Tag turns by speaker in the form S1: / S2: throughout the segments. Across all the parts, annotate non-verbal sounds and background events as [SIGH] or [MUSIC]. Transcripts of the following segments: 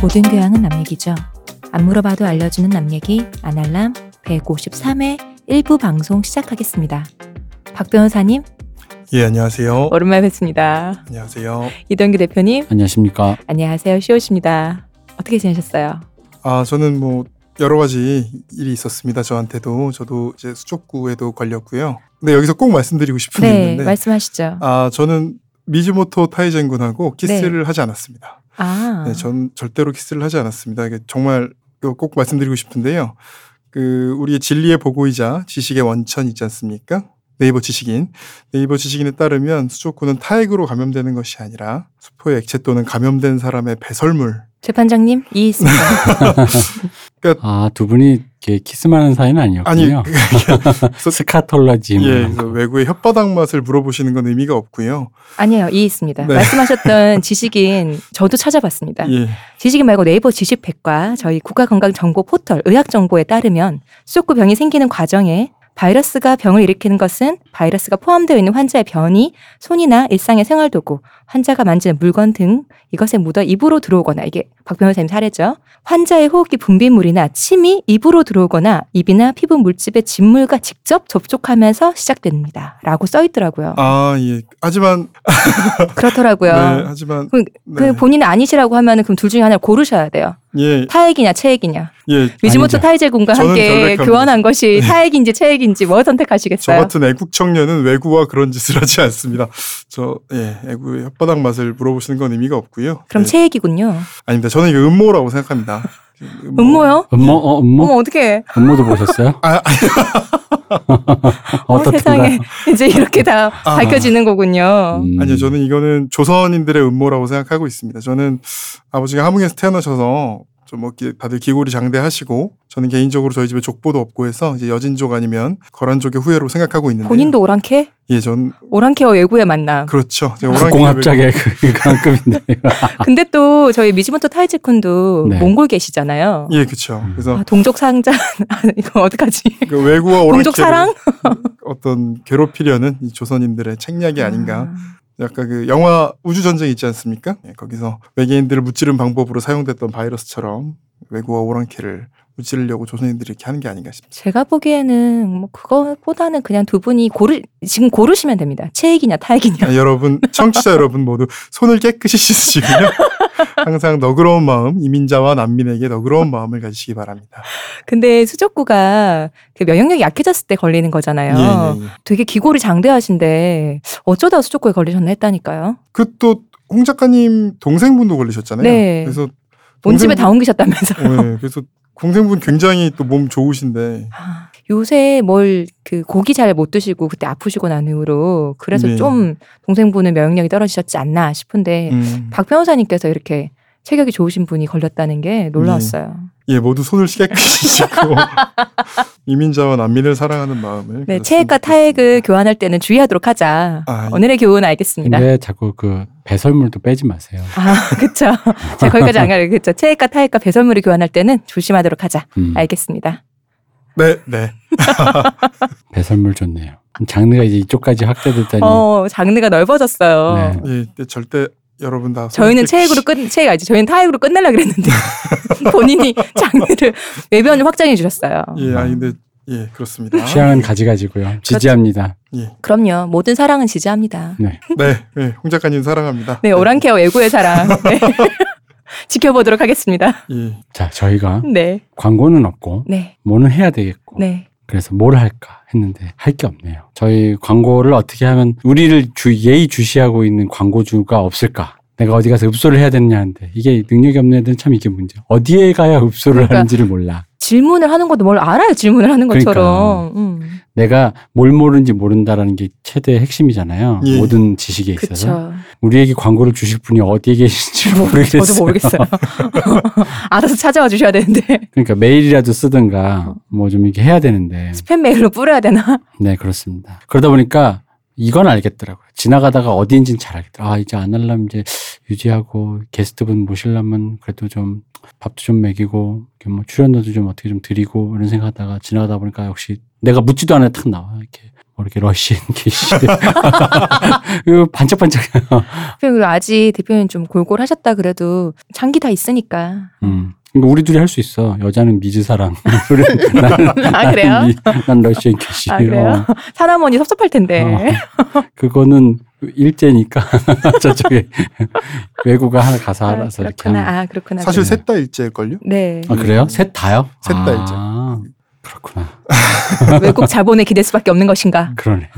S1: 모든 교양은 남 얘기죠. 안 물어봐도 알려주는 남 얘기 아날람 153회 1부 방송 시작하겠습니다. 박 변호사님
S2: 예, 안녕하세요.
S1: 오랜만에 뵙습니다.
S2: 안녕하세요.
S1: 이동규 대표님
S3: 안녕하십니까.
S1: 안녕하세요 시오십니다. 어떻게 지내셨어요?
S2: 아, 저는 뭐 여러 가지 일이 있었습니다. 저한테도 저도 이제 수족구에도 걸렸고요. 근데 여기서 꼭 말씀드리고 싶은 게
S1: 네
S2: 있는데,
S1: 말씀하시죠.
S2: 아, 저는 미즈모토 타이젠군하고 키스를 하지 않았습니다.
S1: 네. 아
S2: 네, 전 절대로 키스를 하지 않았습니다. 이게 정말 이거 꼭 말씀드리고 싶은데요. 그 우리의 진리의 보고이자 지식의 원천 있지 않습니까? 네이버 지식인 네이버 지식인에 따르면 수족구는 타액으로 감염되는 것이 아니라 수포의 액체 또는 감염된 사람의 배설물
S1: 재판장님 이 있습니다.
S2: [LAUGHS]
S3: 아 두 분이 이렇게 키스만한 사이는
S2: 아니
S3: 아니었군요.
S2: 그-
S3: 스카톨러지. 뭐
S2: 예,
S3: 이런
S2: 그래서
S3: 거.
S2: 외국의 혓바닥 맛을 물어보시는 건 의미가 없고요.
S1: 아니에요 이 있습니다.
S2: 네.
S1: 말씀하셨던 지식인 저도 찾아봤습니다.
S2: 예,
S1: 지식인 말고 네이버 지식백과 저희 국가건강정보 포털 의학정보에 따르면 수족구 병이 생기는 과정에 바이러스가 병을 일으키는 것은 바이러스가 포함되어 있는 환자의 변이, 손이나 일상의 생활도구, 환자가 만지는 물건 등 이것에 묻어 입으로 들어오거나 이게 박 변호사님 사례죠. 환자의 호흡기 분비물이나 침이 입으로 들어오거나 입이나 피부 물집의 진물과 직접 접촉하면서 시작됩니다.라고 써 있더라고요.
S2: 아 예. 하지만
S1: 그렇더라고요.
S2: 네, 하지만
S1: 그럼
S2: 네.
S1: 그 본인 아니시라고 하면은 그럼 둘 중에 하나를 고르셔야 돼요.
S2: 예,
S1: 타액이냐 체액이냐.
S2: 예.
S1: 미즈모토
S3: 아니죠.
S1: 타이제군과
S2: 저는
S1: 함께
S2: 결백합니다.
S1: 교환한 것이 타액인지 체액인지 뭐
S2: 저
S1: 선택하시겠어요?
S2: 같은 애국 청년은 외구와 그런 짓을 하지 않습니다. 저 예, 애구의 혓바닥 맛을 물어보시는 건 의미가 없고요.
S1: 그럼
S2: 예,
S1: 체액이군요.
S2: 아닙니다. 저는 이게
S1: [LAUGHS]
S2: 음모라고 생각합니다. 음모.
S1: 음모요?
S3: 음모, 어,
S1: 어머
S2: 뭐?
S3: 음모,
S1: 어떻게?
S3: 음모도 보셨어요?
S2: 예. 아,
S3: [LAUGHS]
S1: 어,
S3: 어떻든가.
S1: 세상에 [LAUGHS] 이제 이렇게
S2: [LAUGHS]
S1: 다
S2: 아.
S1: 밝혀지는 거군요.
S3: 음,
S2: 아니요, 저는 이거는 조선인들의 음모라고 생각하고 있습니다. 저는 아버지가 함흥에서 태어나셔서 좀뭐 다들 기골이 장대하시고 저는 개인적으로 저희 집에 족보도 없고 해서 이제 여진족 아니면 거란족의 후예로 생각하고 있는데
S1: 본인도 오랑캐?
S2: 예, 전
S1: 오랑캐와 외구의 만남.
S2: 그렇죠. 제가
S3: 그
S2: 오랑캐
S3: 공합작의 그 강급인데.
S1: [LAUGHS]
S2: 아.
S1: 근데 또 저희 미즈모토 타이제군도
S3: 네.
S1: 몽골 계시잖아요.
S2: 예, 그렇죠.
S3: 음.
S2: 그래서
S1: 아, 동족 상자 [LAUGHS] 이거 어떡하지?
S2: 그 외구와
S1: 아, 동족
S2: 오랑캐
S1: 사랑?
S2: [LAUGHS] 어떤 괴롭히려는 이 조선인들의 책략이 아닌가. 약간 그 영화 우주 전쟁 있지 않습니까? 예, 거기서 외계인들을 무찌른 방법으로 사용됐던 바이러스처럼 외구와 오랑캐를 무찌르려고 조선인들이 이렇게 하는 게 아닌가 싶습니다.
S1: 제가 보기에는 뭐 그거보다는 그냥 두 분이 고르 지금 고르시면 됩니다. 체액이냐 타액이냐.
S2: 아, 여러분 청취자 여러분 모두 손을 깨끗이 씻으시고요. [LAUGHS] 항상 너그러운 마음, 이민자와 난민에게 너그러운 마음을 가지시기 바랍니다.
S1: 근데 수족구가 그 면역력이 약해졌을 때 걸리는 거잖아요.
S2: 예, 예, 예.
S1: 되게 기골이 장대하신데 어쩌다 수족구에 걸리셨나 했다니까요.
S2: 그 또 홍 작가님 동생분도 걸리셨잖아요.
S1: 네.
S2: 그래서
S1: 온 집에
S2: 동생분-
S1: 다 옮기셨다면서. [LAUGHS]
S2: 네, 그래서 동생분 굉장히 또 몸 좋으신데
S1: 아, 요새 뭘 그 고기 잘 못 드시고 그때 아프시고 난 이후로 그래서
S2: 네.
S1: 좀 동생분은 면역력이 떨어지셨지 않나 싶은데
S2: 음,
S1: 박 변호사님께서 이렇게 체격이 좋으신 분이 걸렸다는 게 놀라웠어요. 네,
S2: 예 모두 손을 깨끗이 씻고 [LAUGHS] 이민자와 난민을 사랑하는 마음을
S1: 네,
S2: 가졌으면
S1: 체액과 타액을 교환할 때는 주의하도록 하자.
S2: 아, 예.
S1: 오늘의 교훈 알겠습니다.
S3: 근데 자꾸 그 배설물도 빼지 마세요.
S1: 아, [LAUGHS] 그쵸. 제가 거기까지 안 가려고 했죠. 체액과 타액과 배설물을 교환할 때는 조심하도록 하자.
S3: 음,
S1: 알겠습니다.
S2: 네, 네.
S3: 배설물 좋네요. 장르가 이제 이쪽까지 확대됐다니.
S1: 어, 장르가 넓어졌어요.
S3: 네. 그
S2: 예, 근데 절대 여러분 다 손을
S1: 저희는
S2: 깨끗이-
S1: 체액으로 끝, 체액 알지? 저희는 타액으로 끝내려고
S3: [LAUGHS]
S1: 그랬는데 본인이 장르를, 외변을 확장해 주셨어요.
S2: 예, 아니 근데 예 그렇습니다.
S3: 음. 취향은 가지가지고요. 지지합니다.
S2: 예,
S1: 그럼요. 모든 사랑은 지지합니다.
S3: 네.
S2: 네, 예, 홍 작가님 사랑합니다.
S1: 네, 오랑캐와 외구의
S3: [LAUGHS]
S1: 사랑. 네. 지켜보도록 하겠습니다.
S2: 예,
S3: 자, 저희가
S1: 네.
S3: 광고는 없고,
S1: 네.
S3: 뭐는 해야 되겠고,
S1: 네.
S3: 그래서 뭘 할까 했는데 할 게 없네요. 저희 광고를 어떻게 하면 우리를 주, 예의주시하고 있는 광고주가 없을까? 내가 어디 가서 읍소를 해야 되느냐 하는데 이게 능력이 없는 애들은 참 이게 문제. 어디에 가야 읍소를
S1: 그러니까
S3: 하는지를 몰라.
S1: 질문을 하는 것도 뭘 알아요, 질문을 하는 것처럼. 음.
S3: 내가 뭘 모르는지 모른다라는 게 최대의 핵심이잖아요.
S2: 예.
S3: 모든 지식에 있어서.
S1: 그쵸.
S3: 우리에게 광고를 주실 분이 어디에 계신지 모르겠어요.
S1: [LAUGHS] 저도
S3: [LAUGHS]
S1: 모르겠어요. [LAUGHS] 알아서 찾아와 주셔야 되는데
S3: 그러니까 메일이라도
S1: 어.
S3: 쓰든가 뭐 좀 이렇게 해야 되는데.
S1: 스팸 메일로 뿌려야 되나? [LAUGHS]
S3: 네, 그렇습니다. 그러다 보니까 이건 알겠더라고요. 지나가다가 어디인지는 잘 알겠더라고요. 아, 이제 안 하려면 이제 유지하고 게스트분 모시려면 그래도 좀 밥도 좀 먹이고 이렇게 뭐 출연료도 좀 어떻게 좀 드리고 이런 생각하다가 지나가다 보니까 역시 내가 묻지도 않아 탁 나와. 이렇게 모르게 러시안 [LAUGHS] 게시. 이거 반짝반짝.
S1: 대표님 아직 대표님 좀 골골하셨다 그래도 장기 다 있으니까. [LAUGHS]
S3: 음. 그러니까 우리 둘이 할 수 있어. 여자는 미즈 사랑. [LAUGHS]
S1: [LAUGHS]
S3: 우리는- 나는,
S1: 아 그래요?
S3: 이- 난 러시안 게시.
S1: 아 그래요? 사나머니 섭섭할 텐데.
S3: 어, 그거는 일제니까 [LAUGHS]
S1: [LAUGHS]
S3: 저쪽에 외국어 하나 가서
S1: 아, [LAUGHS]
S3: 알아서 이렇게 하는.
S1: 그렇구나. 아 그렇구나.
S2: 사실
S3: 네.
S2: 셋 다 일제일걸요?
S1: [LAUGHS]
S3: [LAUGHS]
S1: 네.
S3: 아 그래요? 셋 다요?
S2: 셋다
S3: 아, 그렇구나.
S1: 외국 자본에 기댈 수밖에 없는 것인가.
S3: 그러네.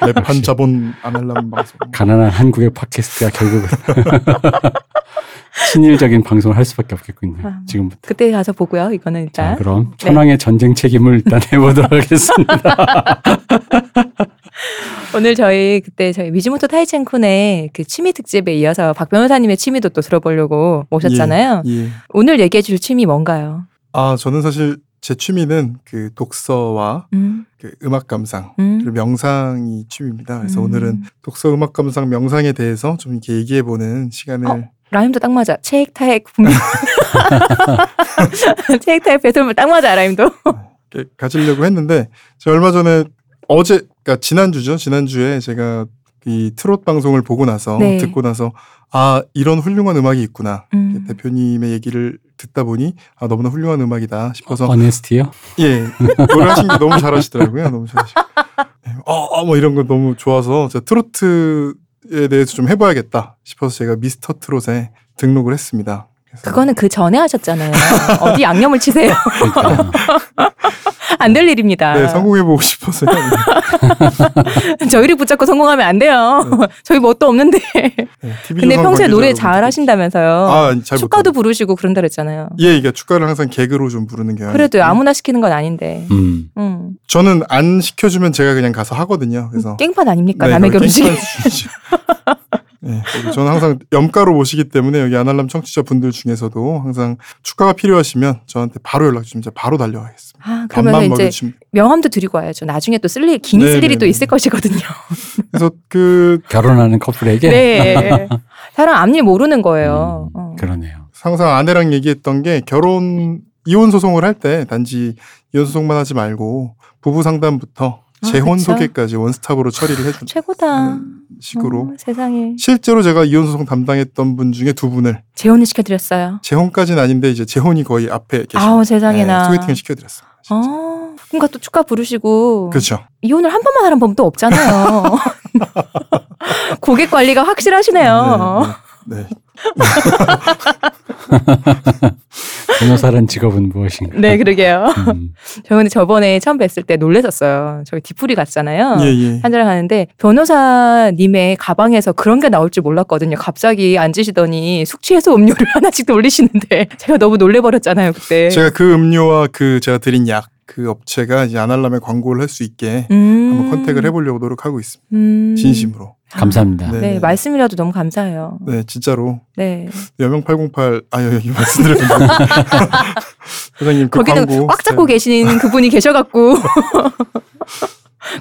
S2: 랩한 자본 안
S1: [LAUGHS]
S2: 하려면 방송.
S3: 가난한 한국의 팟캐스트가 결국은 [LAUGHS] 친일적인 방송을 할 수밖에 없겠군요.
S1: 아, 네.
S3: 지금부터.
S1: 그때 가서 보고요. 이거는
S3: 자,
S1: 일단.
S3: 아, 그럼 천황의 전쟁 책임을
S1: [LAUGHS]
S3: 일단 해보도록 하겠습니다.
S1: 오늘 저희 그때 저희 미즈모토 타이첸쿤의 그 취미 특집에 이어서 박 변호사님의 취미도 또 들어보려고 모셨잖아요.
S2: 예.
S1: 오늘 얘기해 줄 취미 뭔가요?
S2: 아 저는 사실 제 취미는 그 독서와
S1: 음.
S2: 그 음악 감상
S1: 음.
S2: 그리고 명상이 취미입니다. 그래서
S1: 음.
S2: 오늘은 독서 음악 감상 명상에 대해서 좀 이렇게 얘기해 보는 시간을
S1: 어? 라임도 딱 맞아. 체액 타액
S3: [LAUGHS]
S1: 분명. [LAUGHS] 체액 타액 배설물 딱 맞아 라임도.
S2: 이렇게 가지려고 했는데 제가 얼마 전에 어제 그러니까 지난주죠 지난주에 제가 이 트롯 방송을 보고 나서
S1: 네.
S2: 듣고 나서 아 이런 훌륭한 음악이 있구나
S1: 음.
S2: 대표님의 얘기를 듣다 보니 아 너무나 훌륭한 음악이다 싶어서
S3: 어네스티요?
S2: 예 노래하신 게 너무 잘하시더라고요 너무 잘하시고 네, 어뭐 이런 거 너무 좋아서 제가 트로트에 대해서 좀 해봐야겠다 싶어서 제가 미스터 트롯에 등록을 했습니다 그래서
S1: 그거는 그 전에 하셨잖아요. 어디 양념을 치세요? [LAUGHS]
S3: 그러니까
S1: 안 될 일입니다.
S2: 네 성공해보고 싶어서요
S1: [LAUGHS] 저희를 붙잡고 성공하면 안 돼요. [LAUGHS] 저희 뭣도
S2: [LAUGHS]
S1: 없는데.
S2: 네, TV
S1: 근데
S2: 조선
S1: 평소에 노래
S2: 네. 관계자
S1: 잘
S2: 여러분들.
S1: 하신다면서요.
S2: 아, 잘
S1: 축가도
S2: 못합니다.
S1: 부르시고 그런다 그랬잖아요.
S2: 예, 그러니까 축가를 항상 개그로 좀 부르는 경향이.
S1: 그래도
S2: 있고요.
S1: 아무나 시키는 건 아닌데.
S3: 음.
S1: 음.
S2: 저는 안 시켜주면 제가 그냥 가서 하거든요. 그래서
S1: 깽판 아닙니까? 음,
S2: 네,
S1: 남의
S2: 그걸
S1: 결혼식에.
S2: 깽판 수준이죠. 네, 그리고 저는 항상 염가로 모시기 때문에 여기 아날람 청취자 분들 중에서도 항상 축가가 필요하시면 저한테 바로 연락 주시면 제가 바로
S1: [LAUGHS]
S2: 달려가겠습니다.
S1: 아, 그러면
S2: 밥만
S1: 이제
S2: 먹여주시면.
S1: 명함도 드리고 와야죠. 나중에 또 쓸 일, 긴
S2: 네,
S1: 쓸 일이
S2: 네,
S1: 또
S2: 네.
S1: 있을
S2: [LAUGHS]
S1: 것이거든요.
S2: 그래서 그
S3: 결혼하는 커플에게
S1: 네. 사람 앞일 모르는 거예요.
S3: 음,
S1: 어.
S3: 그러네요.
S2: 항상 아내랑 얘기했던 게 결혼 이혼 소송을 할 때 단지 이혼 소송만 하지 말고 부부 상담부터
S1: 아,
S2: 재혼
S1: 그쵸.
S2: 소개까지 원스톱으로 처리를 해주는
S1: 최고다.
S2: 네, 식으로
S1: 어, 세상에.
S2: 실제로 제가 이혼 소송 담당했던 분 중에 두 분을
S1: 재혼을 시켜드렸어요.
S2: 재혼까지는 아닌데 이제 재혼이 거의 앞에 계신
S1: 아우
S2: 네,
S1: 세상에나.
S2: 소개팅을 시켜드렸어요. 진짜.
S1: 어, 그러니까 또 축가 부르시고
S2: 그렇죠.
S1: 이혼을 한 번만 하는 법도 없잖아요.
S2: [LAUGHS]
S1: 고객 관리가 확실하시네요.
S2: 네, 네, 네.
S3: 변호사란 직업은 무엇인가?
S1: 네, 그러게요.
S3: 음.
S1: 저 근데 저번에 처음 뵀을 때 놀라셨어요. 저희 디프리 갔잖아요.
S2: 예, 예.
S1: 한자를 가는데 변호사님의 가방에서 그런 게 나올 줄 몰랐거든요. 갑자기 앉으시더니 숙취해소 음료를 [LAUGHS] 하나씩 돌리시는데 제가 너무 놀래버렸잖아요 그때.
S2: 제가 그 음료와 그 제가 드린 약 그 업체가 이제 아날람에 광고를 할 수 있게
S1: 음.
S2: 한번 컨택을 해보려고 노력하고 있습니다.
S1: 음.
S2: 진심으로.
S3: 감사합니다.
S1: 네,
S2: 네, 네.
S1: 말씀이라도 너무 감사해요.
S2: 네, 진짜로
S1: 네.
S2: 여명 808 아 여기 말씀드렸는데 [LAUGHS] 사장님 그
S1: 거기는
S2: 광고
S1: 꽉 잡고 계시는 그분이 계셔갖고.
S2: [LAUGHS] 네.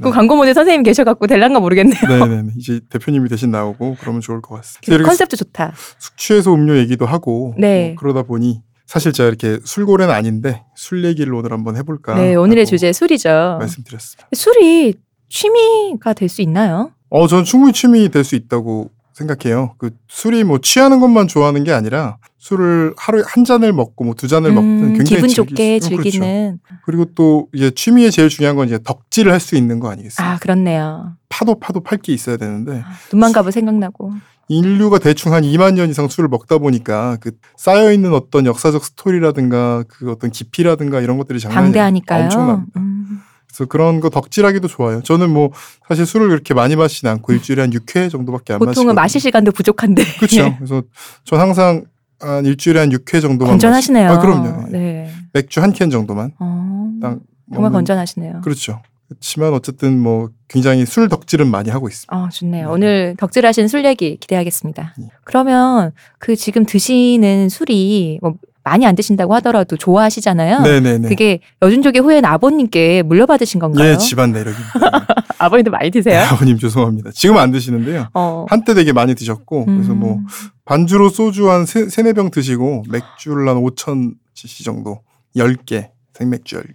S1: 그 광고 모델 선생님 계셔갖고 될란가 모르겠네요.
S2: 네네 이제 대표님이 대신 나오고 그러면 좋을 것 같습니다. 이렇게
S1: 컨셉도 좋다.
S2: 숙취해소 음료 얘기도 하고
S1: 네.
S2: 뭐 그러다 보니 사실 제가 이렇게 술고래는 아닌데 술 얘기를 오늘 한번 해볼까
S1: 네, 오늘의
S2: 하고
S1: 주제 술이죠.
S2: 아, 말씀드렸습니다.
S1: 술이 취미가 될 수 있나요?
S2: 어, 저는 충분히 취미 될 수 있다고 생각해요. 그 술이 뭐 취하는 것만 좋아하는 게 아니라 술을 하루에 한 잔을 먹고 뭐 두 잔을 먹든
S1: 음,
S2: 굉장히
S1: 기분
S2: 즐길
S1: 좋게
S2: 수- 어, 그렇죠.
S1: 즐기는.
S2: 그리고 또 이제 취미의 제일 중요한 건 이제 덕질을 할 수 있는 거 아니겠어요?
S1: 아, 그렇네요.
S2: 파도 파도 팔 게 있어야 되는데
S1: 아, 눈만 가보 생각나고.
S2: 인류가 대충 한 2만 년 이상 술을 먹다 보니까 그 쌓여 있는 어떤 역사적 스토리라든가 그 어떤 깊이라든가 이런 것들이 장난이
S1: 방대하니까요.
S2: 엄청납니다.
S1: 음.
S2: 그래서 그런 거 덕질하기도 좋아요. 저는 뭐 사실 술을 그렇게 많이 마시진 않고 일주일에 한 6회 정도밖에 안 마시고
S1: 보통은 마실 네. 시간도 부족한데.
S2: 그렇죠. 그래서 전 항상 한 일주일에 한 6회
S1: [LAUGHS]
S2: 정도만
S1: 건전하시네요.
S2: 마시- 아, 그럼요.
S1: 네.
S2: 맥주 한 캔 정도만.
S1: 어,
S2: 딱
S1: 정말
S2: 먹는-
S1: 건전하시네요.
S2: 그렇죠. 그렇지만 어쨌든 뭐 굉장히 술 덕질은 많이 하고 있습니다.
S1: 아, 좋네요.
S2: 네.
S1: 오늘 덕질하신 술 얘기 기대하겠습니다.
S2: 예.
S1: 그러면 그 지금 드시는 술이 뭐 많이 안 드신다고 하더라도 좋아하시잖아요.
S2: 네네네. 네,
S1: 그게 여준족의 후예는 아버님께 물려받으신 건가요? [LAUGHS]
S2: 예, 집안 내력입니다.
S1: 아, 아버님도 많이 드세요?
S2: [LAUGHS] 아버님 죄송합니다. 지금 안 드시는데요.
S1: 어.
S2: 한때 되게 많이 드셨고 그래서 뭐
S1: 음.
S2: 반주로 소주 한 세, 세네 병 드시고 맥주를 한 5천 cc 정도 10개 생맥주 10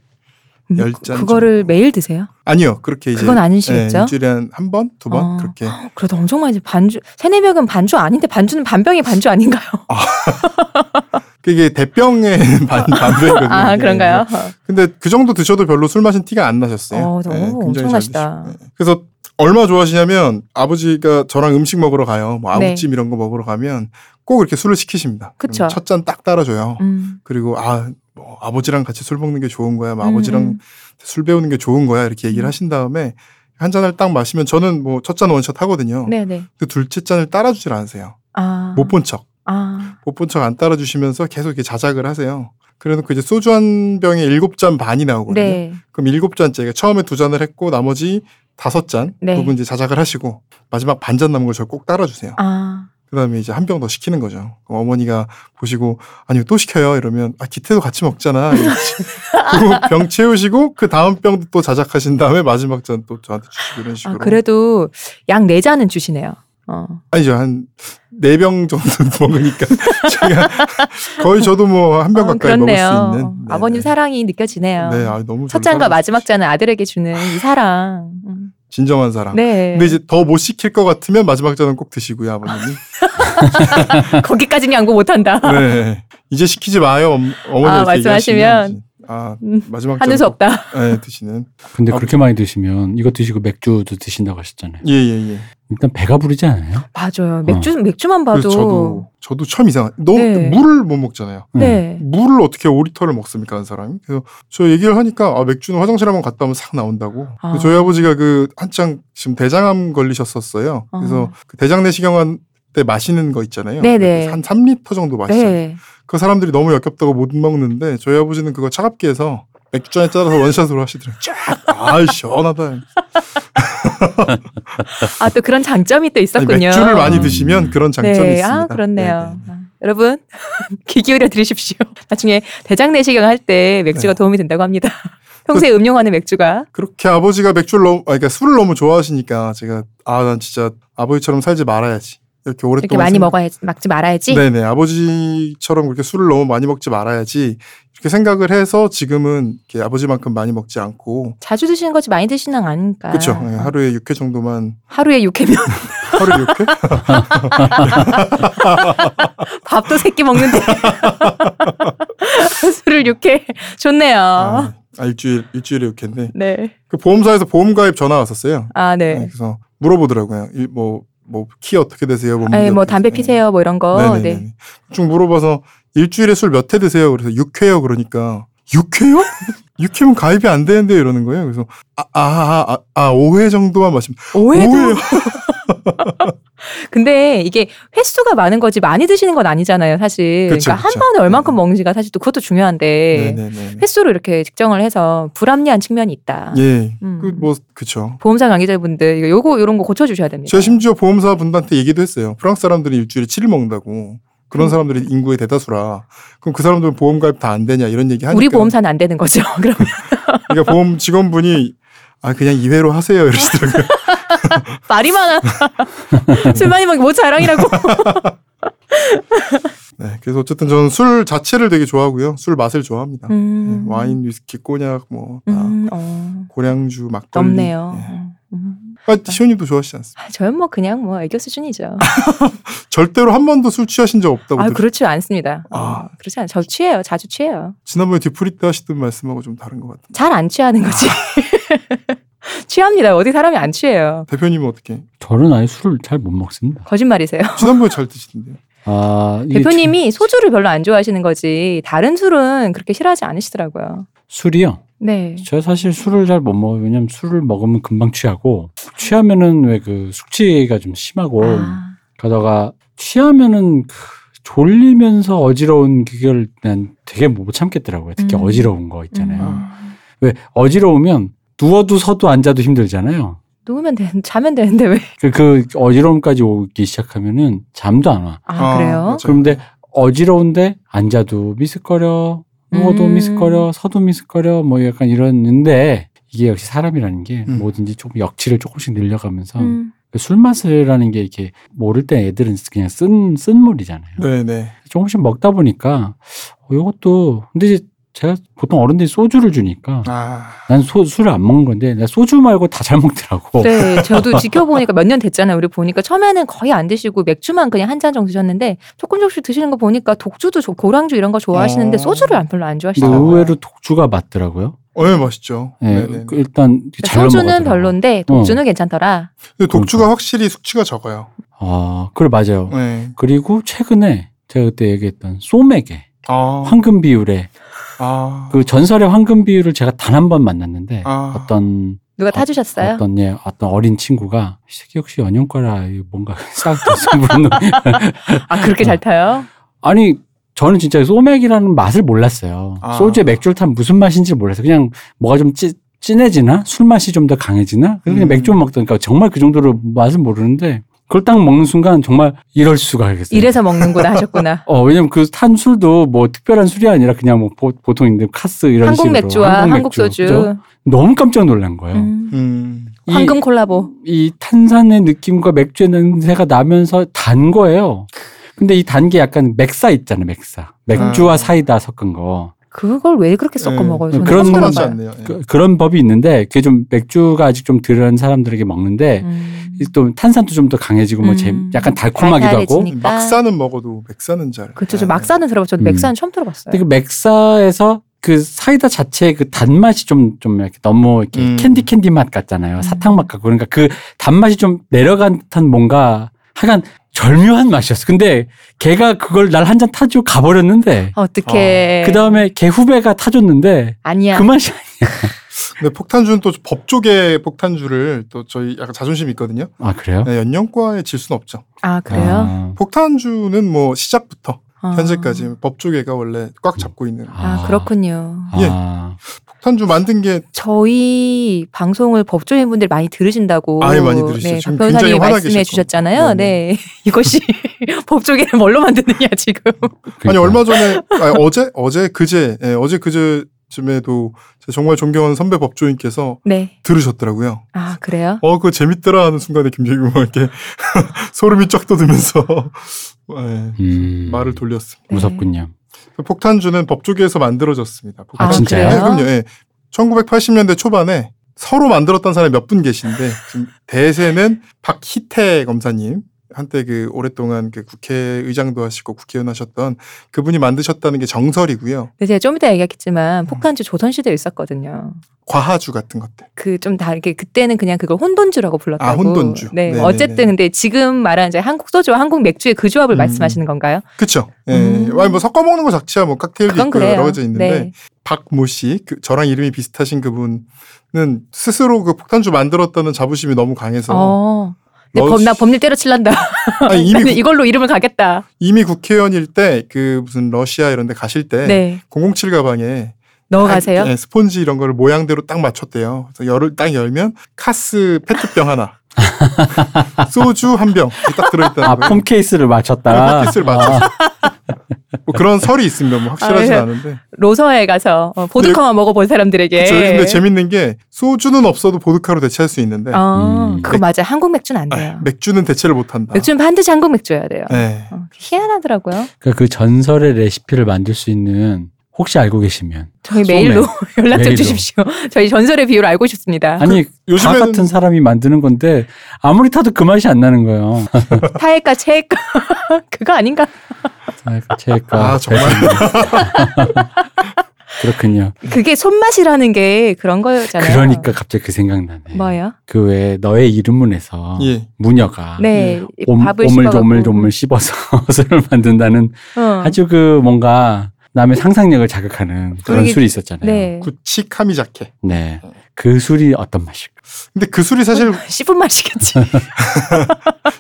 S1: 음,
S2: 열
S1: 그-
S2: 잔
S1: 그거를
S2: 정도.
S1: 매일 드세요?
S2: 아니요 그렇게 네, 이제
S1: 그건 아니시겠죠?
S2: 예, 일주일에 한 한 번, 두 번
S1: 어.
S2: 그렇게
S1: 그래도 엄청 많이 드- 반주 세네 병은 반주 아닌데 반주는 반병이 반주 아닌가요?
S2: 그게 대병에 [LAUGHS] 반 반도거든요.
S1: 아 그런가요?
S2: 근데 그 정도 드셔도 별로 술 마신 티가 안 나셨어요.
S1: 어, 너무
S2: 예, 굉장히
S1: 엄청나시다.
S2: 잘 드시고. 예. 그래서 얼마 좋아하시냐면 아버지가 저랑 음식 먹으러 가요. 뭐
S1: 네.
S2: 아웃찜 이런 거 먹으러 가면 꼭 이렇게 술을 시키십니다.
S1: 그쵸.
S2: 첫잔 딱 따라줘요.
S1: 음.
S2: 그리고 아, 뭐 아버지랑 같이 술 먹는 게 좋은 거야. 뭐
S1: 음,
S2: 아버지랑
S1: 음.
S2: 술 배우는 게 좋은 거야. 이렇게 얘기를 하신 다음에 한 잔을 딱 마시면 저는 뭐 첫 잔 원샷 하거든요.
S1: 네네.
S2: 근데 둘째 잔을 따라주질 않으세요.
S1: 아.
S2: 못 본 척.
S1: 아.
S2: 못 본 척 안 따라주시면서 계속 이렇게 자작을 하세요. 그래놓고 이제 소주 한 병에 일곱 잔 반이 나오거든요.
S1: 네.
S2: 그럼 일곱 잔째 그러니까 처음에 두 잔을 했고 나머지 다섯 잔
S1: 네.
S2: 그분 이제 자작을 하시고 마지막 반 잔 남은 걸 저 꼭 따라주세요.
S1: 아.
S2: 그다음에 이제 한 병 더 시키는 거죠. 그럼 어머니가 보시고 아니 또 시켜요 이러면 아 기태도 같이 먹잖아. [LAUGHS] 그리고 병 채우시고 그 다음 병도 또 자작하신 다음에 마지막 잔 또 저한테 주시고 이런
S1: 아
S2: 식으로.
S1: 그래도 약 네 잔은 주시네요. 어.
S2: 아니죠 한 네 병 정도 [LAUGHS] 먹으니까 제가 거의 저도 뭐 한 병
S1: 어,
S2: 가까이 먹을 수 있는. 네네.
S1: 아버님 사랑이 느껴지네요.
S2: 네, 아, 너무
S1: 첫
S2: 별로
S1: 잔과
S2: 사랑스럽-
S1: 마지막 잔은 아들에게 주는 이 사랑. 음.
S2: 진정한 사랑.
S1: 네.
S2: 아. 근데 이제 더 못 시킬 것 같으면 마지막 잔은 꼭 드시고요 아버님이.
S1: 거기까지는 양보 못한다.
S2: 네. 이제 시키지 마요. 엄- 어머니한테
S1: 아, 말씀하시면.
S2: 얘기하시면 아
S1: 음,
S2: 마지막 잔
S1: 하는 수 없다.
S2: 네, 드시는.
S3: 근데
S2: 아,
S3: 그렇게 많이 드시면 이거 드시고 맥주도 드신다고 하셨잖아요.
S2: 예예 예.
S3: 일단 배가 부르지 않아요?
S1: 맞아요. 맥주 맥주만
S2: 어. 그래서
S1: 봐도.
S2: 저도 음, 저도 처음 이상. 너무
S1: 네.
S2: 물을 못 먹잖아요.
S1: 네.
S2: 물을 어떻게 5리터를 먹습니까, 한 사람이? 그래서 저 얘기를 하니까 아, 맥주는 화장실 한번 갔다 오면 싹 나온다고.
S1: 아.
S2: 저희 아버지가 그 한창 지금 대장암 걸리셨었어요. 그래서 그 대장 내시경한 때 마시는 거 있잖아요.
S1: 아. 네네.
S2: 한 3리터 정도 마시잖아요.
S1: 네.
S2: 그 사람들이 너무 역겹다고 못 먹는데 저희 아버지는 그거 차갑게 해서 맥주잔에 따라서 원샷으로 하시더라고요. 쫙! 아 시원하다.
S1: 아 또 그런 장점이 또
S2: 아니,
S1: 있었군요.
S2: 맥주를 많이
S3: 음.
S2: 드시면 그런 장점이
S1: 네.
S2: 있습니다.
S1: 아 그렇네요.
S2: 네, 네.
S1: 아, 여러분 [LAUGHS] 귀 기울여 들으십시오. 나중에 대장 내시경 할 때 맥주가
S2: 네.
S1: 도움이 된다고 합니다. 평소에 음용하는 맥주가.
S2: 그렇게 아버지가 맥주를 너무, 아, 그러니까 술을 너무 좋아하시니까 제가 아 난 진짜 아버지처럼 살지 말아야지 이렇게 오랫동안
S1: 이렇게 많이
S2: 생각-
S1: 먹어야 막지 말아야지.
S2: 네네 아버지처럼 그렇게 술을 너무 많이 먹지 말아야지 이렇게 생각을 해서 지금은 이렇게 아버지만큼 많이 먹지 않고
S1: 자주 드시는 거지 많이 드시는 거 아닙니까?
S2: 그렇죠 하루에 6회 정도만
S1: 하루에 6회면
S2: 하루에
S1: [LAUGHS]
S2: 6회
S1: 밥도 세끼
S2: [LAUGHS]
S1: 먹는데 술을 6회 좋네요.
S2: 아, 아, 일주일 일주일에 6회인데
S1: 네.
S2: 그 보험사에서 보험가입 전화 왔었어요.
S1: 아,
S2: 네,
S1: 네.
S2: 그래서 물어보더라고요. 이 뭐, 뭐, 키 어떻게 되세요? 몸무게
S1: 아니, 뭐
S2: 어떻게
S1: 담배
S2: 되세요?
S1: 피세요, 뭐 이런 거.
S2: 네네네.
S1: 네.
S2: 쭉 물어봐서 일주일에 술 몇 회 드세요? 그래서 6회요. 그러니까 6회요? [LAUGHS] 6회면 가입이 안 되는데 이러는 거예요. 그래서 아, 아, 아, 아, 아 5회 정도만 마시면
S1: 오해도.
S2: 5회요?
S1: 근데 이게 횟수가 많은 거지 많이 드시는 건 아니잖아요, 사실.
S2: 그쵸,
S1: 그러니까
S2: 그쵸.
S1: 한 번에 얼만큼
S2: 네.
S1: 먹는지가 사실 또 그것도 중요한데
S2: 네네네.
S1: 횟수로 이렇게 측정을 해서 불합리한 측면이 있다.
S2: 예.
S1: 음.
S2: 그 뭐 그쵸.
S1: 보험사 관계자분들 이거 요거 이런 거 고쳐 주셔야 됩니다.
S2: 제가 심지어 보험사 분한테 얘기도 했어요. 프랑스 사람들이 일주일에 7일 먹는다고. 그런
S1: 음.
S2: 사람들이 인구의 대다수라. 그럼 그 사람들은 보험 가입 다 안 되냐 이런 얘기 하니까.
S1: 우리 보험사는 안 되는 거죠. [LAUGHS] 그럼
S2: 그러니까 보험 직원분이 아 그냥 2회로 하세요 이러시더라고요. [LAUGHS]
S1: 말이 많아. 술 많이 먹기 뭐 자랑이라고.
S2: 네, 그래서 어쨌든 저는 술 자체를 되게 좋아하고요. 술 맛을 좋아합니다.
S1: 음.
S2: 네, 와인, 위스키, 꼬냑, 뭐 다
S1: 음, 어.
S2: 고량주, 막걸리.
S1: 덥네요.
S2: 네.
S1: 음.
S2: 아, 시온이도 좋아하시지 않습니까?
S1: 아, 저는 뭐 그냥 뭐 애교 수준이죠.
S2: 절대로 한 번도 술 취하신 적 없다고.
S1: 아
S2: 들-
S1: 그렇지 않습니다. 어,
S2: 아.
S1: 그렇지 않아요. 저 취해요. 자주 취해요.
S2: 지난번에 뒤풀이 때 하시던 말씀하고 좀 다른 것 같아요.
S1: 잘 안 취하는 거지. [LAUGHS] 취합니다. 어디 사람이 안 취해요.
S2: 대표님은 어떻게?
S3: 저는 아예 술을 잘 못 먹습니다.
S1: 거짓말이세요.
S2: 지난번에 잘 드시던데요.
S3: 아, 이게
S1: 대표님이 소주를 별로 안 좋아하시는 거지 다른 술은 그렇게 싫어하지 않으시더라고요.
S3: 참- 술이요.
S1: 네.
S3: 저 사실 술을 잘 못 먹어요. 왜냐면 술을 먹으면 금방 취하고 취하면은 왜 그 숙취가 좀 심하고
S1: 아,
S3: 가다가 취하면은 그 졸리면서 어지러운 그걸 난 되게 못 참겠더라고요. 특히
S1: 음.
S3: 어지러운 거 있잖아요.
S1: 음.
S3: 왜 어지러우면 누워도 서도 앉아도 힘들잖아요.
S1: 누우면 되는 자면 되는데 왜?
S3: 그, 그 어지러움까지 오기 시작하면은 잠도 안 와.
S1: 아 그래요?
S2: 맞아요.
S3: 그런데 어지러운데 앉아도 미스거려, 누워도
S1: 음.
S3: 미스거려, 서도 미스거려 뭐 약간 이러는데 이게 역시 사람이라는 게
S2: 음.
S3: 뭐든지 조금 역치를 조금씩 늘려가면서
S1: 음.
S3: 그 술맛이라는 게 이렇게 모를 때 애들은 그냥 쓴 쓴물이잖아요.
S2: 네네.
S3: 조금씩 먹다 보니까 이것도 근데 이제 제가 보통 어른들이 소주를 주니까
S2: 아,
S3: 난 소, 술을 안 먹는 건데 나 소주 말고 다 잘 먹더라고.
S1: 네, 저도 지켜보니까 몇 년 됐잖아요. 우리 보니까 처음에는 거의 안 드시고 맥주만 그냥 한 잔 정도 드셨는데 조금 조금씩 드시는 거 보니까 독주도 좋- 고랑주 이런 거 좋아하시는데
S2: 어.
S1: 소주를 안- 별로 안
S3: 근데
S1: 좋아하시더라고요.
S3: 의외로 독주가 맞더라고요.
S2: 얼마 맛있죠.
S3: 예,
S2: 네네.
S3: 그 일단 잘
S1: 그러니까 소주는
S3: 먹더라고요.
S1: 별론데 독주는 괜찮더라.
S2: 근데 독주가
S3: 그러니까.
S2: 확실히 숙취가 적어요.
S3: 아, 그래 맞아요.
S2: 네.
S3: 그리고 최근에 제가 그때 얘기했던 소맥의
S2: 아,
S3: 황금 비율의
S2: 아,
S3: 그 전설의 황금 비율을 제가 단 한 번 만났는데
S2: 아.
S3: 어떤
S1: 누가 타주셨어요?
S3: 어떤 예, 어떤 어린 친구가 이 새끼 혹시 연영과라 뭔가 [LAUGHS] 싹 돋는
S1: 아 그렇게
S3: 어.
S1: 잘 타요?
S3: 아니 저는 진짜 소맥이라는 맛을 몰랐어요.
S2: 아.
S3: 소주에 맥주를 타면 무슨 맛인지 몰랐어요. 그냥 뭐가 좀 찌, 진해지나 술 맛이 좀 더 강해지나 그냥
S2: 음.
S3: 맥주 먹다니까 정말 그 정도로 맛을 모르는데 그걸 딱 먹는 순간 정말 이럴 수가 있겠어요.
S1: 이래서 먹는구나 하셨구나.
S3: 어 왜냐면 그 탄 술도 뭐 특별한 술이 아니라 그냥 뭐 보, 통인데 카스 [LAUGHS] 이런
S1: 한국
S3: 식으로
S1: 맥주와 한국,
S3: 맥주,
S1: 소주,
S3: 그죠? 어. 너무 깜짝 놀란 거예요.
S1: 음.
S2: 음,
S3: 이-
S1: 황금 콜라보.
S3: 이 탄산의 느낌과 맥주의 냄새가 나면서 단 거예요. 근데 이 단 게 약간 맥사 있잖아요, 맥사. 맥주와
S2: 아.
S3: 사이다 섞은 거.
S1: 그걸 왜 그렇게 섞어
S2: 예.
S1: 먹어요? 저는
S3: 그런
S1: 처음
S2: 하지
S1: 들어봐요.
S2: 않네요. 예.
S3: 그, 런 법이 있는데 그게 좀 맥주가 아직 좀 덜한 사람들에게 먹는데
S1: 음.
S3: 또 탄산도 좀 더 강해지고 뭐 재-
S1: 음.
S3: 약간 달콤하기도 하고.
S1: 달달해지니까.
S2: 막사는 먹어도 맥사는 잘.
S1: 그러니까.
S2: 네.
S1: 그쵸, 저 막사는 들어봤저도
S3: 음.
S1: 맥사는 처음 들어봤어요.
S3: 근데 그 맥사에서 그 사이다 자체의 그 단맛이 좀, 좀 이렇게 너무 이렇게
S2: 음.
S3: 캔디 캔디 맛
S1: 음.
S3: 같잖아요. 사탕 맛 같고. 그러니까 그 단맛이 좀 내려간 듯한 뭔가 하여간 절묘한 맛이었어. 근데 걔가 그걸 날 한 잔 타주고 가버렸는데
S1: 아, 어떻게?
S3: 그 다음에 걔 후배가 타줬는데
S1: 아니야.
S3: 그 맛이
S2: 근데 폭탄주는 또 법조계 폭탄주를 또 저희 약간 자존심이 있거든요.
S3: 아 그래요?
S2: 네, 연령과에 질 수는 없죠.
S1: 아 그래요?
S3: 아,
S2: 폭탄주는 뭐 시작부터
S1: 어.
S2: 현재까지 법조계가 원래 꽉 잡고 있는
S1: 아 그렇군요.
S3: 아,
S2: 예. 폭탄주 만든 게
S1: 저희 방송을 법조인분들 많이 들으신다고
S2: 아예 많이 들으시죠.
S1: 네,
S2: 지금
S1: 박
S2: 굉장히
S1: 변호사님이
S2: 화나
S1: 말씀해
S2: 계실
S1: 주셨잖아요.
S2: 거예요.
S1: 네, [LAUGHS] 이것이 법조계를 뭘로 만드느냐
S2: [LAUGHS]
S1: 지금.
S2: 아니
S3: 그러니까.
S2: 얼마
S3: [LAUGHS]
S2: 전에 아니, 어제 어제 그제 예, 어제 그제쯤에도 제가 정말 존경하는 선배 법조인께서
S1: 네.
S2: 들으셨더라고요.
S1: 아 그래요?
S2: 어 그거 재밌더라 하는 순간에 김재규가 뭐 이렇게 [LAUGHS] 소름이 쫙 돋으면서 [LAUGHS] 예,
S3: 음,
S2: 말을 돌렸습니다.
S1: 네.
S3: 무섭군요.
S2: 폭탄주는 법조계에서 만들어졌습니다.
S3: 아,
S2: 폭탄주.
S3: 진짜요?
S2: 네, 그럼요. 예. 1980년대 초반에 서로 만들었던 사람이 몇 분 계신데 지금 대세는 박희태 검사님 한때 그 오랫동안 그 국회의장도 하시고 국회의원 하셨던 그분이 만드셨다는 게 정설이고요.
S1: 근데 제가 좀 이따
S3: 음.
S1: 얘기했지만 폭탄주 조선시대에 있었거든요.
S2: 과하주 같은 것들.
S1: 그 좀 다르게 그때는 그냥 그걸 혼돈주라고 불렀다고.
S2: 아, 혼돈주.
S1: 네.
S2: 네네네.
S1: 어쨌든 근데 지금 말하는 이제 한국 소주와 한국 맥주의 그 조합을
S2: 음.
S1: 말씀하시는 건가요?
S2: 그쵸. 예.
S1: 음.
S2: 아니, 뭐 섞어 먹는 거 자체야 뭐 칵테일도
S1: 그건
S2: 있고
S1: 그래요.
S2: 여러 가지 있는데
S1: 네.
S2: 박모 씨, 그 저랑 이름이 비슷하신 그분은 스스로 그 폭탄주 만들었다는 자부심이 너무 강해서
S1: 어. 근데
S2: 넣을
S1: 법, 나 네.
S2: 수-
S1: 법률
S2: [LAUGHS]
S1: 때려칠란다. [LAUGHS]
S2: 아니, 이미
S1: 나는 이걸로 이름을 가겠다.
S2: 이미 국회의원일 때 그 무슨 러시아 이런 데 가실 때
S1: 네.
S2: 아, 007 가방에
S1: 넣어가세요.
S2: 네, 스폰지 이런 거를 모양대로 딱 맞췄대요. 그래서 열을 딱 열면 카스 페트병 하나,
S1: [LAUGHS]
S2: 소주 한 병 딱
S3: 아
S2: 들어있다는 거예요.
S3: 폼케이스를 맞췄다.
S2: 팟캐스트를 맞췄어. 뭐 그런 설이 있습니다. 뭐 확실하진
S1: 아, 예.
S2: 않은데.
S1: 로서에 가서 어, 보드카만 먹어본 사람들에게.
S2: 네. 그쵸. 근데 재밌는 게 소주는 없어도 보드카로 대체할 수 있는데
S1: 어,
S3: 음.
S1: 그거 맞아. 한국 맥주는 안 돼요.
S2: 맥주는 대체를 못한다.
S1: 네. 맥주는 반드시 한국 맥주여야 돼요.
S2: 네.
S1: 어, 희한하더라고요.
S3: 그러니까 그 전설의 레시피를 만들 수 있는 혹시 알고 계시면
S1: 저희
S3: 소맥.
S1: 메일로 [LAUGHS] 연락 좀
S3: 메일로.
S1: 주십시오. 저희 전설의 비율 알고 싶습니다.
S3: 아니 다
S2: 요즘에는-
S3: 같은 사람이 만드는 건데 아무리 타도 그 맛이 안 나는 거예요.
S1: 타액과 체액과 [LAUGHS] 그거 아닌가?
S3: 그 제가
S2: 아 정말
S3: 그렇군요.
S1: 그게 손맛이라는 게 그런 거잖아요.
S3: 그러니까 갑자기 그 생각 나네.
S1: 뭐요?
S3: 그 왜 너의 이름문에서
S2: 예.
S3: 무녀가
S1: 네,
S3: 아, 옴,
S1: 밥을
S3: 오물
S1: 씹어갖고.
S3: 조물 조물 씹어서 [LAUGHS] 술을 만든다는
S1: 어.
S3: 아주 그 뭔가 남의 상상력을 자극하는 그런
S1: 그러게-
S3: 술이 있었잖아요.
S1: 네.
S2: 구치 카미자케.
S3: 네. 그 술이 어떤 맛일까?
S2: 근데 그 술이 사실
S1: [LAUGHS] 씹은 맛이겠지.
S3: 음.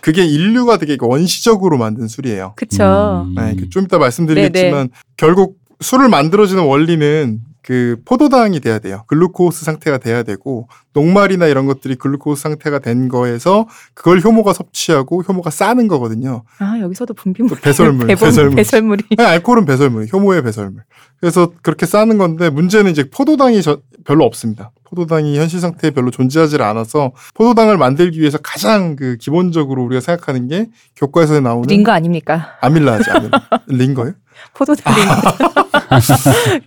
S2: 그게 인류가 되게 원시적으로 만든 술이에요.
S1: 그쵸.
S3: 음.
S2: 네, 그좀 이따 말씀드리겠지만 결국 술을 만들어지는 원리는 그 포도당이 돼야 돼요. 글루코스 상태가 돼야 되고 녹말이나 이런 것들이 글루코스 상태가 된 거에서 그걸 효모가 섭취하고 효모가 싸는 거거든요.
S1: 아 여기서도 분비물.
S2: 배설물,
S1: [LAUGHS] 배분-
S2: 배설물.
S1: 배설물이.
S2: 아니, 알코올은 배설물, 효모의 배설물. 그래서 그렇게 싸는 건데 문제는 이제 포도당이 저- 별로 없습니다. 포도당이 현실 상태에 별로 존재하지 않아서 포도당을 만들기 위해서 가장 그 기본적으로 우리가 생각하는 게 교과서에 나오는
S1: 링거 아닙니까?
S2: 아밀라지 아밀라 링거요?
S1: 포도당
S2: [LAUGHS]
S1: 링거.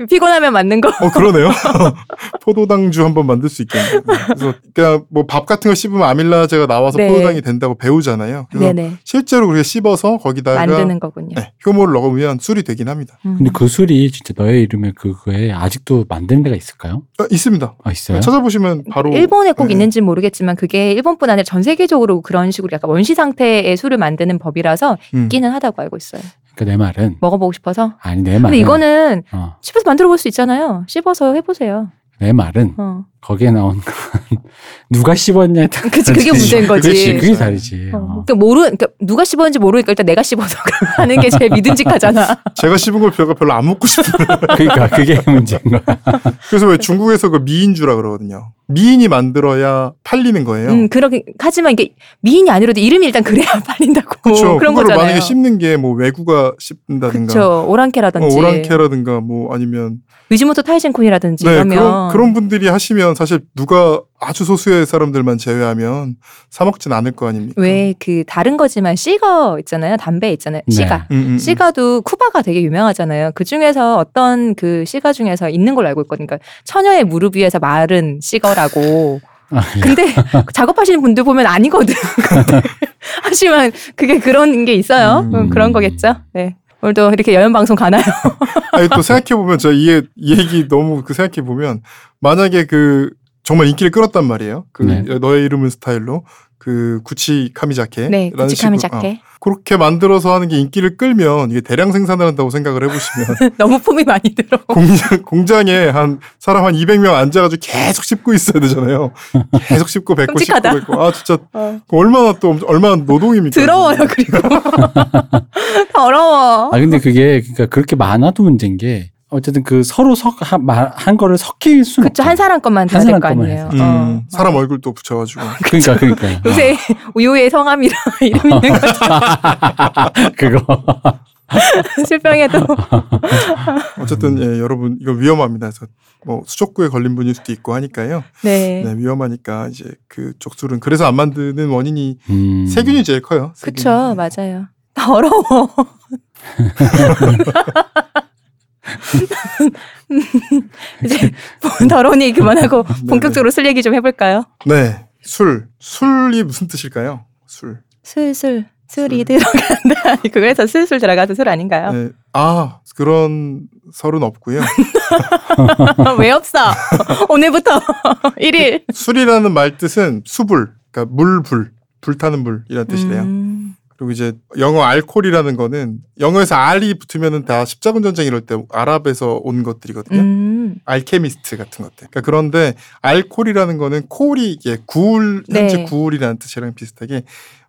S1: 피곤하면 맞는 거.
S2: 어 그러네요. [LAUGHS] 포도당주 한번 만들 수 있겠네요. 그래서 그러니까 뭐 밥 같은 거 씹으면 아밀라제가 나와서
S1: 네.
S2: 포도당이 된다고 배우잖아요. 그래서
S1: 네네.
S2: 실제로 우리가 씹어서 거기다가
S1: 만드는 거군요.
S2: 네, 효모를 넣으면 술이 되긴 합니다.
S1: 음.
S3: [LAUGHS] 근데 그 술이 진짜 너의 이름에 그거에 아직도 만드는 데가 있을까요?
S2: 어, 있습니다.
S3: 아 있어요?
S2: 찾아보시면 바로
S1: 일본에 꼭
S2: 네.
S1: 있는지는 모르겠지만 그게 일본뿐 아니라 전 세계적으로 그런 식으로 약간 원시 상태의 술을 만드는 법이라서
S2: 음.
S1: 있기는 하다고 알고 있어요.
S3: 그러니까 내 말은
S1: 먹어보고 싶어서.
S3: 아니 내 말은
S1: 근데 이거는
S3: 어,
S1: 씹어서 만들어 볼 수 있잖아요. 씹어서 해보세요.
S3: 내 말은
S2: [LAUGHS]
S1: 어.
S3: 거기에 나온 건 [LAUGHS] 누가 씹었냐에 따라
S1: 그치, 그게 문제인 거지.
S3: 그렇지 그게 다르지.
S1: 예. 어.
S3: 어.
S1: 그러니까 모르, 그러니까 누가 씹었는지 모르니까 일단 내가 씹어서 [LAUGHS] 하는 게 제일
S2: [LAUGHS]
S1: 믿음직하잖아.
S2: 제가 씹은 걸 별로 별로 안
S1: [LAUGHS]
S2: 먹고 싶어요.
S3: 그러니까 그게 문제인 거야.
S2: 그래서 왜 중국에서 그 미인주라 그러거든요. 미인이 만들어야 팔리는 거예요.
S1: 음, 그러게 하지만 이게 미인이 아니라도 이름이 일단 그래야 [LAUGHS] 팔린다고
S2: 그렇죠.
S1: 뭐 그런
S2: 그거를
S1: 거잖아요.
S2: 만약에 씹는 게 뭐 외구가 씹는다든가
S1: 그렇죠.
S2: 어,
S1: 오랑캐라든지
S2: 오랑캐라든지 뭐 아니면
S1: 위즈모토 타이젠콘이라든지
S2: 네,
S1: 이러면
S2: 그런, 그런 분들이 하시면 사실 누가 아주 소수의 사람들만 제외하면 사먹진 않을 거 아닙니까?
S1: 왜 그 다른 거지만 시거 있잖아요. 담배 있잖아요.
S3: 음. 네.
S1: 시가.
S2: 음, 음, 음.
S1: 시가도 쿠바가 되게 유명하잖아요. 그 중에서 어떤 그 시가 중에서 있는 걸로 알고 있거든요. 그러니까 처녀의 무릎 위에서 마른 시거라고.
S3: 아, [LAUGHS]
S1: 근데 작업하시는 분들 보면 아니거든. [LAUGHS] 근데 하지만 그게 그런 게 있어요.
S2: 음.
S1: 음, 그런 거겠죠. 네. 오늘도 이렇게 여연 방송 가나요?
S2: 아니 또 생각해 보면 저 이 얘기 너무 그 생각해 보면 만약에 그 정말 인기를 끌었단 말이에요. 그
S3: 네.
S2: 너의 이름은 스타일로 그 구치 카미자케. 어,
S1: 네, 구치카미 자켓.
S3: 어.
S2: 그렇게 만들어서 하는 게 인기를 끌면 이게 대량 생산을 한다고
S1: [LAUGHS]
S2: 생각을 해보시면
S1: [LAUGHS] 너무 품이 많이 들어.
S2: 공장, 공장에 한 사람 한 200명 앉아가지고 계속 씹고 있어야 되잖아요. 계속 씹고 뱉고 씹고
S1: 끔찍하다.
S2: 뱉고 아 진짜
S3: 어.
S2: 얼마나 또 얼마나 노동입니까?
S1: 더러워요.
S3: [LAUGHS]
S1: 그리고 [LAUGHS] 더러워.
S3: 아 근데 그게 그러니까 그렇게 많아도 문제인 게 어쨌든 그 서로 섞한 한 거를 섞일 수는
S1: 그쵸
S3: 없잖아.
S1: 한 사람 것만 다
S3: 한
S1: 될 거
S3: 사람 것만
S1: 아니에요.
S2: 음,
S1: 어.
S2: 사람 얼굴 또 붙여가지고
S3: 그러니까 그러니까
S1: [LAUGHS] 요새 우유의 성함이랑 [LAUGHS] 이름 있는 거
S3: 아, 그거
S1: [LAUGHS]
S2: [LAUGHS]
S1: 술병에도
S2: 어쨌든 예, 여러분 이거 위험합니다. 그래서 뭐 수족구에 걸린 분일 수도 있고 하니까요.
S1: 네.
S2: 네, 위험하니까 이제 그쪽 술은 그래서 안 만드는 원인이
S3: 음.
S2: 세균이 제일 커요. 세균이.
S1: 그쵸 맞아요. 더러워.
S2: [LAUGHS]
S1: 이제 뭐 더러운 얘기 그만하고 본격적으로 술 얘기 좀 해볼까요?
S2: 네, 술 술이 무슨 뜻일까요? 술.
S1: 술술 술이 들어간다. [LAUGHS] 그거에서 술술 들어가서 술 아닌가요?
S2: 네. 아 그런 설은 없고요.
S1: [LAUGHS] 왜 없어?
S2: [LAUGHS]
S1: 오늘부터 [LAUGHS] 1일.
S2: 술이라는 말 뜻은 수불, 그러니까 물불, 불타는 불이라는 네, 뜻이래요.
S1: 음,
S2: 그리고 이제 영어 알콜이라는 거는 영어에서 알이 붙으면은 다 십자군 전쟁 이럴 때 아랍에서 온 것들이거든요.
S1: 음.
S2: 알케미스트 같은 것들. 그러니까 그런데 알콜이라는 거는 콜이 이게 구울 현재
S1: 네.
S2: 구울이라는 뜻이랑 비슷하게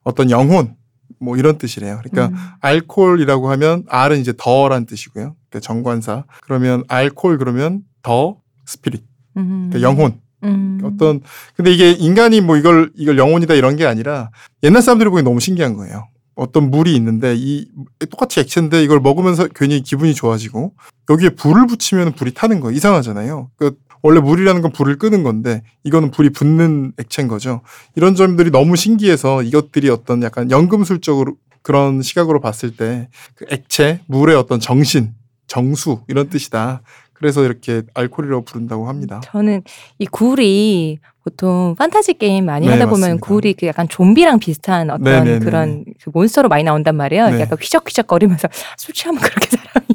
S2: 어떤 영혼 뭐 이런 뜻이래요. 그러니까
S1: 음.
S2: 알콜이라고 하면 알은 이제 더란 뜻이고요. 그러니까 정관사. 그러면 알콜 그러면 더 스피릿.
S1: 음.
S2: 그러니까 영혼.
S1: 음.
S2: 어떤 근데 이게 인간이 뭐 이걸 이걸 영혼이다 이런 게 아니라 옛날 사람들이 보기 너무 신기한 거예요. 어떤 물이 있는데 이 똑같이 액체인데 이걸 먹으면서 괜히 기분이 좋아지고 여기에 불을 붙이면 불이 타는 거 이상하잖아요. 그 원래 물이라는 건 불을 끄는 건데 이거는 불이 붙는 액체인 거죠. 이런 점들이 너무 신기해서 이것들이 어떤 약간 연금술적으로 그런 시각으로 봤을 때그 액체, 물의 어떤 정신, 정수 이런 뜻이다. 그래서 이렇게 알코올이라고 부른다고 합니다.
S1: 저는 이 굴이 보통 판타지 게임 많이
S2: 네,
S1: 하다 보면
S2: 맞습니다.
S1: 굴이 그 약간 좀비랑 비슷한 어떤
S2: 네, 네, 네,
S1: 그런 그 몬스터로 많이 나온단 말이에요.
S2: 네.
S1: 약간 휘적휘적거리면서 [LAUGHS] 술 취하면 그렇게 사람이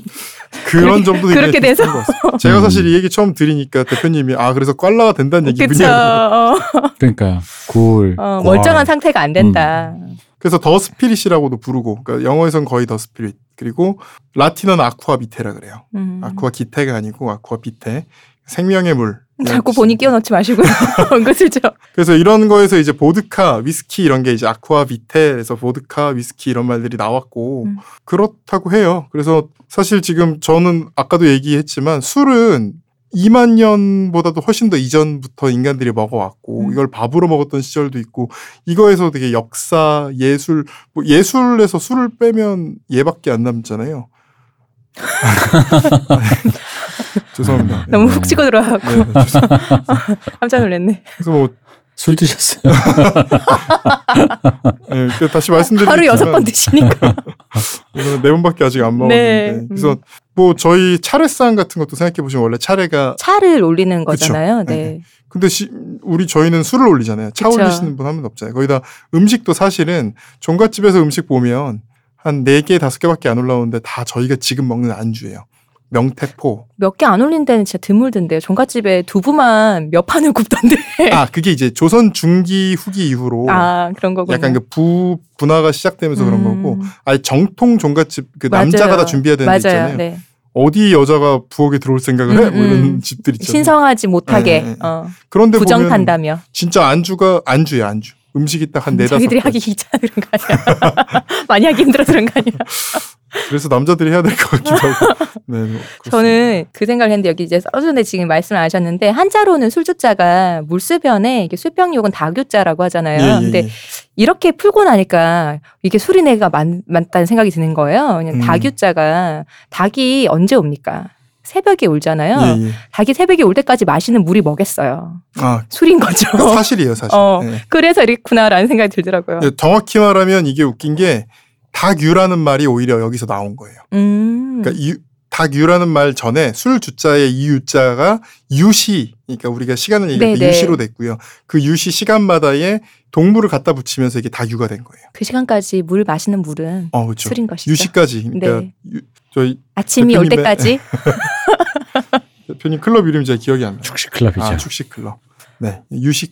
S2: 그런 점도 굉장히
S1: 그렇게 돼서.
S2: 비슷한 것 같습니다. 제가
S3: 음.
S2: 사실 이 얘기 처음 들으니까 대표님이 아 그래서 꽐라가 된다는
S1: 그쵸
S2: 얘기군요.
S1: 어,
S3: 그러니까 굴
S1: 어, 멀쩡한 상태가 안 된다.
S2: 그래서 더 스피릿이라고도 부르고 그러니까 영어에선 거의 더 스피릿 그리고 라틴어는 아쿠아 비테라 그래요.
S1: 음.
S2: 아쿠아 기테가 아니고 아쿠아 비테 생명의 물.
S1: [LAUGHS] 자꾸 본인 끼워넣지 마시고요. [LAUGHS] 은근슬쩍.
S2: 그래서 이런 거에서 이제 보드카, 위스키 이런 게 이제 아쿠아 비테에서 보드카, 위스키 이런 말들이 나왔고
S1: 음.
S2: 그렇다고 해요. 그래서 사실 지금 저는 아까도 얘기했지만 술은 2만 년보다도 훨씬 더 이전부터 인간들이 먹어왔고
S1: 음.
S2: 이걸 밥으로 먹었던 시절도 있고 이거에서 되게 역사, 예술, 뭐 예술에서 술을 빼면 얘밖에 안 남잖아요. [LAUGHS] 죄송합니다.
S1: 너무
S3: 네.
S1: 훅 치고 들어와서
S2: 네, 네, 죄송합니다.
S1: 깜짝 놀랐네.
S2: 그래서 뭐
S3: 술 드셨어요.
S2: 아, 예, 그 다시 말씀드리면
S1: 하루 여섯 번 드시니까.
S2: [LAUGHS] 네 번밖에 아직
S1: 네.
S2: 안 먹었는데 그래서 뭐 저희 차례상 같은 것도 생각해 보시면 원래 차례가
S1: 차를 올리는
S2: 그쵸.
S1: 거잖아요.
S2: 네,
S1: 네.
S2: 근데 시- 우리 저희는 술을 올리잖아요. 차
S1: 그쵸.
S2: 올리시는 분 하면 없잖아요. 거기다 음식도 사실은 종갓집에서 음식 보면 한 네 개 다섯 개밖에안 올라오는데 다 저희가 지금 먹는 안주예요. 명태포.
S1: 몇 개 안 올린 데는 진짜 드물던데요. 종갓집에 두부만 몇 판을 굽던데.
S2: 아 그게 이제 조선 중기 후기 이후로
S1: 네. 아, 그런 거군요.
S2: 약간 그 부 분화가 시작되면서 그런 거고
S1: 음,
S2: 아예 정통 종갓집 그
S1: 맞아요.
S2: 남자가 다 준비해야 되는 데
S1: 맞아요.
S2: 있잖아요.
S1: 네.
S2: 어디 여자가 부엌에 들어올 생각을 해? 뭐
S1: 음, 음.
S2: 이런 집들 있잖아요.
S1: 신성하지 못하게
S2: 네, 네, 네.
S1: 어,
S2: 그런데 보면
S1: 부정한다며.
S2: 진짜 안주가 안주야 안주. 음식이 딱 한 네다섯
S1: 자기들이
S2: 가지.
S1: 하기 귀찮아 그런 거 아니야. [LAUGHS] 많이 하기 힘들어서 그런 거 아니야.
S2: 그래서 남자들이 해야 될 것 같기도
S1: [LAUGHS]
S2: 하고. 네, 뭐 그렇습니다.
S1: 저는 그 생각을 했는데 여기 이제 써주는데 지금 말씀을 하셨는데 한자로는 술주자가 물수변에 이게 술병욕은 다교자라고
S2: 예,
S1: 하잖아요. 근데 이렇게 풀고 나니까 이게 수리네가 많, 많다는 생각이 드는 거예요. 그냥
S2: 음.
S1: 닭유자가 닭이 언제 옵니까? 새벽에 울잖아요.
S2: 예, 예.
S1: 닭이 새벽에 올 때까지 마시는 물이 뭐겠어요.
S2: 아
S1: 술인 거죠.
S2: 사실이에요 사실.
S1: 어.
S2: 예.
S1: 그래서 이렇구나라는 생각이 들더라고요.
S2: 근데 정확히 말하면 이게 웃긴 게 닭유라는 말이 오히려 여기서 나온 거예요.
S1: 음.
S2: 그러니까 유- 닭유라는 말 전에 술 주자의 이유자가 유시 그러니까 우리가 시간을 얘기할 때
S1: 네, 네.
S2: 유시로 됐고요. 그 유시 시간마다에 동물을 갖다 붙이면서 이게 닭유가 된 거예요.
S1: 그 시간까지 물 마시는 물은
S2: 어 그렇죠.
S1: 술인 것이죠.
S2: 유시까지 그러니까
S1: 네.
S2: 유- 저희
S1: 아침이 올
S2: 대표님의-
S1: 때까지
S2: 대표님 클럽 이름이 잘 기억이 안 나요.
S3: 축식 클럽이죠.
S2: 아, 축식 클럽. 네, 유식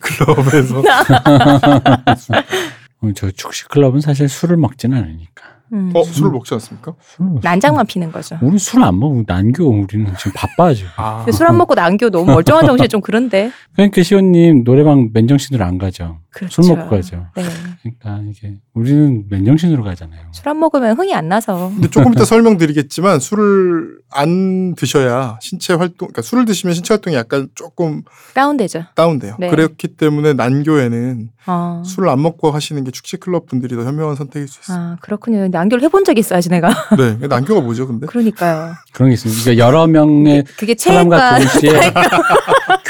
S1: [LAUGHS]
S2: 클럽에서
S3: 어, 저 축식 클럽은 사실 술을 먹지는 않으니까.
S1: 음.
S2: 어 술을 먹지 않습니까?
S3: 술을 먹-
S1: 난장만 피는 거죠.
S3: 우리 술 안 먹고 난교 우리는 지금 바빠 지금.
S2: 아,
S1: 술 안 먹고 남겨 너무 멀쩡한 정신이 좀 그런데.
S3: 그러니까 시온님 노래방 맨정신으로 안 가죠.
S1: 그렇죠.
S3: 술 먹고 가죠.
S1: 네.
S3: 그러니까 이게 우리는 맨정신으로 가잖아요.
S1: 술 안 먹으면 흥이 안 나서.
S2: 근데 조금 이따 설명드리겠지만 술을 안 드셔야 신체 활동, 그러니까 술을 드시면 신체 활동이 약간 조금
S1: 다운되죠.
S2: 다운돼요.
S1: 네.
S2: 그렇기 때문에 난교에는
S1: 어.
S2: 술을 안 먹고 하시는 게 축식 클럽 분들이 더 현명한 선택일 수 있어요.
S1: 아 그렇군요. 난교를 해본 적이 있어야지 내가.
S2: [LAUGHS] 네, 난교가 뭐죠, 근데?
S1: 그러니까요.
S3: 그런 게 있습니다. 그러니까 여러
S1: [LAUGHS]
S3: 명의
S1: 그게 체육관
S3: 사람과 동시에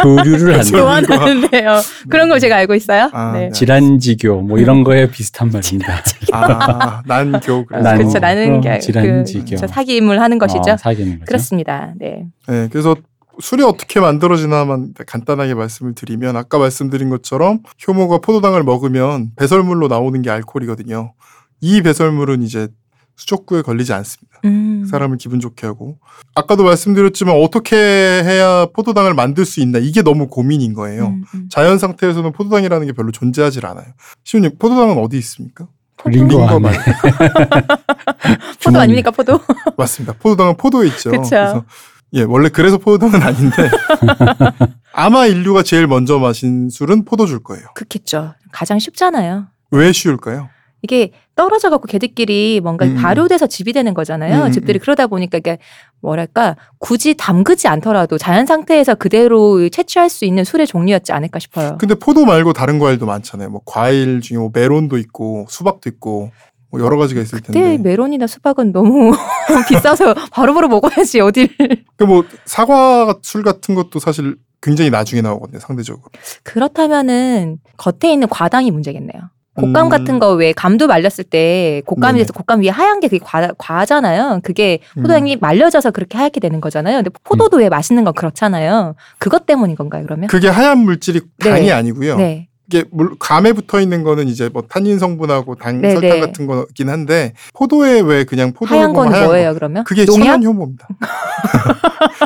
S3: 교류를
S1: [LAUGHS]
S3: 하는
S1: 교환하는데요. 그런 걸 제가 알고 있어요.
S2: 아,
S1: 네.
S2: 네.
S3: 질환지교 뭐 이런 거에 비슷한 말입니다.
S2: 아, 난교. 그래서.
S3: 난-
S1: 그렇죠. 나는
S3: 그럼
S1: 게
S3: 질환지교.
S1: 그, 저 사기 임을 하는 것이죠.
S3: 어, 사귀는 거죠.
S1: 그렇습니다. 네.
S2: 네, 그래서 술이 어떻게 만들어지나만 간단하게 말씀을 드리면 아까 말씀드린 것처럼 효모가 포도당을 먹으면 배설물로 나오는 게 알코올이거든요. 이 배설물은 이제 수족구에 걸리지 않습니다.
S1: 음.
S2: 그 사람을 기분 좋게 하고 아까도 말씀드렸지만 어떻게 해야 포도당을 만들 수 있나 이게 너무 고민인 거예요.
S1: 음, 음.
S2: 자연 상태에서는 포도당이라는 게 별로 존재하질 않아요. 시우님 포도당은 어디 있습니까?
S3: 링거
S2: 링거
S3: 안에
S1: 포도 아닙니까 [LAUGHS] 포도?
S2: 맞습니다. 포도당은 포도에 있죠.
S1: 그쵸.
S2: 그래서 예, 원래 그래서
S1: [LAUGHS]
S2: 포도당은 아닌데 아마 인류가 제일 먼저 마신 술은 포도줄 거예요.
S1: 그렇겠죠. 가장 쉽잖아요.
S2: 왜 쉬울까요?
S1: 이게 떨어져 갖고 걔들끼리 뭔가
S2: 음, 음.
S1: 발효돼서 집이 되는 거잖아요.
S2: 음, 음,
S1: 집들이 그러다 보니까 이게 뭐랄까 굳이 담그지 않더라도 자연 상태에서 그대로 채취할 수 있는 술의 종류였지 않을까 싶어요.
S2: 근데 포도 말고 다른 과일도 많잖아요. 뭐 과일 중에 뭐 메론도 있고 수박도 있고 뭐 여러 가지가 있을
S1: 그때
S2: 텐데.
S1: 메론이나 수박은 너무 [LAUGHS] 비싸서 바로바로 먹어야지 어딜
S2: 그 뭐 사과 술 같은 것도 사실 굉장히 나중에 나오거든요. 상대적으로.
S1: 그렇다면은 겉에 있는 과당이 문제겠네요. 곶감
S2: 음.
S1: 같은 거 왜 감도 말렸을 때 곶감이
S2: 네네.
S1: 돼서 곶감 위에 하얀 게 그게 과, 과잖아요. 그게
S2: 음.
S1: 포도당이 말려져서 그렇게 하얗게 되는 거잖아요. 근데 포도도 왜 맛있는 건 그렇잖아요. 그것 때문인 건가요, 그러면?
S2: 그게 하얀 물질이
S1: 네.
S2: 당이 아니고요.
S1: 네.
S2: 이게 물, 감에 붙어 있는 거는 이제 뭐 탄닌 성분하고 당
S1: 네,
S2: 설탕
S1: 네.
S2: 같은 거긴 한데 포도에 왜 그냥 포도
S1: 하얀 건
S2: 하얀 거
S1: 뭐예요, 그러면?
S2: 그게
S1: 농약?
S2: 천연 효모입니다. [LAUGHS]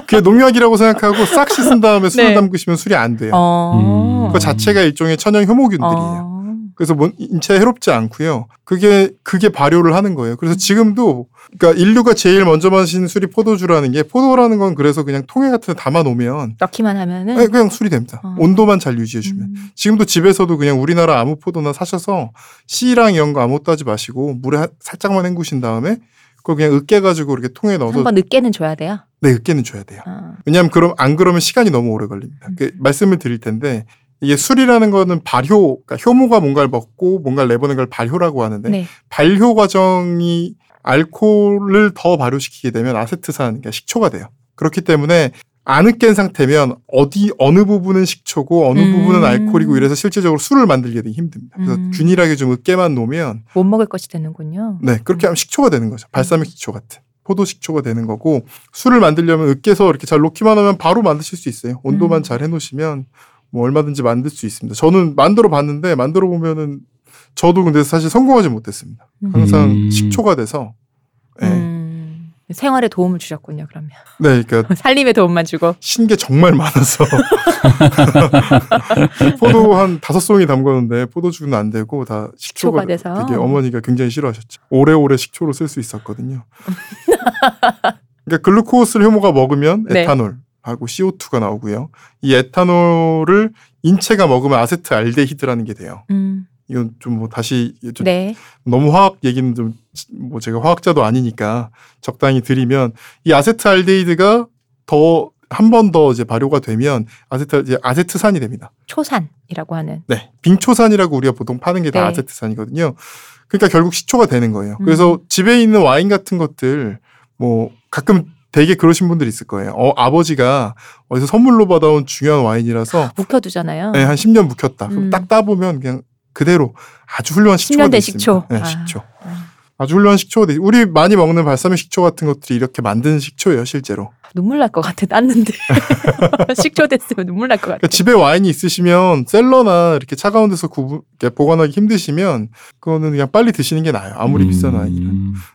S2: 그게 농약이라고 생각하고 싹 씻은 다음에 술을
S1: 네.
S2: 담그시면 술이 안 돼요.
S1: 어.
S3: 음.
S2: 그 자체가 일종의 천연 효모균들이에요.
S1: 어.
S2: 그래서 뭔- 인체에 해롭지 않고요. 그게 그게 발효를 하는 거예요. 그래서 지금도 그러니까 인류가 제일 먼저 마신 술이 포도주라는 게 포도라는 건 그래서 그냥 통에 같은 데 담아 놓으면 네,
S1: 넣기만 하면은
S2: 그냥 술이 됩니다.
S1: 네. 어.
S2: 온도만 잘 유지해 주면.
S1: 음.
S2: 지금도 집에서도 그냥 우리나라 아무 포도나 사셔서 씨랑 이런 거 아무것도 하지 마시고 물에 하- 살짝만 헹구신 다음에 그걸 그냥 으깨가지고 이렇게 통에 넣어서
S1: 한번 늦게는 줘야 돼요.
S2: 네 으깨는 줘야 돼요.
S1: 아.
S2: 왜냐하면 그럼 안 그러면 시간이 너무 오래 걸립니다. 그
S1: 음.
S2: 말씀을 드릴 텐데 이게 술이라는 거는 발효, 그러니까 효모가 뭔가를 먹고 뭔가를 내보낸 걸 발효라고 하는데
S1: 네.
S2: 발효 과정이 알코올을 더 발효시키게 되면 아세트산, 그러니까 식초가 돼요. 그렇기 때문에 안 으깬 상태면 어디 어느 부분은 식초고 어느
S1: 음.
S2: 부분은 알코올이고 이래서 실제적으로 술을 만들기가 되게 힘듭니다. 그래서
S1: 음.
S2: 균일하게 좀 으깨만 놓으면
S1: 못 먹을 것이 되는군요.
S2: 네 그렇게 하면 식초가 되는 거죠.
S1: 음.
S2: 발사믹 식초 같은 포도 식초가 되는 거고 술을 만들려면 으깨서 이렇게 잘 놓기만 하면 바로 만드실 수 있어요. 온도만
S1: 음.
S2: 잘 해놓으시면 뭐 얼마든지 만들 수 있습니다. 저는 만들어 봤는데 만들어 보면은 저도 근데 사실 성공하지 못했습니다.
S1: 음.
S2: 항상
S3: 음.
S2: 식초가 돼서 네,
S1: 음, 생활에 도움을 주셨군요. 그러면 [LAUGHS]
S2: 네 그러니까
S1: 살림에 도움만 주고.
S2: 신게 정말
S1: [LAUGHS]
S2: 많아서 포도 한 다섯 송이 담궜는데 포도주는 안 되고 다 식초가
S1: 식초가 돼서.
S2: 되게 어머니가 굉장히 싫어하셨죠. 오래오래 식초로 쓸 수 있었거든요. [LAUGHS] 그러니까 글루코스 효모가 먹으면
S1: 네.
S2: 에탄올 하고 CO2가 나오고요. 이 에탄올을 인체가 먹으면 아세트알데히드라는 게 돼요.
S1: 음,
S2: 이건 좀 뭐 다시 좀
S1: 네.
S2: 너무 화학 얘기는 좀 뭐 제가 화학자도 아니니까 적당히 드리면 이 아세트알데히드가 더 한 번 더 이제 발효가 되면 아세트 이제 아세트산이 됩니다.
S1: 초산이라고 하는.
S2: 네, 빙초산이라고 우리가 보통 파는 게 다
S1: 네. 음.
S2: 아세트산이거든요. 그러니까 결국 식초가 되는 거예요. 그래서 집에 있는 와인 같은 것들 뭐 가끔 되게 그러신 분들 있을 거예요. 어, 아버지가 어디서 선물로 받아온 중요한 와인이라서
S1: 묵혀두잖아요.
S2: 네, 한 10년 묵혔다. 그럼
S1: 음.
S2: 딱 따보면 그냥 그대로 아주 훌륭한 식초가
S1: 10년 된
S2: 돼 있습니다.
S1: 식초.
S2: 네,
S1: 아.
S2: 식초. 아주 훌륭한 식초가 돼. 있- 우리 많이 먹는 발사믹 식초 같은 것들이 이렇게 만든 식초예요, 실제로.
S1: 눈물 날 것 같아.
S2: [LAUGHS]
S1: 땄는데 [LAUGHS] 식초 됐으면 눈물 날 것 같아.
S2: 그러니까 집에 와인이 있으시면 셀러나 이렇게 차가운 데서 구부, 이렇게 보관하기 힘드시면 그거는 그냥 빨리 드시는 게 나아요.
S3: 음,
S2: 아무리 비싼 와인이라.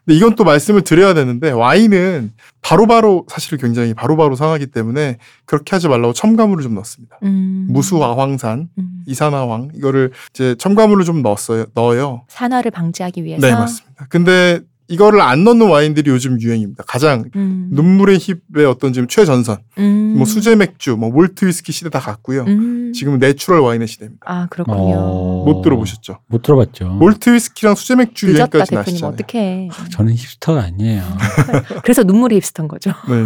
S2: 근데 이건 또 말씀을 드려야 되는데 와인은 바로바로 사실 굉장히 바로바로 상하기 때문에 그렇게 하지 말라고 첨가물을 좀 넣습니다.
S1: 음.
S2: 무수화황산,
S1: 음.
S2: 이산화황 이거를 이제 첨가물을 좀 넣었어요. 넣어요.
S1: 산화를 방지하기 위해서.
S2: 네, 맞습니다. 근데 이거를 안 넣는 와인들이 요즘 유행입니다. 가장
S1: 음.
S2: 눈물의 힙의 어떤 지금 최전선.
S1: 음.
S2: 뭐 수제 맥주, 뭐 몰트 위스키 시대 다 갔고요.
S1: 음.
S2: 지금은 내추럴 와인의 시대입니다.
S1: 아 그렇군요.
S2: 못 들어보셨죠?
S3: 못 들어봤죠.
S2: 몰트 위스키랑 수제 맥주
S1: 늦었다
S2: 유행까지
S1: 대표님
S2: 나시잖아요.
S1: 어떡해.
S3: 저는 힙스터가 아니에요.
S1: 그래서 눈물이 힙스턴
S2: [LAUGHS]
S1: 거죠.
S2: 네.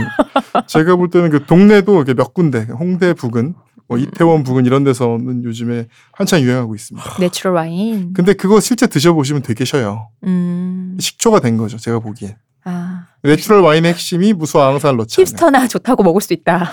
S2: 제가 볼 때는 그 동네도 이렇게 몇 군데, 홍대 부근, 뭐 이태원 부근 이런 데서는 요즘에 한창 유행하고 있습니다.
S1: 내추럴 와인.
S2: 근데 그거 실제 드셔보시면 되게 셔요.
S1: 음.
S2: 식초가 된 거죠, 제가 보기엔.
S1: 아
S2: 내추럴 와인의 핵심이 무수아항산을 넣지 않아요.
S1: 힙스터나 좋다고 먹을 수 있다.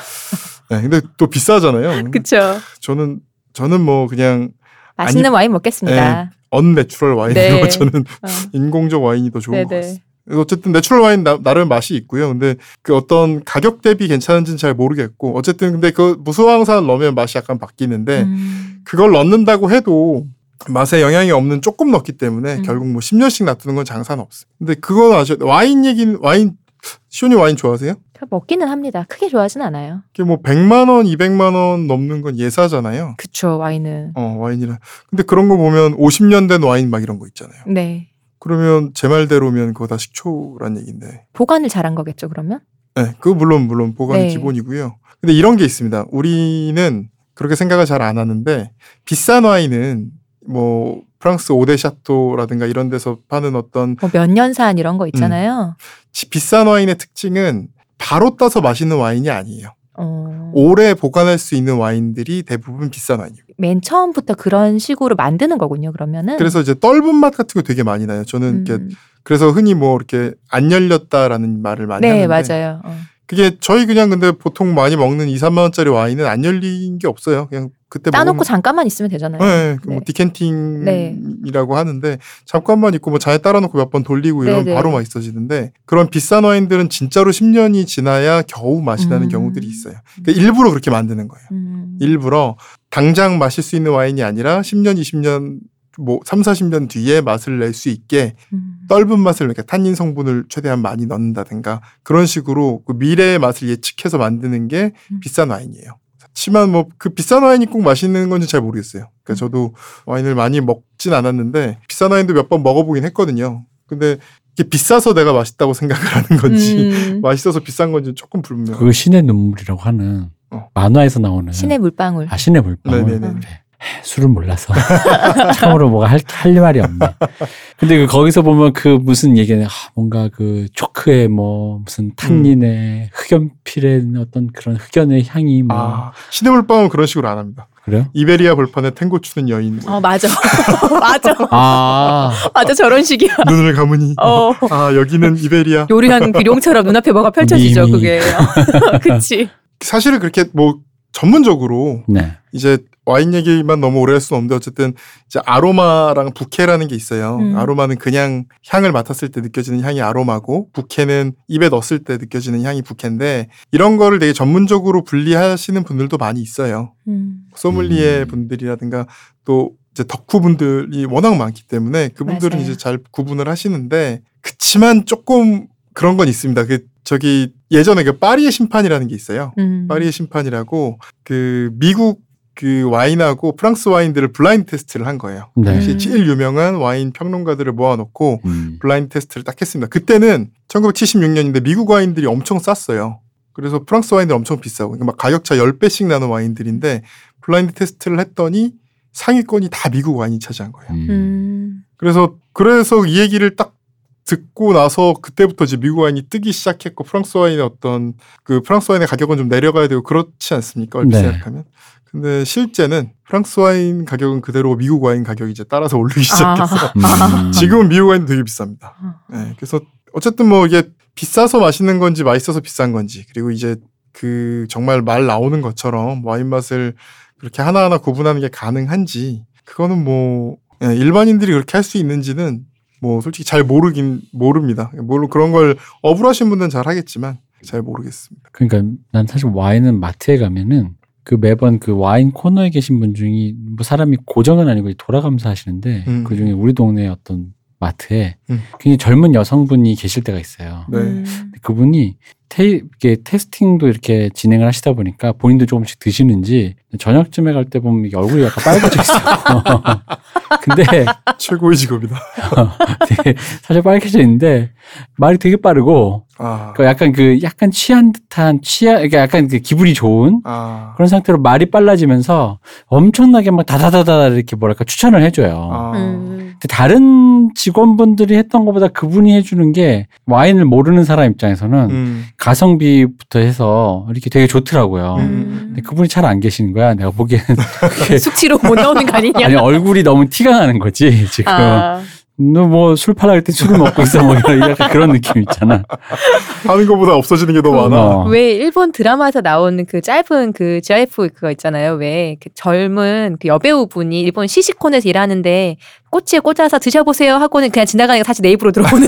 S2: 네, 근데 또 비싸잖아요.
S1: 그렇죠.
S2: 저는 저는 뭐 그냥
S1: 맛있는 와인
S2: 네.
S1: 먹겠습니다.
S2: 언내추럴 와인으로
S1: 네.
S2: [LAUGHS] 저는
S1: 어.
S2: 인공적 와인이 더 좋은 것
S1: 네네.
S2: 같습니다. 그래서 어쨌든 내추럴 와인 나, 나름 맛이 있고요. 근데 그 어떤 가격 대비 괜찮은지는 잘 모르겠고 어쨌든 근데 그 무수황산 넣으면 맛이 약간 바뀌는데
S1: 음.
S2: 그걸 넣는다고 해도 맛에 영향이 없는 조금 넣기 때문에
S1: 음.
S2: 결국 뭐 10년씩 놔두는 건 장사는 없어요. 근데 그건 아셔 와인 얘기는 와인 시온이 와인 좋아하세요?
S1: 먹기는 합니다. 크게 좋아하진 않아요.
S2: 이게 뭐 100만 원, 200만 원 넘는 건 예사잖아요.
S1: 그쵸 와인은.
S2: 어, 와인이라. 근데 그런 거 보면 50년 된 와인 막 이런 거 있잖아요.
S1: 네.
S2: 그러면 제 말대로면 그거 다 식초란 얘기인데.
S1: 보관을 잘한 거겠죠 그러면?
S2: 네, 그거 물론 물론 보관이
S1: 네.
S2: 기본이고요. 근데 이런 게 있습니다. 우리는 그렇게 생각을 잘 안 하는데 비싼 와인은 뭐 프랑스 오데샤토라든가 이런 데서 파는 어떤
S1: 뭐 몇 년산 이런 거 있잖아요.
S2: 지- 비싼 와인의 특징은 바로 따서 마시는 와인이 아니에요.
S1: 어,
S2: 음. 오래 보관할 수 있는 와인들이 대부분 비싼 와인이에요.
S1: 맨 처음부터 그런 식으로 만드는 거군요 그러면은.
S2: 그래서 이제 떫은 맛 같은 거 되게 많이 나요. 저는 이렇게
S1: 음.
S2: 그래서 흔히 뭐 이렇게 안 열렸다라는 말을 많이
S1: 네
S2: 하는데 뭐
S1: 맞아요. 어.
S2: 그게 저희 그냥 근데 보통 많이 먹는 2, 3만 원짜리 와인은 안 열린 게 없어요. 그냥 그때
S1: 따놓고
S2: 먹으면-
S1: 잠깐만 있으면 되잖아요.
S2: 네, 그뭐
S1: 네.
S2: 디켄팅이라고 하는데 잠깐만 있고 뭐 잔에 따라놓고 몇 번 돌리고 이러면
S1: 네, 네.
S2: 바로 맛있어지는데 그런 비싼 와인들은 진짜로 10년이 지나야 겨우 맛이
S1: 음.
S2: 나는 경우들이 있어요. 그러니까 일부러 그렇게 만드는 거예요.
S1: 음.
S2: 일부러 당장 마실 수 있는 와인이 아니라 10년, 20년 뭐 3, 40년 뒤에 맛을 낼 수 있게
S1: 음.
S2: 떫은 맛을 그러니까 탄닌 성분을 최대한 많이 넣는다든가 그런 식으로 그 미래의 맛을 예측해서 만드는 게
S1: 음.
S2: 비싼 와인이에요. 하지만 뭐 그 비싼 와인이 꼭 맛있는 건지 잘 모르겠어요.
S1: 음.
S2: 그러니까 저도 와인을 많이 먹진 않았는데 비싼 와인도 몇 번 먹어보긴 했거든요. 근데 이게 비싸서 내가 맛있다고 생각을 하는 건지
S1: 음.
S2: [LAUGHS] 맛있어서 비싼 건지 조금 불분명.
S3: 그 신의 눈물이라고 하는
S2: 어.
S3: 만화에서 나오는
S1: 신의 물방울.
S3: 아 신의 물방울.
S2: 네네네.
S3: 네. 에, 술을 몰라서 [LAUGHS] 참으로 뭐가 할, 할 말이 없네. 근데 그 거기서 보면 그 무슨 얘기냐 아, 뭔가 그 초크의 뭐 무슨 탄닌의 흑연필의 어떤 그런 흑연의 향이 뭐
S2: 음. 아 시네물빵은 그런 식으로 안 합니다.
S3: 그래요?
S2: 이베리아 벌판에 탱고 추는 여인 뭐
S1: 어 맞아. [LAUGHS] 맞아.
S3: 아
S1: 맞아 저런 식이야.
S2: 눈을 감으니
S1: 어.
S2: 아 여기는 이베리아 [LAUGHS]
S1: 요리한 비룡처럼 눈앞에 뭐가 펼쳐지죠
S3: 미미.
S1: [LAUGHS] 그게. 그치.
S2: 사실은 그렇게 뭐 전문적으로
S3: 네.
S2: 이제 와인 얘기만 너무 오래 할 수는 없는데 어쨌든 이제 아로마랑 부케라는 게 있어요.
S1: 음.
S2: 아로마는 그냥 향을 맡았을 때 느껴지는 향이 아로마고 부케는 입에 넣었을 때 느껴지는 향이 부케인데 이런 거를 되게 전문적으로 분리하시는 분들도 많이 있어요.
S1: 음.
S2: 소믈리에
S3: 음.
S2: 분들이라든가 또 이제 덕후 분들이 워낙 많기 때문에 그분들은
S1: 맞아요.
S2: 이제 잘 구분을 하시는데 그치만 조금 그런 건 있습니다. 그 저기 예전에 그 파리의 심판이라는 게 있어요.
S1: 음.
S2: 파리의 심판이라고 그 미국 그 와인하고 프랑스 와인들을 블라인드 테스트를 한 거예요.
S3: 네.
S2: 당시
S1: 음.
S2: 제일 유명한 와인 평론가들을 모아놓고
S3: 음.
S2: 블라인드 테스트를 딱 했습니다. 그때는 1976년인데 미국 와인들이 엄청 쌌어요. 그래서 프랑스 와인들 엄청 비싸고 그러니까 막 가격차 10배씩 나는 와인들인데 블라인드 테스트를 했더니 상위권이 다 미국 와인이 차지한 거예요.
S3: 음.
S1: 음.
S2: 그래서 그래서 이 얘기를 딱 듣고 나서 그때부터 이제 미국 와인이 뜨기 시작했고 프랑스 와인의 어떤 그 프랑스 와인의 가격은 좀 내려가야 되고 그렇지 않습니까? 얼핏
S3: 네.
S2: 생각하면. 근데 실제는 프랑스 와인 가격은 그대로 미국 와인 가격이 이제 따라서 오르기 시작했어. 요
S3: 음.
S2: 지금은 미국 와인 되게 비쌉니다. 네, 그래서 어쨌든 뭐 이게 비싸서 맛있는 건지 맛있어서 비싼 건지 그리고 이제 그 정말 말 나오는 것처럼 뭐 와인 맛을 그렇게 하나하나 구분하는 게 가능한지 그거는 뭐 예, 일반인들이 그렇게 할 수 있는지는 뭐 솔직히 잘 모르긴 모릅니다. 물론 그런 걸 억울하신 분들은 잘 하겠지만 잘
S3: [LAUGHS]
S2: 모르겠습니다.
S3: 그러니까 난 사실 와인은 마트에 가면은 그 매번 그 와인 코너에 계신 분 중에 뭐 사람이 고정은 아니고 돌아가면서 하시는데
S2: 음.
S3: 그 중에 우리 동네 어떤 마트에
S2: 음.
S3: 굉장히 젊은 여성분이 계실 때가 있어요.
S2: 네.
S1: 음.
S3: 근데 그분이 테, 이렇게 테스팅도 이렇게 진행을 하시다 보니까 본인도 조금씩 드시는지 저녁쯤에 갈 때 보면 이게 얼굴이 약간 빨개져 있어요. [LAUGHS] 근데
S2: 최고의 직업이다.
S3: 되게 사실 빨개져 있는데 말이 되게 빠르고
S2: 아,
S3: 그러니까 약간 그 약간 취한 듯한 취한 그러니까 약간 그 기분이 좋은
S2: 아,
S3: 그런 상태로 말이 빨라지면서 엄청나게 막 다다다다 이렇게 뭐랄까 추천을 해줘요.
S2: 아,
S1: 음.
S3: 근데 다른 직원분들이 했던 것보다 그분이 해주는 게 와인을 모르는 사람 입장에서는
S2: 음,
S3: 가성비부터 해서 이렇게 되게 좋더라고요.
S2: 음.
S3: 근데 그분이 잘 안 계시는 거야. 내가 보기에는 그게
S1: 음. 숙취로 못 나오는 거 아니냐?
S3: 아니 얼굴이 너무 티가 나는 거지 지금.
S1: 아.
S3: 너 뭐 술 팔라 할때 술을 먹고 있어 뭐 이런 약간 그런 느낌 있잖아.
S2: 하는 것보다 없어지는 게 더 많아.
S3: 어.
S4: 왜 일본 드라마에서 나오는 그 짧은 그 GIF 그거 있잖아요. 왜 그 젊은 그 여배우분이 일본 시시콘에서 일하는데 꼬치에 꽂아서 드셔보세요 하고는 그냥 지나가니까 사실 내 입으로
S3: [LAUGHS]
S4: 들어오는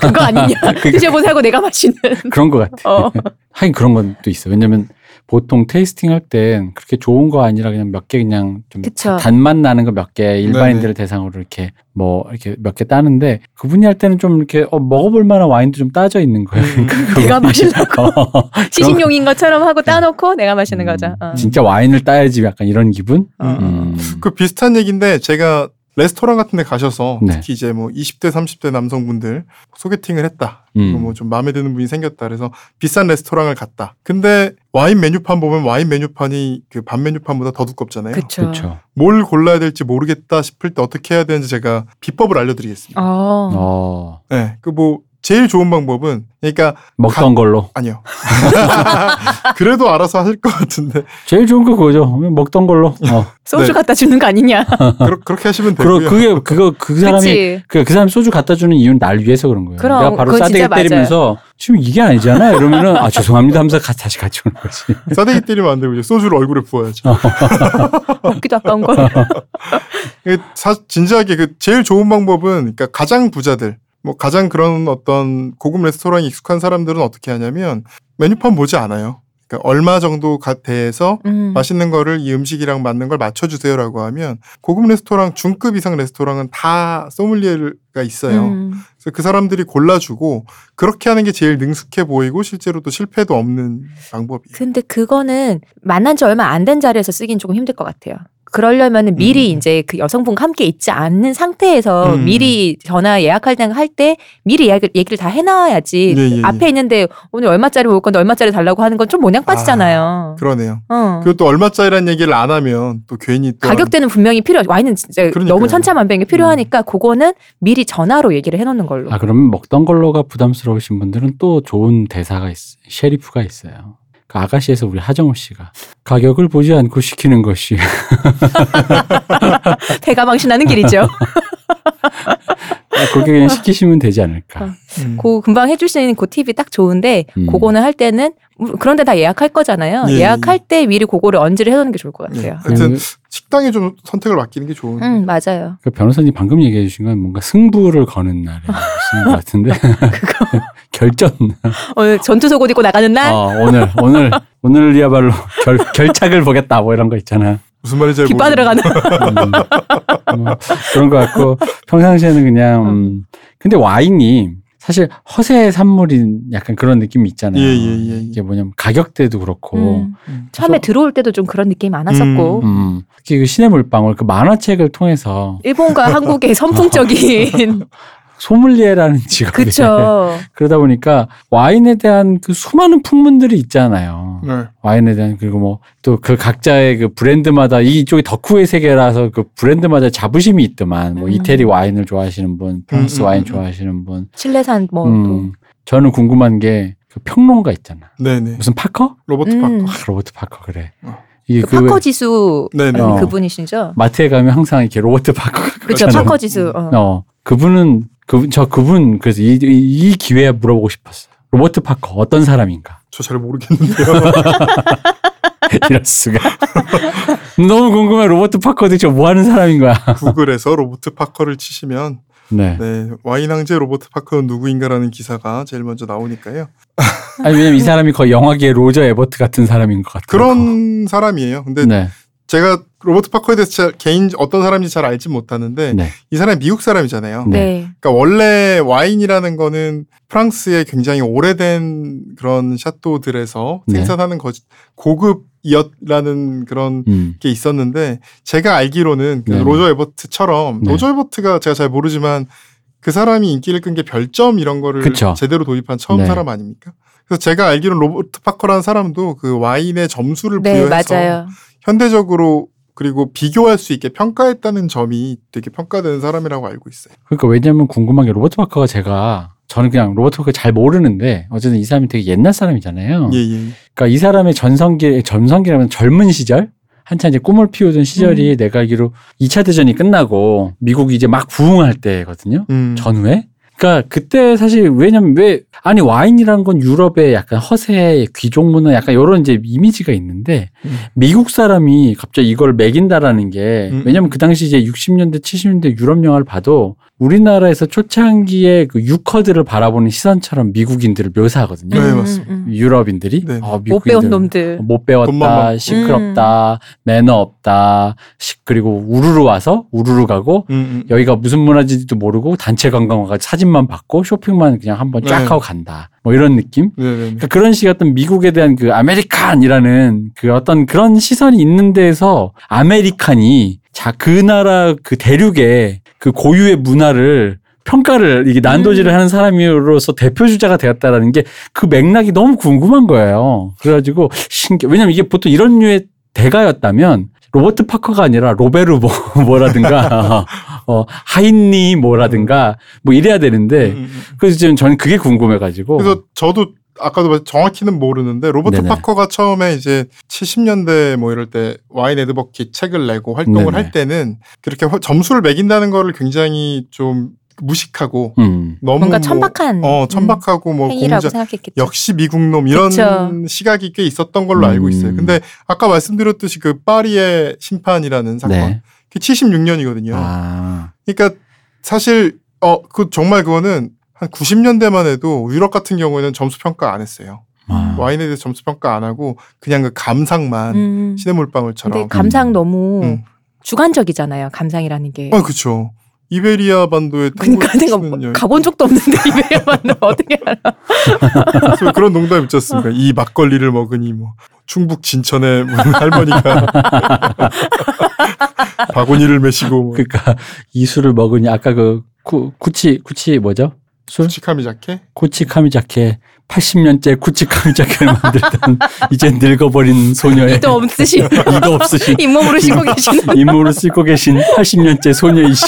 S4: 그거 아니냐. 드셔보세요 하고 내가 마시는.
S3: 그런 것 같아.
S4: 어.
S3: 하긴 그런 것도 있어. 왜냐면 보통 테이스팅 할 땐 그렇게 좋은 거 아니라 그냥 몇 개 그냥 좀
S4: 그쵸.
S3: 단맛 나는 거 몇 개 일반인들을 대상으로 이렇게 뭐 이렇게 몇 개 따는데 그분이 할 때는 좀 이렇게 어, 먹어볼 만한 와인도 좀 따져 있는 거예요. [LAUGHS]
S2: 음.
S4: 내가 마시려고.
S3: 어,
S4: 시식용인 것처럼 하고 따놓고 내가 마시는
S3: 네. 음,
S4: 거죠. 어.
S3: 진짜 와인을 따야지 약간 이런 기분?
S4: 어.
S3: 음.
S2: 그 비슷한 얘기인데 제가 레스토랑 같은 데 가셔서
S3: 네.
S2: 특히 이제 뭐 20대 30대 남성분들 소개팅을 했다.
S3: 음.
S2: 뭐 좀 마음에 드는 분이 생겼다. 그래서 비싼 레스토랑을 갔다. 근데 와인 메뉴판 보면 와인 메뉴판이 그 반 메뉴판보다 더 두껍잖아요.
S4: 그쵸.
S3: 그렇죠.
S2: 뭘 골라야 될지 모르겠다 싶을 때 어떻게 해야 되는지 제가 비법을 알려드리겠습니다.
S4: 어.
S3: 어.
S2: 네, 그 뭐 제일 좋은 방법은 그러니까
S3: 먹던 걸로.
S2: 아니요. [LAUGHS] 그래도 알아서 하실 것 같은데
S3: 제일 좋은 거 그거죠. 먹던 걸로. 어.
S4: 소주
S2: 네.
S4: 갖다 주는 거 아니냐.
S2: 그렇게 하시면
S3: 그러,
S2: 되고요.
S3: 그게 그거 그 사람이
S4: 그치.
S3: 그, 그 사람 소주 갖다 주는 이유는 날 위해서 그런 거예요.
S4: 그럼,
S3: 내가 바로
S4: 그건 진짜
S3: 싸대기
S4: 맞아요.
S3: 때리면서 지금 이게 아니잖아. 이러면은 아 죄송합니다 하면서 가- 다시 같이 오는 거지.
S2: 싸대기 때리면 안 되고 이제 소주를 얼굴에 부어야죠.
S4: 먹기도 아까운 걸.
S3: [LAUGHS]
S2: 그 사, 진지하게 그 제일 좋은 방법은 그러니까 가장 부자들 뭐 가장 그런 어떤 고급 레스토랑에 익숙한 사람들은 어떻게 하냐면 메뉴판 보지 않아요. 그러니까 얼마 정도 가- 대해서
S4: 음.
S2: 맛있는 거를 이 음식이랑 맞는 걸 맞춰주세요라고 하면 고급 레스토랑 중급 이상 레스토랑은 다 소믈리에가 있어요.
S4: 음.
S2: 그래서 그 사람들이 골라주고 그렇게 하는 게 제일 능숙해 보이고 실제로 또 실패도 없는 방법이에요.
S4: 근데 그거는 만난 지 얼마 안 된 자리에서 쓰긴 조금 힘들 것 같아요. 그러려면 미리
S2: 음.
S4: 이제 그 여성분과 함께 있지 않는 상태에서
S2: 음.
S4: 미리 전화 예약할 때 할 때 미리 이야기- 얘기를 다 해놔야지
S2: 예, 예, 예.
S4: 그 앞에 있는데 오늘 얼마짜리 올 건데 얼마짜리 달라고 하는 건 좀 모양 빠지잖아요.
S2: 그러네요. 그러니까.
S4: 어.
S2: 그리고 또 얼마짜리라는 얘기를 안 하면 또 괜히 또
S4: 가격대는 분명히 필요하죠. 와인은 진짜
S2: 그러니까요. 음.
S4: 너무 천차만별인 게 필요하니까 그거는 미리 전화로 얘기를 해놓는 걸로.
S3: 아 그러면 먹던 걸로가 부담스러우신 분들은 또 좋은 대사가 있, 셰리프가 있어요. 그 아가씨에서 우리 하정우 씨가 가격을 보지 않고 시키는 것이
S2: 그
S3: [LAUGHS]
S4: [LAUGHS] 대가망신하는 길이죠. 어.
S3: 그렇게 그냥 시키시면 되지 않을까.
S2: 음.
S1: 그 금방 해주시는 그 팁이 딱 좋은데
S3: 음.
S1: 그거는 할 때는 물- 그런데 다 예약할 거잖아요.
S2: 예,
S1: 예, 약할때 미리 그거를 언제를 해놓는 게 좋을 것
S2: 예.
S3: 네.
S1: 같아요.
S3: 음.
S2: 하여튼 식당에 좀 선택을 맡기는 게 좋은.
S1: 음 맞아요.
S3: 그 변호사님 방금 얘기해 주신 건 뭔가 승부를 거는 날에 쓰는 것
S4: [LAUGHS]
S3: 같은데 [LAUGHS] 결전
S1: 오늘 전투 속옷 입고 나가는 날.
S3: 어, 오늘 오늘 오늘이야말로 결, 결착을 보겠다 뭐 이런 거 있잖아
S2: 무슨 말인지
S3: 네,
S2: 잘
S1: 뒷바늘에 가는
S3: 음, 뭐 그런 것 같고 평상시에는 그냥 음,
S1: 어.
S3: 근데 와인이 사실 허세 산물인 약간 그런 느낌이 있잖아요
S2: 예, 예, 예, 예.
S3: 이게 뭐냐면 가격대도 그렇고
S1: 음. 처음에 들어올 때도 좀 그런 느낌이 많았었고
S2: 음,
S3: 음, 특히 그 신의 물방울 그 만화책을 통해서
S1: 일본과 한국의 선풍적인
S3: 소믈리에라는 [LAUGHS] 직업이
S1: 그쵸.
S3: 그러다 보니까 와인에 대한 그 수많은 풍문들이 있잖아요.
S2: 모르겠네.
S3: 와인에 대한 그리고 뭐 또 그 각자의 그 브랜드마다 이쪽이 덕후의 세계라서 그 브랜드마다 자부심이 있더만 뭐
S1: 음.
S3: 이태리 와인을 좋아하시는 분, 프랑스
S2: 음, 음,
S3: 와인
S2: 음.
S3: 좋아하시는 분.
S1: 칠레산 뭐 또.
S3: 음, 저는 궁금한 게그 평론가 있잖아.
S2: 네, 네.
S3: 무슨 파커?
S2: 로버트
S1: 음.
S2: 파커.
S3: 아, 로버트 파커 그래.
S2: 어.
S3: 이게
S1: 그
S3: 그
S1: 파커 지수
S2: 네, 네.
S3: 어.
S1: 그분이시죠?
S3: 마트에 가면 항상 이렇게 로버트 파커
S1: 그렇죠.
S2: 그렇죠.
S1: 파커 지수. 어.
S3: [LAUGHS] 어, 그분은 그, 저 그분 그래서 이, 이- 이 기회에 물어보고 싶었어. 요 로버트 파커 어떤 사람인가? [LAUGHS]
S2: 저 잘 모르겠는데요. [LAUGHS]
S3: 이럴 수가. [LAUGHS] 너무 궁금해. 로버트 파커 대체 뭐 하는 사람인 거야?
S2: 구글에서 로버트 파커를 치시면
S3: 네.
S2: 네, 와인 황제 로버트 파커는 누구인가라는 기사가 제일 먼저 나오니까요.
S3: 아니 왜냐면 이 사람이 거의 영화계의 로저 에버트 같은 사람인 것 같아요.
S2: 그런 사람이에요. 근데
S3: 네.
S2: 제가 로버트 파커에 대해서 잘 개인 어떤 사람인지 잘 알지 못하는데
S3: 네.
S2: 이 사람이 미국 사람이잖아요.
S3: 네.
S1: 네.
S2: 그러니까 원래 와인이라는 거는 프랑스의 굉장히 오래된 그런 샤또들에서
S3: 네.
S2: 생산하는 거 고급이었라는 그런
S3: 음.
S2: 게 있었는데 제가 알기로는 그
S3: 네.
S2: 로저 에버트처럼
S3: 네.
S2: 로저 에버트가 제가 잘 모르지만 그 사람이 인기를 끈 게 별점 이런 거를
S3: 그쵸.
S2: 제대로 도입한 처음
S3: 네.
S2: 사람 아닙니까? 그래서 제가 알기로는 로버트 파커라는 사람도 그 와인의 점수를
S1: 네,
S2: 부여해서
S1: 맞아요.
S2: 현대적으로 그리고 비교할 수 있게 평가했다는 점이 되게 평가되는 사람이라고 알고 있어요.
S3: 그러니까 왜냐면 궁금한 게 로버트 파커가 제가 저는 그냥 로버트 파커 잘 모르는데 어쨌든 이 사람이 되게 옛날 사람이잖아요.
S2: 예, 예.
S3: 그러니까 이 사람의 전성기 전성기라면 젊은 시절 한참 이제 꿈을 피우던 시절이 내가 알기로 2차 대전이 끝나고 미국이 이제 막 부흥할 때거든요.
S2: 음.
S3: 전후에. 그러니까 그때 사실 왜냐면 왜 아니 와인이란 건 유럽의 약간 허세 귀족 문화 약간 이런 이제 이미지가 있는데
S2: 음.
S3: 미국 사람이 갑자기 이걸 매긴다라는 게
S2: 음.
S3: 왜냐면 그 당시 이제 60년대 70년대 유럽 영화를 봐도 우리나라에서 초창기에 그 유커들을 바라보는 시선처럼 미국인들을 묘사하거든요.
S2: 네, 맞습니다.
S1: 음, 음.
S3: 유럽인들이
S2: 네.
S3: 어,
S4: 못 배운
S3: 미국인들
S4: 놈들.
S2: 돈만
S3: 못 배웠다,
S2: 많고.
S3: 시끄럽다, 매너 없다, 시- 그리고 우르르 와서 우르르 가고
S2: 음, 음.
S3: 여기가 무슨 문화인지도 모르고 단체 관광 와가지고 사진만 받고 쇼핑만 그냥 한번 쫙
S2: 네.
S3: 하고 간다. 뭐 이런 느낌?
S2: 네, 네, 네.
S3: 그러니까 그런 식의 어떤 미국에 대한 그 아메리칸이라는 그 어떤 그런 시선이 있는 데에서 아메리칸이 자 그 나라 그 대륙의 그 고유의 문화를 평가를 이게 난도질을
S2: 음.
S3: 하는 사람으로서 대표 주자가 되었다라는 게 그 맥락이 너무 궁금한 거예요. 그래가지고 신기 왜냐면 이게 보통 이런 류의 대가였다면 로버트 파커가 아니라 로베르 [LAUGHS] 뭐,
S2: [LAUGHS]
S3: 뭐라든가 어, 하인리 뭐라든가 뭐 이래야 되는데
S1: 네.
S2: 음, 음, 음.
S3: 그래서 지금 저는 그게 궁금해가지고
S1: 뭐
S2: 그래서 저도 아까도 말- 정확히는 모르는데 로버트
S3: 네네.
S2: 파커가 처음에 이제 70년대 뭐 이럴 때 와인 에드버키 책을 내고 활동을
S3: 네네.
S2: 할 때는 그렇게 허- 점수를 매긴다는 거를 굉장히 좀 무식하고
S3: 음.
S2: 너무
S1: 뭔가
S2: 뭐-
S1: 천박한
S2: 어 천박하고 뭐
S1: 음, 행위라고
S2: 공작
S1: 생각했겠죠.
S2: 역시 미국놈 이런
S1: 그쵸.
S2: 시각이 꽤 있었던 걸로 알고 있어요.
S3: 음.
S2: 근데 아까 말씀드렸듯이 그 파리의 심판이라는 사건
S3: 네.
S1: 네.
S2: 그게 76년이거든요.
S3: 아.
S2: 그러니까 사실 어 그 정말 그거는 한 90년대만 해도 유럽 같은 경우에는 점수 평가 안 했어요.
S3: 아.
S2: 와인에 대해서 점수 평가 안 하고 그냥 그 감상만
S1: 음. 근데
S2: 시냇 물방울처럼.
S1: 감상 너무
S2: 음.
S1: 주관적이잖아요. 감상이라는 게.
S2: 아 그렇죠. 이베리아 반도의
S1: 그러니까 내가 뭐 가본 적도 없는데 [LAUGHS] 입에 맞는 어떻게 알아?
S2: 가... 그런 농담 있지 않습니까? 이 막걸리를 먹으니 뭐 충북 진천의 뭐
S1: [LAUGHS]
S2: [LAUGHS] 할머니가 바구니를 메시고 뭐
S3: 그러니까 [LAUGHS] 이 술을 먹으니 아까 그 쿠, 쿠치 쿠치 뭐죠? 술?
S2: 치카미 자켓
S3: 쿠치 카미자케 80년째 쿠치 카미자케를 [LAUGHS] 만들던 이제 늙어버린 소녀의
S1: 이도 없으신
S2: 네.
S1: [LAUGHS]
S3: 이도 없으신
S1: 잇몸으로 씻고
S2: [LAUGHS]
S1: 계시는
S3: 인물을 쓰고 계신
S1: [LAUGHS]
S3: 80년째 소녀이신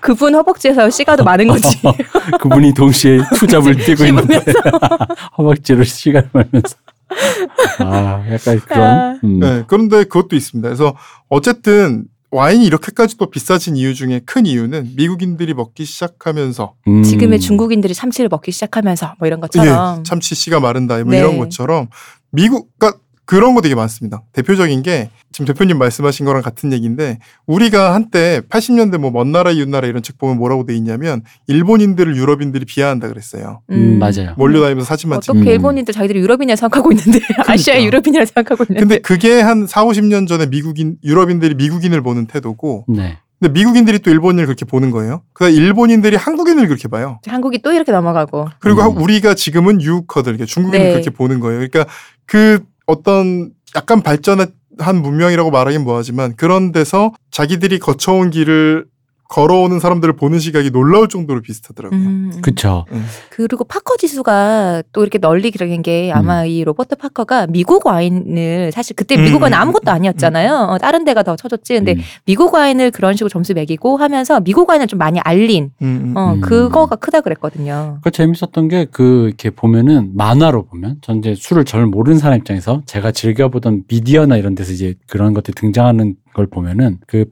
S1: 그분 허벅지에서 씨가도 많은 거지.
S2: 어,
S3: 그분이 동시에 투잡을 뛰고
S1: [LAUGHS]
S3: 있는데
S1: 씹으면서.
S3: 허벅지로 시간을
S1: [LAUGHS]
S3: 말면서 아 약간 그런
S1: 음.
S3: 음.
S1: 아.
S2: 네, 그런데 그것도 있습니다. 그래서 어쨌든 와인이 이렇게까지 또 비싸진 이유 중에 큰 이유는 미국인들이 먹기 시작하면서
S3: 음.
S1: 지금의 중국인들이 참치를 먹기 시작하면서 뭐 이런 것처럼
S2: 예, 참치 씨가 마른다 뭐
S1: 네.
S2: 이런 것처럼 미국 그러니까 그런 거 되게 많습니다. 대표적인 게 지금 대표님 말씀하신 거랑 같은 얘기인데 우리가 한때 80년대 뭐 먼 나라 이웃 나라 이런 책 보면 뭐라고 돼 있냐면 일본인들을 유럽인들이 비하한다 그랬어요.
S3: 음, 맞아요.
S2: 몰려다니면서 사진만 찍.
S3: 어떡해. 음.
S1: 어떻게 일본인들 자기들이 유럽인이라 생각하고 있는데 [LAUGHS] 아시아
S2: 그러니까.
S1: 유럽인이라 생각하고 있는데
S2: 근데 그게 한 4, 50년 전에 미국인 유럽인들이 미국인을 보는 태도고
S3: 네.
S2: 근데 미국인들이 또 일본인을 그렇게 보는 거예요. 그다음 일본인들이 한국인을 그렇게 봐요.
S1: 한국이 또 이렇게 넘어가고
S2: 그리고
S3: 음.
S2: 우리가 지금은 유커들 중국인을
S1: 네.
S2: 그렇게 보는 거예요. 그러니까 그 어떤 약간 발전한 문명이라고 말하긴 뭐하지만 그런 데서 자기들이 거쳐온 길을 걸어오는 사람들을 보는 시각이 놀라울 정도로 비슷하더라고요.
S1: 음.
S3: 그쵸.
S1: 그리고 파커 지수가 또 이렇게 널리 그런 게 아마
S3: 음.
S1: 이 로버트 파커가 미국 와인을 사실 그때 미국 와인
S2: 음.
S1: 아무것도 아니었잖아요. 어, 다른 데가 더 쳐줬지. 근데
S3: 음.
S1: 미국 와인을 그런 식으로 점수 매기고 하면서 미국 와인을 좀 많이 알린
S2: 음, 음.
S1: 어,
S3: 음.
S1: 그거가 크다 그랬거든요.
S3: 그 재밌었던 게 그 이렇게 보면은 만화로 보면 전 이제 술을 잘 모르는 사람 입장에서 제가 즐겨보던 미디어나 이런 데서 이제 그런 것들이 등장하는 걸 보면은 그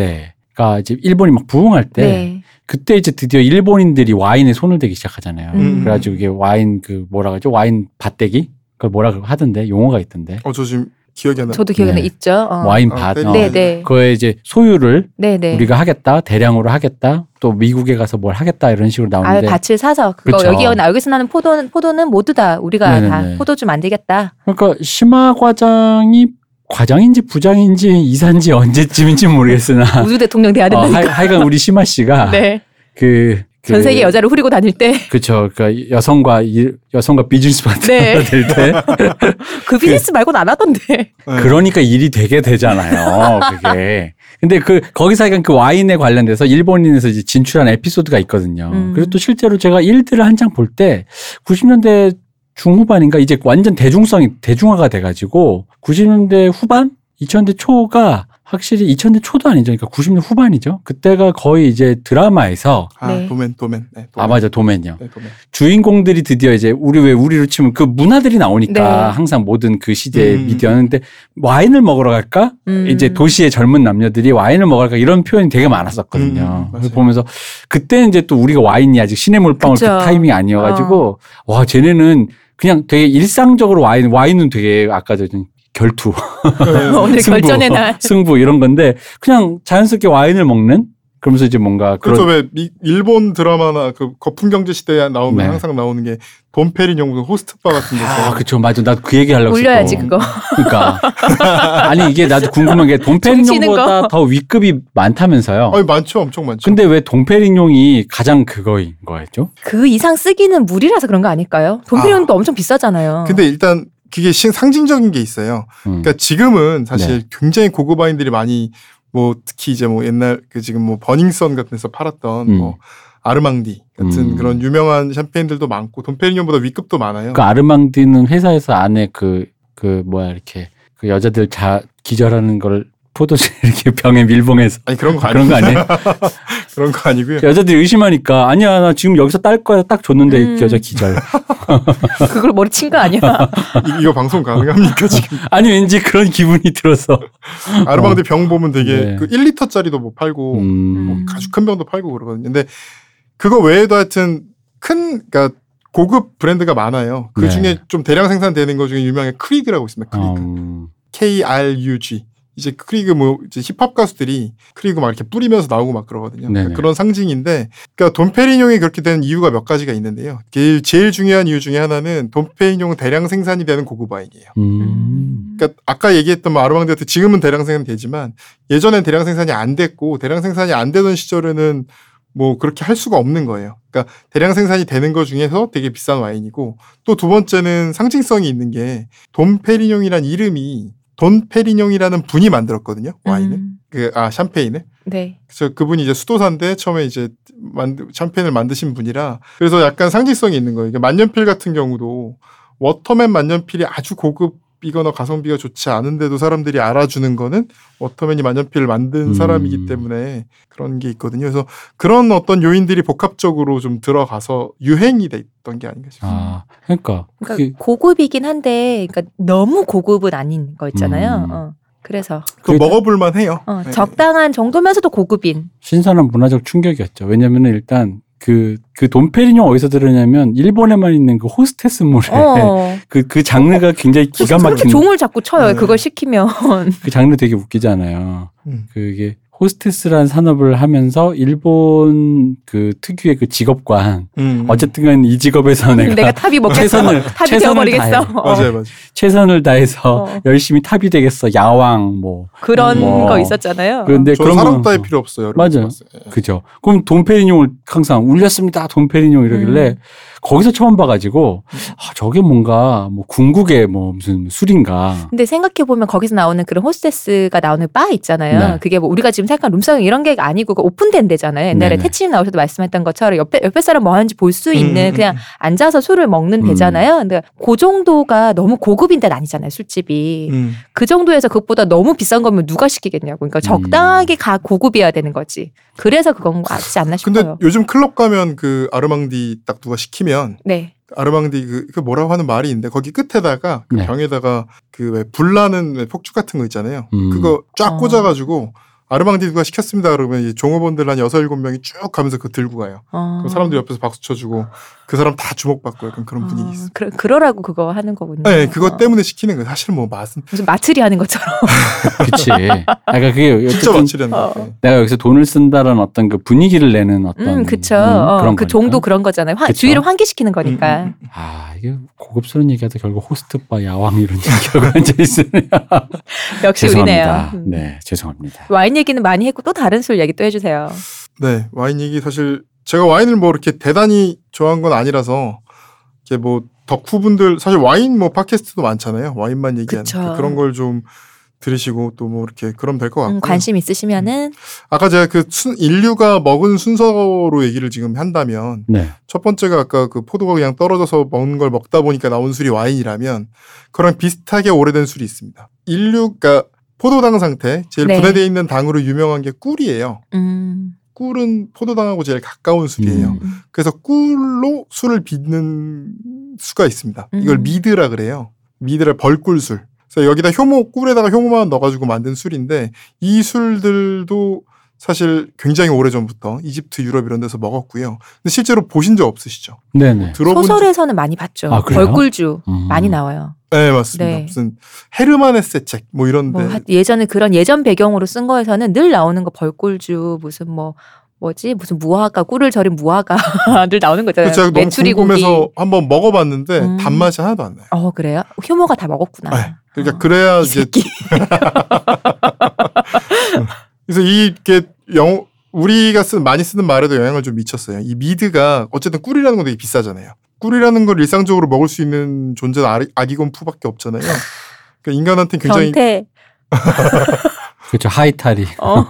S3: 80년대가 이제 일본이 막 부흥할 때
S1: 네.
S3: 그때 이제 드디어 일본인들이 와인에 손을 대기 시작하잖아요.
S1: 음.
S3: 그래가지고 이게 와인 그 뭐라 그러죠? 와인 밭대기? 그걸 뭐라 그 하던데 용어가 있던데
S2: 어, 저 지금 기억이 안 나.
S1: 저도 기억에
S3: 네.
S1: 있죠. 어.
S3: 와인
S2: 어,
S3: 밭.
S2: 때리-
S3: 어.
S1: 네, 네.
S3: 그거에 이제 소유를
S1: 네, 네.
S3: 우리가 하겠다, 대량으로 하겠다, 또 미국에 가서 뭘 하겠다 이런 식으로
S1: 아예
S3: 나오는데
S1: 밭을 사서 그거
S3: 그쵸.
S1: 여기 나 여기서 나는 포도는 포도는 모두 다 우리가
S3: 네네네.
S1: 다 포도 좀 만들겠다.
S3: 그러니까 심화 과장이 과장인지 부장인지 이사인지 언제쯤인지 모르겠으나
S1: 우주 대통령 돼야
S3: 어,
S1: 된다.
S3: 하, 하여간 우리 심화 씨가
S1: 아, 네.
S3: 그, 아. 그-
S1: 전 세계 여자를 후리고 다닐 때 [LAUGHS] 그
S3: 그쵸 그러니까 여성과 일- 여성과 비즈니스 파트너가
S1: 네.
S3: 될때
S1: 그
S3: 그
S1: 비즈니스 말고는 안 하던데.
S2: 네.
S3: 그러니까 일이 되게 되잖아요. 그게. 근데 그 거기서 약간 그 와인에 관련돼서 일본인에서 이제 진출한 에피소드가 있거든요.
S1: 음.
S3: 그리고 또 실제로 제가 일들을 한창 볼 때 90년대 중후반인가 이제 완전 대중성이 대중화가 돼가지고 90년대 후반, 2000년대 초가 확실히 2000년대 초도 아니죠. 그러니까 90년 후반이죠. 그때가 거의 이제 드라마에서
S2: 아,
S1: 네.
S2: 도맨, 도맨. 네, 도맨.
S3: 아 맞아 도맨요.
S2: 네, 도맨.
S3: 주인공들이 드디어 이제 우리 왜 우리로 치면 그 문화들이 나오니까
S1: 네.
S3: 항상 모든 그 시대의
S2: 음.
S3: 미디어는데 와인을 먹으러 갈까?
S1: 음.
S3: 이제 도시의 젊은 남녀들이 와인을 먹으러 이런 표현이 되게
S2: 음,
S3: 많았었거든요.
S2: 맞아요.
S3: 그래서 보면서 그때는 이제 또 우리가 와인이 아직 시내 물방울 그
S1: 그쵸.
S3: 타이밍이 아니어가지고 와 쟤네는 그냥 되게 일상적으로 와인 와인은 되게 아까 전 결투 [LAUGHS]
S2: 네,
S1: 뭐 오늘
S3: 승부,
S1: 결전의 날.
S3: 승부 이런 건데 그냥 자연스럽게 와인을 먹는 그러면서 이제 뭔가
S2: 그렇죠.
S3: 그런
S2: 왜 미- 일본 드라마나 그 거품 경제 시대에 나오면
S3: 네.
S2: 항상 나오는 게 돈페리뇽 호스트바 같은 데서
S3: [LAUGHS] 아 그쵸 맞아 나 그 얘기 하려고
S1: 올려야지
S3: 했었고.
S1: 그거.
S3: [LAUGHS] 그러니까 아니 이게 나도 궁금한 게
S1: 정치는
S3: 돈페리뇽보다 더 위급이 많다면서요.
S2: 아니 많죠, 엄청 많죠.
S3: 어. 근데 왜 돈페리뇽이 가장 그거인 거였죠?
S1: 그 이상 쓰기는 무리라서 그런 거 아닐까요? 돈필요는
S2: 아.
S1: 또 엄청 비싸잖아요.
S2: 근데 일단 그게 시- 상징적인 게 있어요.
S3: 음. 네.
S2: 그러니까 지금은 사실 굉장히 고급 와인들이 많이 뭐 특히 이제 뭐 옛날 그 지금 뭐 버닝썬 같은 데서 팔았던
S3: 음.
S2: 뭐 아르망디 같은
S3: 음.
S2: 그런 유명한 샴페인들도 많고 돈페리뇽보다 위급도 많아요.
S3: 그 아르망디는 회사에서 안에 그, 그, 뭐야, 이렇게, 그 여자들 자, 기절하는 걸 포도주 이렇게 병에 [LAUGHS] 밀봉해서.
S2: 아니 그런 거
S3: 그런
S2: 아니
S3: 거 아니에요?
S2: [LAUGHS] 그런 거 아니고요.
S3: 여자들이 의심하니까, 아니야, 나 지금 여기서 딸 거야. 딱 줬는데,
S1: 음.
S3: 여자 기절.
S1: [LAUGHS] 그걸 머리 친 거 아니야?
S2: 이- 이거 방송 가능합니까
S3: [LAUGHS]
S2: 지금?
S3: 아니, 왠지 그런 기분이 들어서.
S2: 아르망디 병 보면 되게
S3: 네.
S2: 그 1리터짜리도 뭐 팔고
S3: 음.
S1: 음.
S2: 아주 큰 병도 팔고 그러거든요. 근데 그거 외에도 하여튼 큰 그러니까 고급 브랜드가 많아요. 그 중에
S3: 네.
S2: 좀 대량 생산되는 것 중에 유명한 크리그라고 있습니다. 크리그.
S3: 음.
S2: KRUG. 이제 크리그 뭐 이제 힙합 가수들이 크리그 막 이렇게 뿌리면서 나오고 막 그러거든요. 그러니까
S3: 네네.
S2: 그런 상징인데, 그러니까 돈페리뇽이 그렇게 된 이유가 몇 가지가 있는데요. 제일, 제일 중요한 이유 중에 하나는 돈페리뇽은 대량 생산이 되는 고급 와인이에요.
S1: [LAUGHS]
S3: 음.
S2: 그러니까 아까 얘기했던 뭐 아르망디 같은 지금은 대량 생산되지만 예전엔 대량 생산이 안 됐고 대량 생산이 안 되던 시절에는 뭐 그렇게 할 수가 없는 거예요. 그러니까 대량 생산이 되는 것 중에서 되게 비싼 와인이고 또 두 번째는 상징성이 있는 게 돈페리뇽이란 이름이 돈페리뇽이라는 분이 만들었거든요. 와인을.
S1: 음.
S2: 그 아 샴페인을.
S1: 네.
S2: 그래서 그분이 이제 수도사인데 처음에 이제 만 샴페인을 만드신 분이라 그래서 약간 상징성이 있는 거예요. 이게 만년필 같은 경우도 워터맨 만년필이 아주 고급이거나 가성비가 좋지 않은데도 사람들이 알아주는 거는 워터맨이 만년필을 만든
S3: 음.
S2: 사람이기 때문에 그런 게 있거든요. 그래서 그런 어떤 요인들이 복합적으로 좀 들어가서 유행이 됐던 게 아닌가 싶어요.
S3: 아, 그러니까.
S1: 그러니까
S3: 그게
S1: 고급이긴 한데, 그러니까 너무 고급은 아닌 거 있잖아요.
S3: 음.
S1: 어. 그래서
S2: 그거
S3: 그러니까-
S2: 먹어볼만 해요.
S1: 어,
S2: 네.
S1: 적당한 정도면서도 고급인.
S3: 신선한 문화적 충격이었죠. 왜냐면은 일단 그, 그 돈페리뇽 어디서 들었냐면 일본에만 있는 그 호스테스몰에
S1: 어.
S3: [LAUGHS] 그, 그 장르가 굉장히 기가
S1: 그렇게
S3: 막힌
S1: 종을 자꾸 쳐요.
S2: 네.
S1: 그걸 시키면.
S3: 그 장르 되게 웃기잖아요.
S2: 음.
S3: 그게 호스테스라는 산업을 하면서 일본 그 특유의 그 직업관
S2: 음.
S3: 어쨌든간 이 직업에서
S1: [LAUGHS] 내가,
S3: 내가,
S1: 탑이 먹겠어.
S3: [LAUGHS] 최선을-
S1: [LAUGHS] 탑이
S3: 최선을
S1: 되어버리겠어.
S3: 다해.
S1: 어.
S2: 맞아요, 맞아요.
S3: 최선을 다해서
S1: 어.
S3: 열심히 탑이 되겠어 야왕 뭐
S1: 그런
S3: 뭐.
S1: 거 있었잖아요.
S3: 그런데 뭐.
S2: 저
S3: 그런
S2: 사람
S3: 건-
S2: 따위 필요 없어요. 여러분.
S3: 맞아요.
S1: 네.
S3: 그죠. 그럼 돈페리뇽을 항상 울렸습니다. 돈페리뇽 이러길래
S1: 음. 네.
S3: 거기서 처음 봐가지고 아, 저게 뭔가 뭐 궁극의 뭐 무슨
S1: [LAUGHS]
S3: 술인가.
S1: 근데 생각해보면 거기서 나오는 그런 호스테스가 나오는 바 있잖아요.
S3: 네.
S1: 그게 뭐 우리가 지금 생각한 룸사롱 이런 게 아니고 그 오픈된 데잖아요. 옛날에
S3: 네네.
S1: 태치님 나오셔도 말씀했던 것처럼 옆에, 옆에 사람 뭐 하는지 볼 수 있는
S2: 음,
S1: 그냥
S2: 음,
S1: 앉아서 술을 먹는
S3: 음.
S1: 데잖아요. 근데 그 정도가 너무 고급인 데는 아니잖아요. 술집이.
S2: 음.
S1: 그 정도에서 그것보다 너무 비싼 거면 누가 시키겠냐고. 그러니까 적당하게 가 고급이어야 되는 거지. 그래서 그건 거 같지 않나
S2: 음. 근데
S1: 싶어요.
S2: 요즘 클럽 가면 그 아르망디 딱 누가 시키면
S1: 네.
S2: 아르망디 그, 그 뭐라고 하는 말이 있는데 거기 끝에다가 그
S3: 네.
S2: 병에다가 그 왜 불나는 왜 폭죽 같은 거 있잖아요.
S3: 음.
S2: 그거 쫙
S1: 어.
S2: 꽂아가지고 아르망디 누가 시켰습니다 그러면 이 종업원들 한 여섯 일곱 명이 쭉 가면서 그거 들고 가요.
S1: 어.
S2: 그럼 사람들 옆에서 박수 쳐주고 그 사람 다 주목받고 약간 그런 분위기
S1: 어,
S2: 있어요.
S1: 그러, 그러라고 그거 하는 거군요.
S2: 네,
S1: 어.
S2: 그것 때문에 시키는 거예요. 사실 뭐 맛은
S1: 무슨 마트리 하는 것처럼.
S3: 그치. 약간 그게
S2: 진짜
S3: 어쨌든
S2: 맛이라는 거
S1: 어.
S2: 같아요.
S3: 내가 여기서 돈을 쓴다라는 어떤 그 분위기를 내는 어떤
S1: 음, 그쵸.
S3: 음,
S1: 어, 그
S3: 거니까.
S1: 정도 그런 거잖아요. 화-
S3: 그쵸.
S1: 주위를 환기시키는 거니까.
S2: 음,
S3: 아 이게 고급스러운 얘기하다 결국 호스트바 야왕 이런 얘기가 [LAUGHS] 앉아
S1: [LAUGHS]
S3: 있으네요.
S1: 역시 우리네요.
S3: 음. 죄송합니다.
S1: 음.
S3: 네 죄송합니다.
S1: 와인 얘기는 많이 했고 또 다른 술 얘기 또 해주세요.
S2: 네, 와인 얘기 사실 제가 와인을 뭐 이렇게 대단히 좋아한 건 아니라서 이렇게 뭐 덕후분들 사실 와인 뭐 팟캐스트도 많잖아요. 와인만 얘기하는
S1: 그쵸.
S2: 그러니까 그런 걸 좀 들으시고 또 뭐 이렇게 그럼 될 것 같고
S1: 음, 관심 있으시면은
S2: 아까 제가 그 순, 인류가 먹은 순서로 얘기를 지금 한다면
S3: 네.
S2: 첫 번째가 아까 그 포도가 그냥 떨어져서 먹은 걸 먹다 보니까 나온 술이 와인이라면 그런 비슷하게 오래된 술이 있습니다. 인류가 그러니까 포도당 상태 제일
S1: 네.
S2: 분해돼 있는 당으로 유명한 게 꿀이에요.
S1: 음,
S2: 꿀은 포도당하고 제일 가까운 술이에요.
S3: 음.
S2: 그래서 꿀로 술을 빚는 수가 있습니다. 이걸
S1: 음.
S2: 미드라 그래요. 미드를 벌꿀술. 그래서 여기다 효모 꿀에다가 효모만 넣어가지고 만든 술인데 이 술들도 사실 굉장히 오래 전부터 이집트, 유럽 이런 데서 먹었고요. 근데 실제로 보신 적 없으시죠?
S3: 네네.
S2: 들어본 적-
S1: 소설에서는 많이 봤죠.
S3: 아, 그래요?
S1: 벌꿀주
S3: 음.
S1: 많이 나와요.
S2: 네 맞습니다.
S1: 네.
S2: 무슨 헤르만에세 책 뭐 이런데
S1: 뭐 하- 예전에 그런 예전 배경으로 쓴 거에서는 늘 나오는 거 벌꿀주 무슨 뭐 뭐지 무슨 무화과 꿀을 절인 무화과 [LAUGHS] 늘 나오는
S2: 그래서
S1: 거잖아요.
S2: 제가 너무
S1: 메추리 고기.
S2: 궁금해서 한번 먹어봤는데
S1: 음.
S2: 단맛이 하나도 안 나요.
S1: 어 그래요? 효모가 다 먹었구나.
S2: 네. 그러니까
S1: 어.
S2: 그래야
S1: 이
S2: 이제
S1: 새끼.
S2: 그래서 이게 영 우리가 쓰, 많이 쓰는 말에도 영향을 좀 미쳤어요. 이 미드가 어쨌든 꿀이라는 건 되게 비싸잖아요. 꿀이라는 걸 일상적으로 먹을 수 있는 존재는 아리- 아기곰 푸밖에 없잖아요. 그러니까 인간한테는 굉장히
S1: 경태.
S3: 그렇죠 하이탈이.
S1: 어.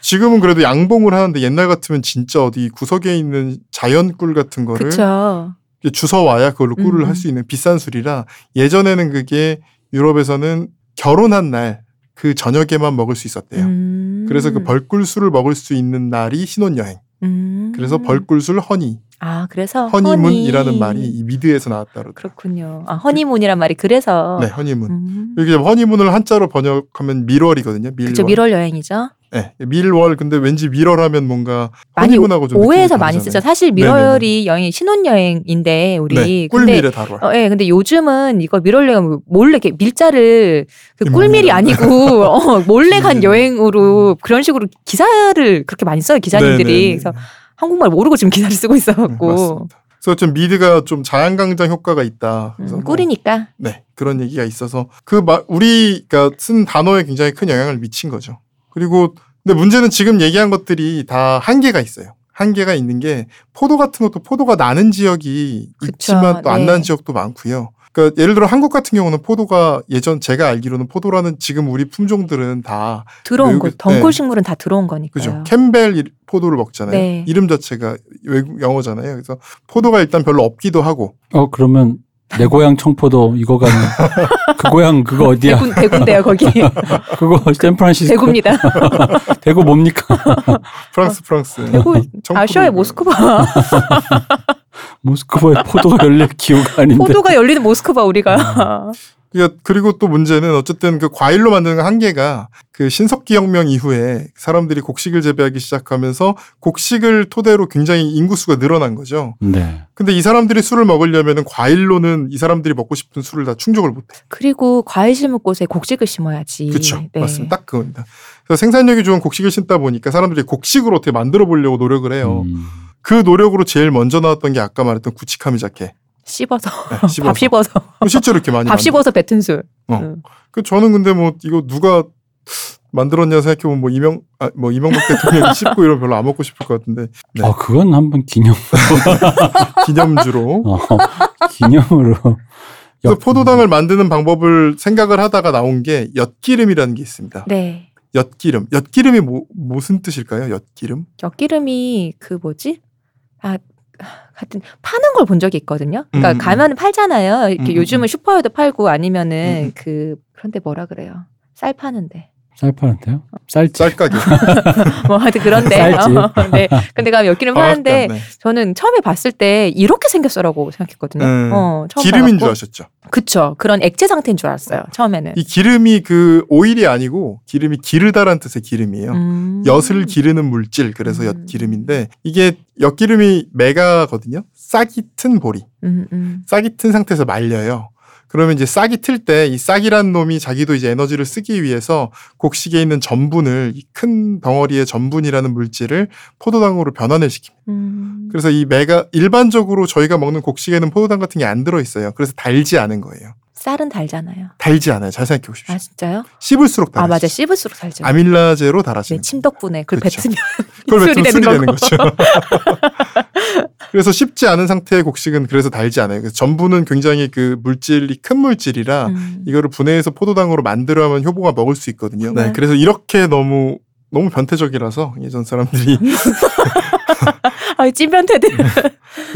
S2: 지금은 그래도 양봉을 하는데 옛날 같으면 진짜 어디 구석에 있는 자연 꿀 같은 거를
S1: 그쵸.
S2: 주워 와야 그걸로 꿀을
S1: 음.
S2: 할 수 있는 비싼 술이라 예전에는 그게 유럽에서는 결혼한 날 그 저녁에만 먹을 수 있었대요.
S1: 음.
S2: 네. 그래서 그 벌꿀 술을 먹을 수 있는 날이 신혼여행.
S1: 음.
S2: 그래서 벌꿀 술 허니
S1: 아 그래서
S2: 허니문이라는
S1: 허니.
S2: 말이 이 미드에서 나왔다고.
S1: 그렇군요. 아 허니문이란 말이 그래서.
S2: 네, 허니문.
S1: 음.
S2: 여기 허니문을 한자로 번역하면 밀월이거든요. 밀월.
S1: 그쵸 밀월 여행이죠.
S2: 네, 밀월. 근데 왠지 밀월하면 뭔가
S1: 많이
S2: 허니문하고 좀
S1: 오해해서
S2: 느낌이
S1: 많이
S2: 다르잖아요.
S1: 쓰죠. 사실 미러열이 여행이 신혼여행인데 우리
S2: 네,
S1: 근데
S2: 꿀밀에 다뤄요.
S1: 어, 예, 근데 요즘은 이거 미러여행 몰래 이렇게 밀자를 그
S2: 음,
S1: 꿀밀이
S2: [LAUGHS]
S1: 아니고 어, 몰래 간
S2: 음.
S1: 여행으로 그런 식으로 기사를 그렇게 많이 써요 기자님들이.
S2: 네, 네, 네.
S1: 그래서 한국말 모르고 지금 기사를 쓰고 음,
S2: 네,
S1: 있어갖고
S2: 맞습니다. 그래서 좀 미드가 좀 자양강장 효과가 있다. 그래서
S1: 음,
S2: 뭐
S1: 꿀이니까
S2: 네, 그런 얘기가 있어서 그 마- 우리가 그러니까 쓴 단어에 굉장히 큰 영향을 미친 거죠. 그리고 근데 문제는 지금 얘기한 것들이 다 한계가 있어요. 한계가 있는 게 포도 같은 것도 포도가 나는 지역이
S1: 그쵸,
S2: 있지만 또 안
S1: 네.
S2: 나는 지역도 많고요. 그러니까 예를 들어 한국 같은 경우는 포도가 예전 제가 알기로는 포도라는 지금 우리 품종들은 다
S1: 들어온
S2: 외국에-
S1: 거 덩굴
S2: 네.
S1: 식물은 다 들어온 거니까요.
S2: 그죠 캠벨 이- 포도를 먹잖아요.
S1: 네.
S2: 이름 자체가 외국 영어잖아요. 그래서 포도가 일단 별로 없기도 하고
S3: 어 그러면 내 고향 청포도
S1: [LAUGHS]
S3: 이거 가면 그 고향 그거 어디야?
S1: 대군 대군데요
S2: [LAUGHS]
S1: 거기
S3: 그거 샌프란시스코
S1: 대구입니다.
S3: 대구 뭡니까? [LAUGHS]
S1: 어.
S2: 프랑스 프랑스
S1: [LAUGHS] 대구
S2: 정포도
S1: 아시아의
S2: 이거예요.
S1: 모스크바
S3: 모스크바에 포도가 열릴 기후가 아닌데.
S1: 포도가 열리는 모스크바 우리가
S2: 그러니까 그리고 또 문제는 어쨌든 그 과일로 만드는 한계가 그 신석기 혁명 이후에 사람들이 곡식을 재배하기 시작하면서 곡식을 토대로 굉장히 인구수가 늘어난 거죠.
S3: 네.
S2: 근데 이 사람들이 술을 먹으려면은 과일로는 이 사람들이 먹고 싶은 술을 다 충족을 못해.
S1: 그리고 과일 심을 곳에 곡식을 심어야지.
S2: 그렇죠.
S1: 네.
S2: 맞습니다. 딱 그겁니다. 그래서 생산력이 좋은 곡식을 심다 보니까 사람들이 곡식으로 어떻게 만들어 보려고 노력을 해요.
S3: 음.
S2: 그 노력으로 제일 먼저 나왔던 게 아까 말했던 구치카미 자켓.
S1: 씹어서 [LAUGHS]
S2: 네,
S1: 밥
S2: 씹어서.
S1: 씹어서
S2: 실제로 이렇게 많이
S1: 밥 씹어서 뱉은 술.
S2: 그 저는 근데 뭐 이거 누가 만들었냐 생각해보면 뭐 이명 아, 뭐 이명박
S1: [LAUGHS]
S2: 대통령이 씹고 이런 거 별로 안 먹고 싶을 것 같은데 네.
S3: 아, 그건 한번 기념,
S2: 기념주로
S1: [LAUGHS]
S3: 어, [LAUGHS] 기념으로.
S2: 그래서 포도당을 만드는 방법을 생각을 하다가 나온 게 엿기름이라는 게 있습니다.
S1: 네.
S2: 엿기름 엿기름이 뭐 무슨 뜻일까요? 엿기름
S1: 엿기름이 그 뭐지? 아 하여튼 파는 걸 본 적이 있거든요. 그러니까
S2: 음, 음.
S1: 가면 팔잖아요. 이렇게
S2: 음, 음,
S1: 요즘은 슈퍼에도 팔고 아니면은
S2: 음, 음.
S1: 그 그런데 뭐라 그래요? 쌀 파는데
S3: 쌀파한테요? 쌀집.
S1: [LAUGHS]
S2: 쌀가게
S1: 뭐 하여튼 그런데
S3: 쌀집.
S1: 네 근데 가면 엿기름
S2: 아,
S1: 파는데
S2: 네.
S1: 저는 처음에 봤을 때 이렇게 생겼어라고 생각했거든요.
S2: 음.
S1: 어, 처음
S2: 기름인 줄
S1: 봐갖고. 네.
S2: 아셨죠?
S1: 그쵸 그런 액체 상태인 줄 알았어요 처음에는.
S2: 이 기름이 그 오일이 아니고 기름이 기르다란 뜻의 기름이에요.
S1: 음.
S2: 엿을 기르는 물질 그래서
S1: 음.
S2: 엿기름인데 이게 엿기름이 메가거든요. 싹이 튼 보리.
S1: 음, 음.
S2: 싹이 튼 상태에서 말려요. 그러면 이제 싹이 틀 때 이 싹이란 놈이 자기도 이제 에너지를 쓰기 위해서 곡식에 있는 전분을 이 큰 덩어리의 전분이라는 물질을 포도당으로 변환을 시킵니다.
S1: 음.
S2: 그래서 이 메가 일반적으로 저희가 먹는 곡식에는 포도당 같은 게 안 들어 있어요. 그래서 달지 않은 거예요.
S1: 쌀은 달잖아요.
S2: 달지 않아요. 잘 생각해 보십시오.
S1: 아 진짜요?
S2: 씹을수록
S1: 아
S2: 달아요.
S1: 맞아 씹을수록 달죠.
S2: 네, 아밀라제로 달아지는.
S1: 네, 침 덕분에 그걸
S2: 그쵸.
S1: 뱉으면
S2: 그걸 뱉으면 술이
S1: 술이
S2: 되는
S1: 되는
S2: 거죠.
S1: [LAUGHS]
S2: 그래서 씹지 않은 상태의 곡식은 그래서 달지 않아요. 그래서 전분은 굉장히 그 물질이 큰 물질이라
S1: 음.
S2: 아, 이거를 분해해서 포도당으로 만들어 하면 효보가 먹을 수 있거든요.
S1: 네.
S2: 네, 그래서 이렇게 너무 너무 변태적이라서 예전 사람들이
S1: 음. 아 찐변태들
S2: [LAUGHS]
S1: [LAUGHS]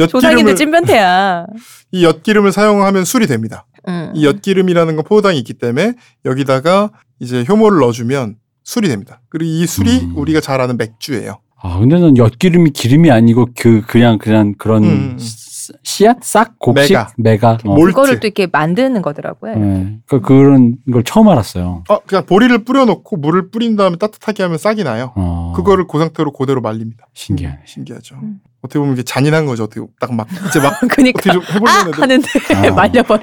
S1: 조상인데
S2: 엿기름을
S1: 찐변태야.
S2: [LAUGHS] 이 엿기름을 사용하면 술이 됩니다.
S1: 음.
S2: 이 엿기름이라는 건 포도당이 있기 때문에 여기다가 이제 효모를 넣어주면 술이 됩니다. 그리고 이 술이
S3: 음.
S2: 우리가 잘 아는 맥주예요.
S3: 아, 근데 난 엿기름이 기름이 아니고 그, 그냥, 그냥 그런
S2: 음.
S3: 씨- 씨앗? 싹? 곡식?
S2: 메가.
S3: 메가. 어.
S2: 몰-
S1: 그거를
S2: 몰트.
S1: 또 이렇게 만드는 거더라고요.
S3: 네. 그러니까 그런 걸 처음 알았어요.
S2: 아 그냥 보리를 뿌려놓고 물을 뿌린 다음에 따뜻하게 하면 싹이 나요.
S3: 어.
S2: 그거를 그 상태로 그대로 말립니다.
S3: 신기하네.
S2: 신기하죠.
S1: 음.
S2: 어떻게 보면 이게 잔인한 거죠. 어떻게 딱 막 이제 막
S1: [LAUGHS]
S2: 어떻게
S1: 그러니까
S2: 좀
S1: 아
S2: 해보려는 애들
S1: 하는데 [LAUGHS]
S3: 아.
S1: 말려버려.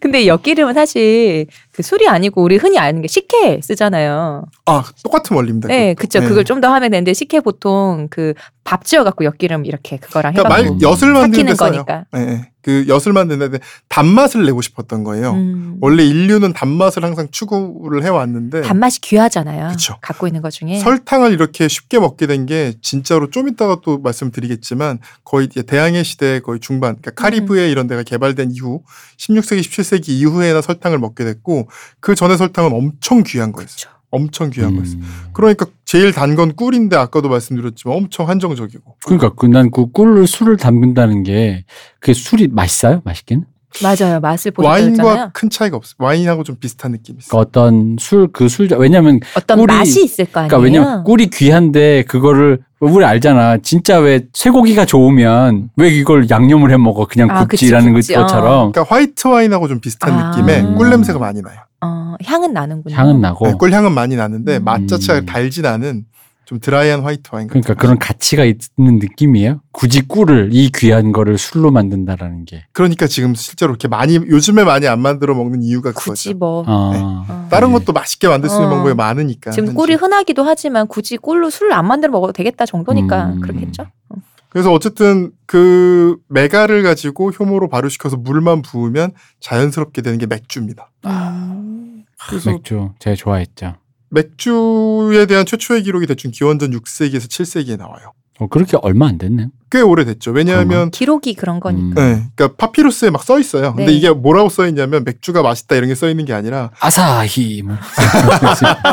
S1: 근데 엿기름은 사실 그 술이 아니고 우리 흔히 아는 게 식혜 쓰잖아요.
S2: 아 똑같은 원리입니다.
S1: 네, 그쵸.
S2: 네.
S1: 그걸 좀 더 하면 되는데 식혜 보통 그 밥 지어갖고 엿기름 이렇게 그거랑
S2: 그러니까
S1: 해갖고
S2: 말 엿을 만드는
S1: 삭히는
S2: 데 써요.
S1: 거니까.
S2: 예, 예. 그 엿을 만드는데 단맛을 내고 싶었던 거예요.
S1: 음.
S2: 어. 원래 인류는 단맛을 항상 추구를 해왔는데
S1: 단맛이 예. 귀하잖아요.
S2: 그쵸.
S1: 갖고 있는 것 중에.
S2: 설탕을 이렇게 쉽게 먹게 된 게 진짜로 좀 이따가 또 말씀드리겠지만 거의 이제 대항해 시대 거의 중반, 그러니까
S1: 음.
S2: 카리브해 이런 데가 개발된 이후 16세기, 17세기 이후에나 설탕을 먹게 됐고 그 전에 설탕은 엄청 귀한 거였어요.
S1: 그쵸.
S2: 엄청 귀한
S3: 음.
S2: 거였어요. 그러니까 제일 단 건 꿀인데 아까도 말씀드렸지만 엄청 한정적이고
S3: 그러니까 그난그 꿀을 술을 담근다는 게 그게 술이 맛있어요? 맛있긴?
S1: 맞아요. 맛을 보여주잖아요.
S2: 와인과 큰 차이가 없어요. 와인하고 좀 비슷한 느낌이 있어요.
S3: 그러니까 어떤 술 그술 왜냐면
S1: 어떤
S3: 꿀이-
S1: 맛이 있을 거 아니에요.
S3: 그러니까 왜냐면 꿀이 귀한데 그거를 우리 알잖아. 진짜 왜 쇠고기가 좋으면 왜 이걸 양념을 해 먹어? 그냥
S1: 아, 그치,
S3: 굽지라는
S1: 굽지.
S3: 것처럼
S2: 그러니까 화이트 와인하고 좀 비슷한
S1: 아.
S2: 느낌에 꿀
S3: 음.
S2: 냄새가 많이 나요.
S1: 어, 향은 나는군요.
S3: 향은 나고
S2: 네, 꿀 향은 많이 나는데
S1: 음.
S2: 맛 자체가 달진 않은 좀 드라이한 화이트 와인. 같은
S3: 그러니까
S2: 맛.
S3: 그런 가치가 있는 느낌이에요. 굳이 꿀을 이 귀한 거를 술로 만든다라는 게.
S2: 그러니까 지금 실제로 이렇게 많이 요즘에 많이 안 만들어 먹는 이유가
S1: 굳이
S2: 그거죠.
S1: 뭐.
S3: 아.
S1: 어.
S2: 다른
S3: 네.
S2: 것도 맛있게 만들 수 있는
S1: 어.
S2: 방법이 많으니까.
S1: 지금
S2: 현재.
S1: 꿀이 흔하기도 하지만 굳이 꿀로 술을 안 만들어 먹어도 되겠다 정도니까
S3: 음.
S1: 그렇겠죠. 어.
S2: 그래서 어쨌든 그 메가를 가지고 효모로 발효시켜서 물만 부으면 자연스럽게 되는 게 맥주입니다. 아.
S1: 음.
S2: 그래서
S3: 맥주 제가 좋아했죠.
S2: 맥주에 대한 최초의 기록이 대충 기원전 6세기에서 7세기에 나와요.
S3: 어, 그렇게 얼마 안 됐네요.
S2: 꽤 오래됐죠. 왜냐하면
S1: 기록이 그런 거니까.
S3: 음.
S2: 네, 그러니까 파피루스에 막 써 있어요. 근데
S1: 네.
S2: 이게 뭐라고 써 있냐면 맥주가 맛있다 이런 게 써 있는 게 아니라
S3: 아사히 뭐. [LAUGHS]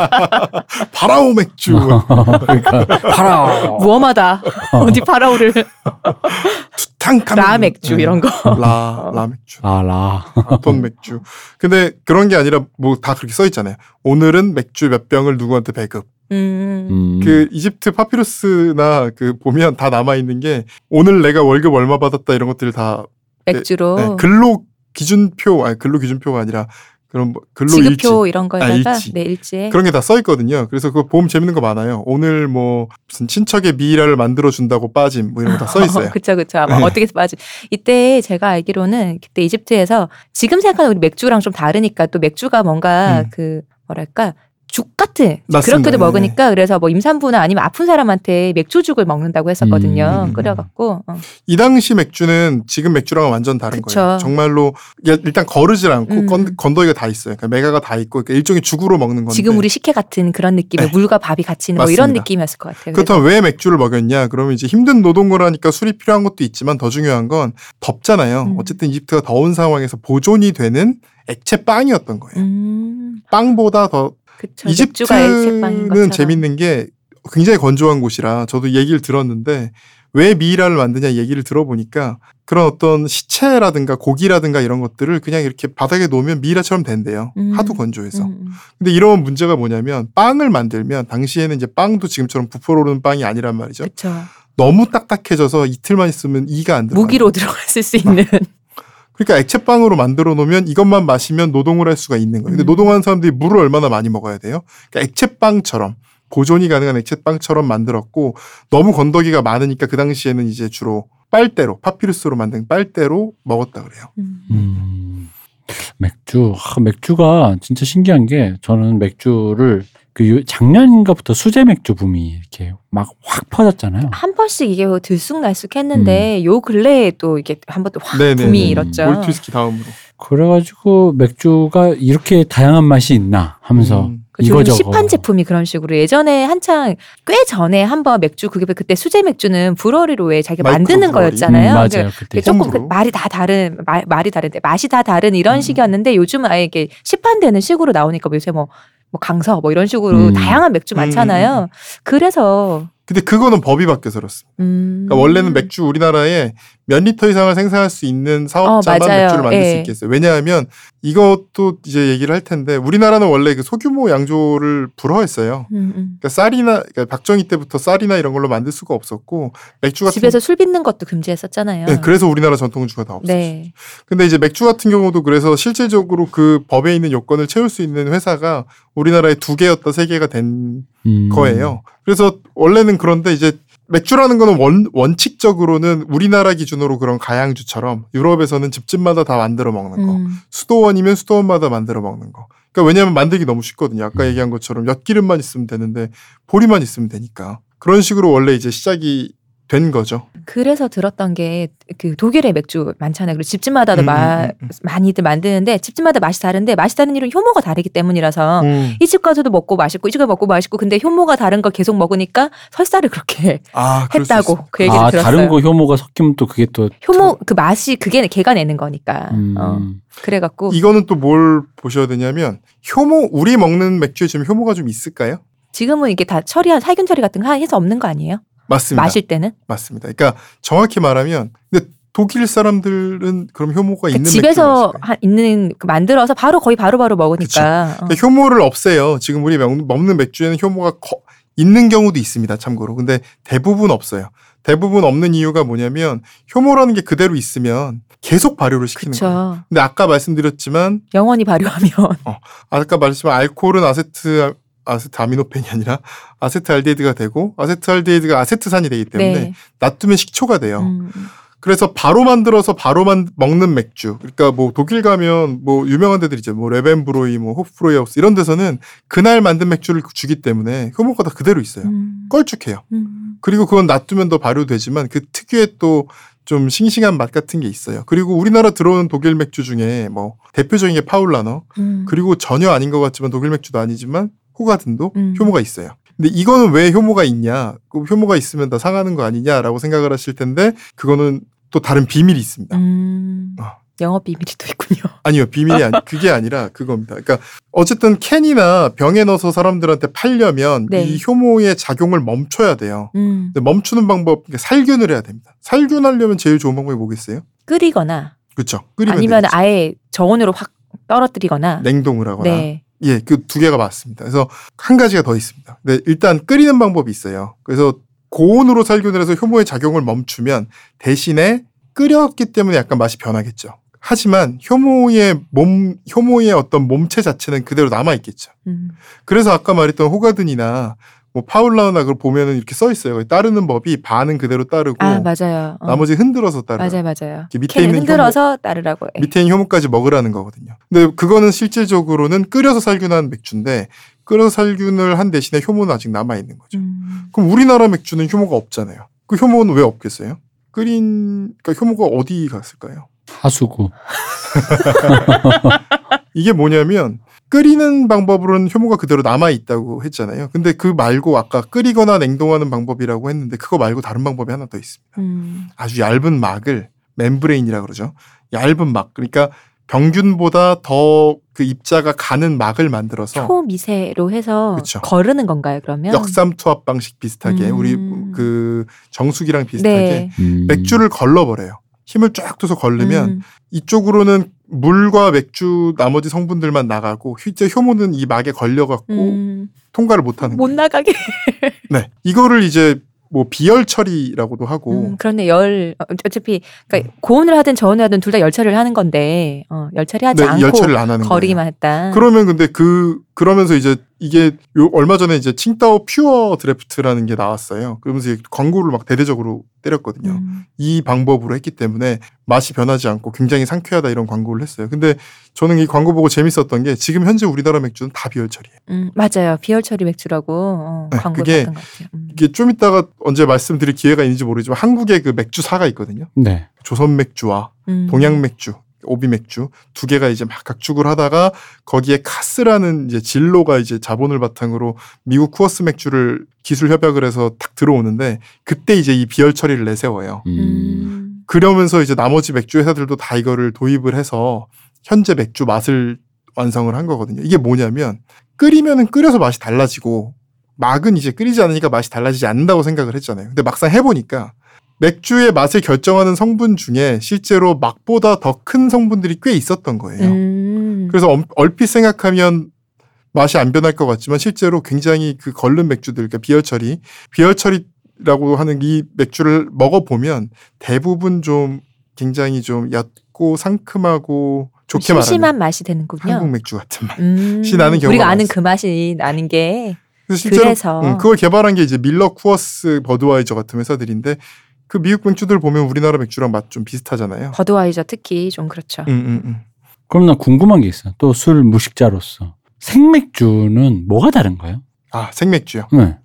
S2: 바라오 맥주
S3: 그러니까 팔아.
S2: 뭐
S1: 무엄하다. 어디 파라오를
S2: [LAUGHS] 투탕카멘 네.
S1: 라 맥주 이런 거.
S2: 라라 맥주
S3: 아라.
S2: 어떤 맥주. 근데 그런 게 아니라 뭐 다 그렇게 써 있잖아요. 오늘은 맥주 몇 병을 누구한테 배급.
S1: 음.
S3: 음.
S2: 그 이집트 파피루스나 그 보면 다 남아 있는 게 오늘 내가 월급 얼마 받았다 이런 것들 다
S1: 맥주로.
S2: 네, 글로 기준표, 아니 근로 기준표가 아니라 그런 뭐 근로 일지 아,
S1: 지급표 이런 거에다가
S2: 일지.
S1: 네, 일지에
S2: 그런 게 다 써 있거든요. 그래서 그거 보면 재밌는 거 많아요. 오늘 뭐 무슨 친척의 미이라를 만들어 준다고 빠짐 뭐 이런 거 다 써
S1: [LAUGHS]
S2: 있어요.
S1: 그쵸, 그쵸. 아마
S2: 네.
S1: 어떻게 빠지. 이때 제가 알기로는 그때 이집트에서 지금 생각하는 우리 맥주랑 좀 다르니까 또 맥주가 뭔가
S2: 음.
S1: 그 뭐랄까 죽 같은
S2: 맞습니다.
S1: 그렇게도
S2: 네네.
S1: 먹으니까 그래서 뭐 임산부나 아니면 아픈 사람한테 맥주죽을 먹는다고 했었거든요.
S2: 음.
S1: 끓여갖고 어.
S2: 이 당시 맥주는 지금 맥주랑은 완전 다른
S1: 그쵸.
S2: 거예요. 정말로 야, 일단 거르질 않고
S1: 음.
S2: 건, 건더기가 다 있어요. 그러니까 메가가 다 있고 그러니까 일종의 죽으로 먹는 건데.
S1: 지금 우리 식혜 같은 그런 느낌의
S2: 네.
S1: 물과 밥이 같이 있는 뭐 이런
S2: 맞습니다.
S1: 느낌이었을 것 같아요. 그래서
S2: 그렇다면 왜 맥주를 먹였냐? 그러면 이제 힘든 노동거라니까 술이 필요한 것도 있지만 더 중요한 건 덥잖아요.
S1: 음.
S2: 어쨌든 이집트가 더운 상황에서 보존이 되는 액체 빵이었던 거예요.
S1: 음,
S2: 빵보다 더
S1: 그쵸. 맥주가 액체빵인
S2: 이집트는
S1: 것처럼.
S2: 재밌는 게 굉장히 건조한 곳이라 저도 얘기를 들었는데 왜 미이라를 만드냐 얘기를 들어보니까 그런 어떤 시체라든가 고기라든가 이런 것들을 그냥 이렇게 바닥에 놓으면 미이라처럼 된대요.
S1: 음.
S2: 하도 건조해서.
S1: 음, 음.
S2: 근데 이런 문제가 뭐냐면 빵을 만들면 당시에는 이제 빵도 지금처럼 부풀어오르는 빵이 아니란 말이죠.
S1: 그쵸.
S2: 너무 딱딱해져서 이틀만 있으면 이가 안 들어.
S1: 무기로 [LAUGHS] 들어갔을 수 있는.
S2: 그러니까 액체빵으로 만들어 놓으면 이것만 마시면 노동을 할 수가 있는 거예요. 근데
S1: 음.
S2: 노동하는 사람들이 물을 얼마나 많이 먹어야 돼요? 그러니까 액체빵처럼 보존이 가능한 액체빵처럼 만들었고 너무 건더기가 많으니까 그 당시에는 이제 주로 빨대로 파피루스로 만든 빨대로 먹었다 그래요.
S1: 음.
S3: 음, 맥주 아, 맥주가 진짜 신기한 게 저는 맥주를 그 유- 작년인가부터 수제 맥주 붐이 이렇게 막 확 퍼졌잖아요.
S1: 한 번씩 이게 뭐 들쑥날쑥 했는데 요 근래에 또 이게 한 번 또 확
S2: 음. 네네네.
S1: 붐이 일었죠.
S2: 몰트위스키 다음으로.
S3: 그래가지고 맥주가 이렇게 다양한 맛이 있나 하면서
S2: 음.
S1: 그 요즘
S3: 이거 저거.
S1: 시판 제품이 그런 식으로 예전에 한창 꽤 전에 한 번 맥주 그게 그때 수제 맥주는 브러리로 왜 자기가
S2: 마이크로
S1: 만드는
S2: 브러리.
S3: 음,
S1: 거였잖아요.
S3: 맞아요. 그때
S1: 그게 조금 그
S2: 홈브루.
S1: 말이 다 다른 말, 말이 다른데 맛이 다 다른 이런
S2: 음.
S1: 식이었는데 요즘은 아예 이게 시판되는 식으로 나오니까 뭐 요새 뭐, 뭐 강서 뭐 이런 식으로
S3: 음.
S1: 다양한 맥주
S2: 음,
S1: 많잖아요.
S2: 음, 음.
S1: 그래서
S2: 근데 그거는 법이 바뀌어서 그렇습니다.
S1: 음.
S2: 그러니까 원래는 맥주 우리나라에 몇 리터 이상을 생산할 수 있는 사업자만
S1: 어, 맞아요.
S2: 맥주를 만들 수
S1: 예.
S2: 있겠어요. 왜냐하면 이것도 이제 얘기를 할 텐데 우리나라는 원래 그 소규모 양조를 불허했어요.
S1: 음, 음.
S2: 그러니까 쌀이나 그러니까 박정희 때부터 쌀이나 이런 걸로 만들 수가 없었고 맥주 같은
S1: 집에서 술 빚는 것도 금지했었잖아요.
S2: 네, 그래서 우리나라 전통주가 다 없어요.
S1: 네.
S2: 근데 이제 맥주 같은 경우도 그래서 실질적으로 그 법에 있는 요건을 채울 수 있는 회사가 우리나라에 두 개였다 세 개가 된
S3: 음.
S2: 거예요. 그래서 원래는 그런데 이제 맥주라는 거는 원, 원칙적으로는 우리나라 기준으로 그런 가양주처럼 유럽에서는 집집마다 다 만들어 먹는 거.
S1: 음.
S2: 수도원이면 수도원마다 만들어 먹는 거. 그러니까 왜냐하면 만들기 너무 쉽거든요. 아까 얘기한 것처럼 엿기름만 있으면 되는데 보리만 있으면 되니까. 그런 식으로 원래 이제 시작이 된 거죠.
S1: 그래서 들었던 게 그 독일의 맥주 많잖아요. 그리고 집집마다도
S2: 음,
S1: 마-
S2: 음, 음, 음.
S1: 많이들 만드는데 집집마다 맛이 다른데 맛이 다른 이유는 효모가 다르기 때문이라서
S2: 음.
S1: 이 집 가서도 먹고 맛있고 이 집 가서 먹고 맛있고 근데 효모가 다른 걸 계속 먹으니까 설사를 그렇게
S2: 아, 그럴 수
S1: 했다고
S2: 있어요.
S1: 그 얘기를
S3: 아
S1: 들었어요.
S3: 다른 거 효모가 섞이면 또 그게 또
S1: 효모 그 맛이 그게 걔가 내는 거니까
S3: 음,
S1: 어, 그래갖고
S2: 이거는 또 뭘 보셔야 되냐면 효모 우리 먹는 맥주에 지금 효모가 좀 있을까요?
S1: 지금은 이게 다 처리한 살균 처리 같은 거 해서 없는 거 아니에요?
S2: 맞습니다.
S1: 마실 때는
S2: 맞습니다. 그러니까 정확히 말하면 근데 독일 사람들은 그럼
S1: 그러니까
S2: 효모가 있는 맥주를
S1: 집에서
S2: 마실까요?
S1: 한- 있는 그 만들어서 바로 거의 바로바로 먹으니까 어.
S2: 그러니까 효모를 없애요. 지금 우리 먹- 먹는 맥주에는 효모가 거- 있는 경우도 있습니다. 참고로. 근데 대부분 없어요. 대부분 없는 이유가 뭐냐면 효모라는 게 그대로 있으면 계속 발효를 시키는 거예요.
S1: 그렇죠.
S2: 근데 아까 말씀드렸지만
S1: 영원히 발효하면
S2: 아까 말씀한 알코올은 아세트 아세트아미노펜이 아니라 아세트알데히드가 되고 아세트알데히드가 아세트산이 되기 때문에
S1: 네.
S2: 놔두면 식초가 돼요.
S1: 음.
S2: 그래서 바로 만들어서 바로만 먹는 맥주. 그러니까 뭐 독일 가면 뭐 유명한 데들 있죠. 뭐 레벤브로이, 뭐 호프브로이하우스 이런 데서는 그날 만든 맥주를 주기 때문에 효모가 다 그대로 있어요.
S1: 음.
S2: 껄쭉해요.
S1: 음.
S2: 그리고 그건 놔두면 더 발효되지만 그 특유의 또 좀 싱싱한 맛 같은 게 있어요. 그리고 우리나라 들어오는 독일 맥주 중에 뭐 대표적인 게 파울라너.
S1: 음.
S2: 그리고 전혀 아닌 것 같지만 독일 맥주도 아니지만 호가든도
S1: 음.
S2: 효모가 있어요. 근데 이거는 왜 효모가 있냐? 그 효모가 있으면 다 상하는 거 아니냐라고 생각을 하실 텐데 그거는 또 다른 비밀이 있습니다.
S1: 음.
S2: 아.
S1: 영업 비밀이 또
S2: [LAUGHS]
S1: 있군요.
S2: 아니요 비밀이 아니 그게 아니라 그겁니다. 그러니까 어쨌든 캔이나 병에 넣어서 사람들한테 팔려면
S1: 네.
S2: 이 효모의 작용을 멈춰야 돼요.
S1: 음.
S2: 근데 멈추는 방법 그러니까 살균을 해야 됩니다. 살균하려면 제일 좋은 방법이 뭐겠어요?
S1: 끓이거나
S2: 그렇죠. 끓이면
S1: 아니면
S2: 되겠죠.
S1: 아예 저온으로 확 떨어뜨리거나
S2: 냉동을 하거나
S1: 네.
S2: 예, 그 두 개가 맞습니다. 그래서 한 가지가 더 있습니다. 네, 일단 끓이는 방법이 있어요. 그래서 고온으로 살균을 해서 효모의 작용을 멈추면 대신에 끓였기 때문에 약간 맛이 변하겠죠. 하지만 효모의 몸 효모의 어떤 몸체 자체는 그대로 남아 있겠죠.
S4: 음.
S2: 그래서 아까 말했던 호가든이나 뭐 파울라우나 그걸 보면은 이렇게 써 있어요. 따르는 법이 반은 그대로 따르고
S4: 아 맞아요. 어.
S2: 나머지 흔들어서 따르고
S4: 맞아요, 맞아요.
S2: 이렇게 밑에
S4: 걔는
S2: 있는
S4: 흔들어서 따르라고. 예.
S2: 밑에 있는 효모까지 먹으라는 거거든요. 근데 그거는 실질적으로는 끓여서 살균한 맥주인데 끓여서 살균을 한 대신에 효모는 아직 남아 있는 거죠.
S4: 음.
S2: 그럼 우리나라 맥주는 효모가 없잖아요. 그 효모는 왜 없겠어요? 끓인 그러니까 효모가 어디 갔을까요?
S3: 하수구.
S2: 이게 뭐냐면 끓이는 방법으로는 효모가 그대로 남아 있다고 했잖아요. 근데 그 말고 아까 끓이거나 냉동하는 방법이라고 했는데 그거 말고 다른 방법이 하나 더 있습니다.
S4: 음.
S2: 아주 얇은 막을 멤브레인이라 그러죠. 얇은 막 그러니까 병균보다 더 그 입자가 가는 막을 만들어서
S4: 초미세로 해서
S2: 그쵸.
S4: 거르는 건가요? 그러면
S2: 역삼투합 방식
S4: 음. 네.
S2: 비슷하게 우리 그 정수기랑 비슷하게
S3: 음.
S2: 맥주를 걸러버려요. 힘을 쫙 줘서 걸르면
S4: 음.
S2: 이쪽으로는 물과 맥주 나머지 성분들만 나가고 실제 효모는 이 막에 걸려갖고
S4: 음.
S2: 통과를 못하는
S4: 못
S2: 거예요.
S4: 나가게.
S2: 네, 이거를 이제 뭐 비열 처리라고도 하고
S4: 음, 그런데 열 어, 어차피 그러니까 고온을 하든 저온을 하든 둘 다 열처리를 하는 건데 어, 열처리하지
S2: 네, 이
S4: 않고
S2: 열처리를 안 하는 거예요. 그렇죠.
S4: 거리기만 했다.
S2: 그러면 근데 그 그러면서 이제 이게 요 얼마 전에 이제 칭따오 퓨어 드래프트라는 게 나왔어요. 그러면서 이게 광고를 막 대대적으로 때렸거든요.
S4: 음.
S2: 이 방법으로 했기 때문에 맛이 변하지 않고 굉장히 상쾌하다 이런 광고를 했어요. 근데 저는 이 광고 보고 재밌었던 게 지금 현재 우리나라 맥주는 다 비열 처리예요.
S4: 음, 맞아요. 비열처리 맥주라고 어,
S2: 네,
S4: 광고
S2: 그게-
S4: 봤던 것 같아요. 음.
S2: 이게 좀 이따가 언제 말씀드릴 기회가 있는지 모르지만 한국에 그 맥주사가 있거든요.
S3: 네.
S2: 조선 맥주와
S4: 음.
S2: 동양 맥주, 오비 맥주 두 개가 이제 막 각축을 하다가 거기에 카스라는 이제 진로가 이제 자본을 바탕으로 미국 쿠어스 맥주를 기술 협약을 해서 탁 들어오는데 그때 이제 이 비열 처리를 내세워요.
S3: 음.
S4: 음.
S2: 그러면서 이제 나머지 맥주 회사들도 다 이거를 도입을 해서 현재 맥주 맛을 완성을 한 거거든요. 이게 뭐냐면 끓이면은 끓여서 맛이 달라지고 막은 이제 끓이지 않으니까 맛이 달라지지 않는다고 생각을 했잖아요. 근데 막상 해보니까 맥주의 맛을 결정하는 성분 중에 실제로 막보다 더 큰 성분들이 꽤 있었던 거예요.
S4: 음.
S2: 그래서 엄- 얼핏 생각하면 맛이 안 변할 것 같지만 실제로 굉장히 그 걸른 맥주들, 그러니까 비열처리, 비열처리라고 하는 이 맥주를 먹어보면 대부분 좀 굉장히 좀 얕고 상큼하고 좋게 말하면
S4: 심심한 맛이 되는군요.
S2: 한국 맥주 같은 맛.
S4: 음,
S2: 시 나는 경우가
S4: 우리가 아는
S2: 많았어요.
S4: 그 맛이 나는 게
S2: 그래서 실제로
S4: 그래서.
S2: 음, 그걸 개발한 게 이제 밀러 쿠어스 버드와이저 같은 회사들인데 그 미국 맥주들 보면 우리나라 맥주랑 맛 좀 비슷하잖아요.
S4: 버드와이저 특히 좀 그렇죠.
S2: 음, 음, 음.
S3: 그럼 나 궁금한 게 있어. 또 술 무식자로서 생맥주는 뭐가 다른가요?
S2: 아 생맥주요.
S3: 네.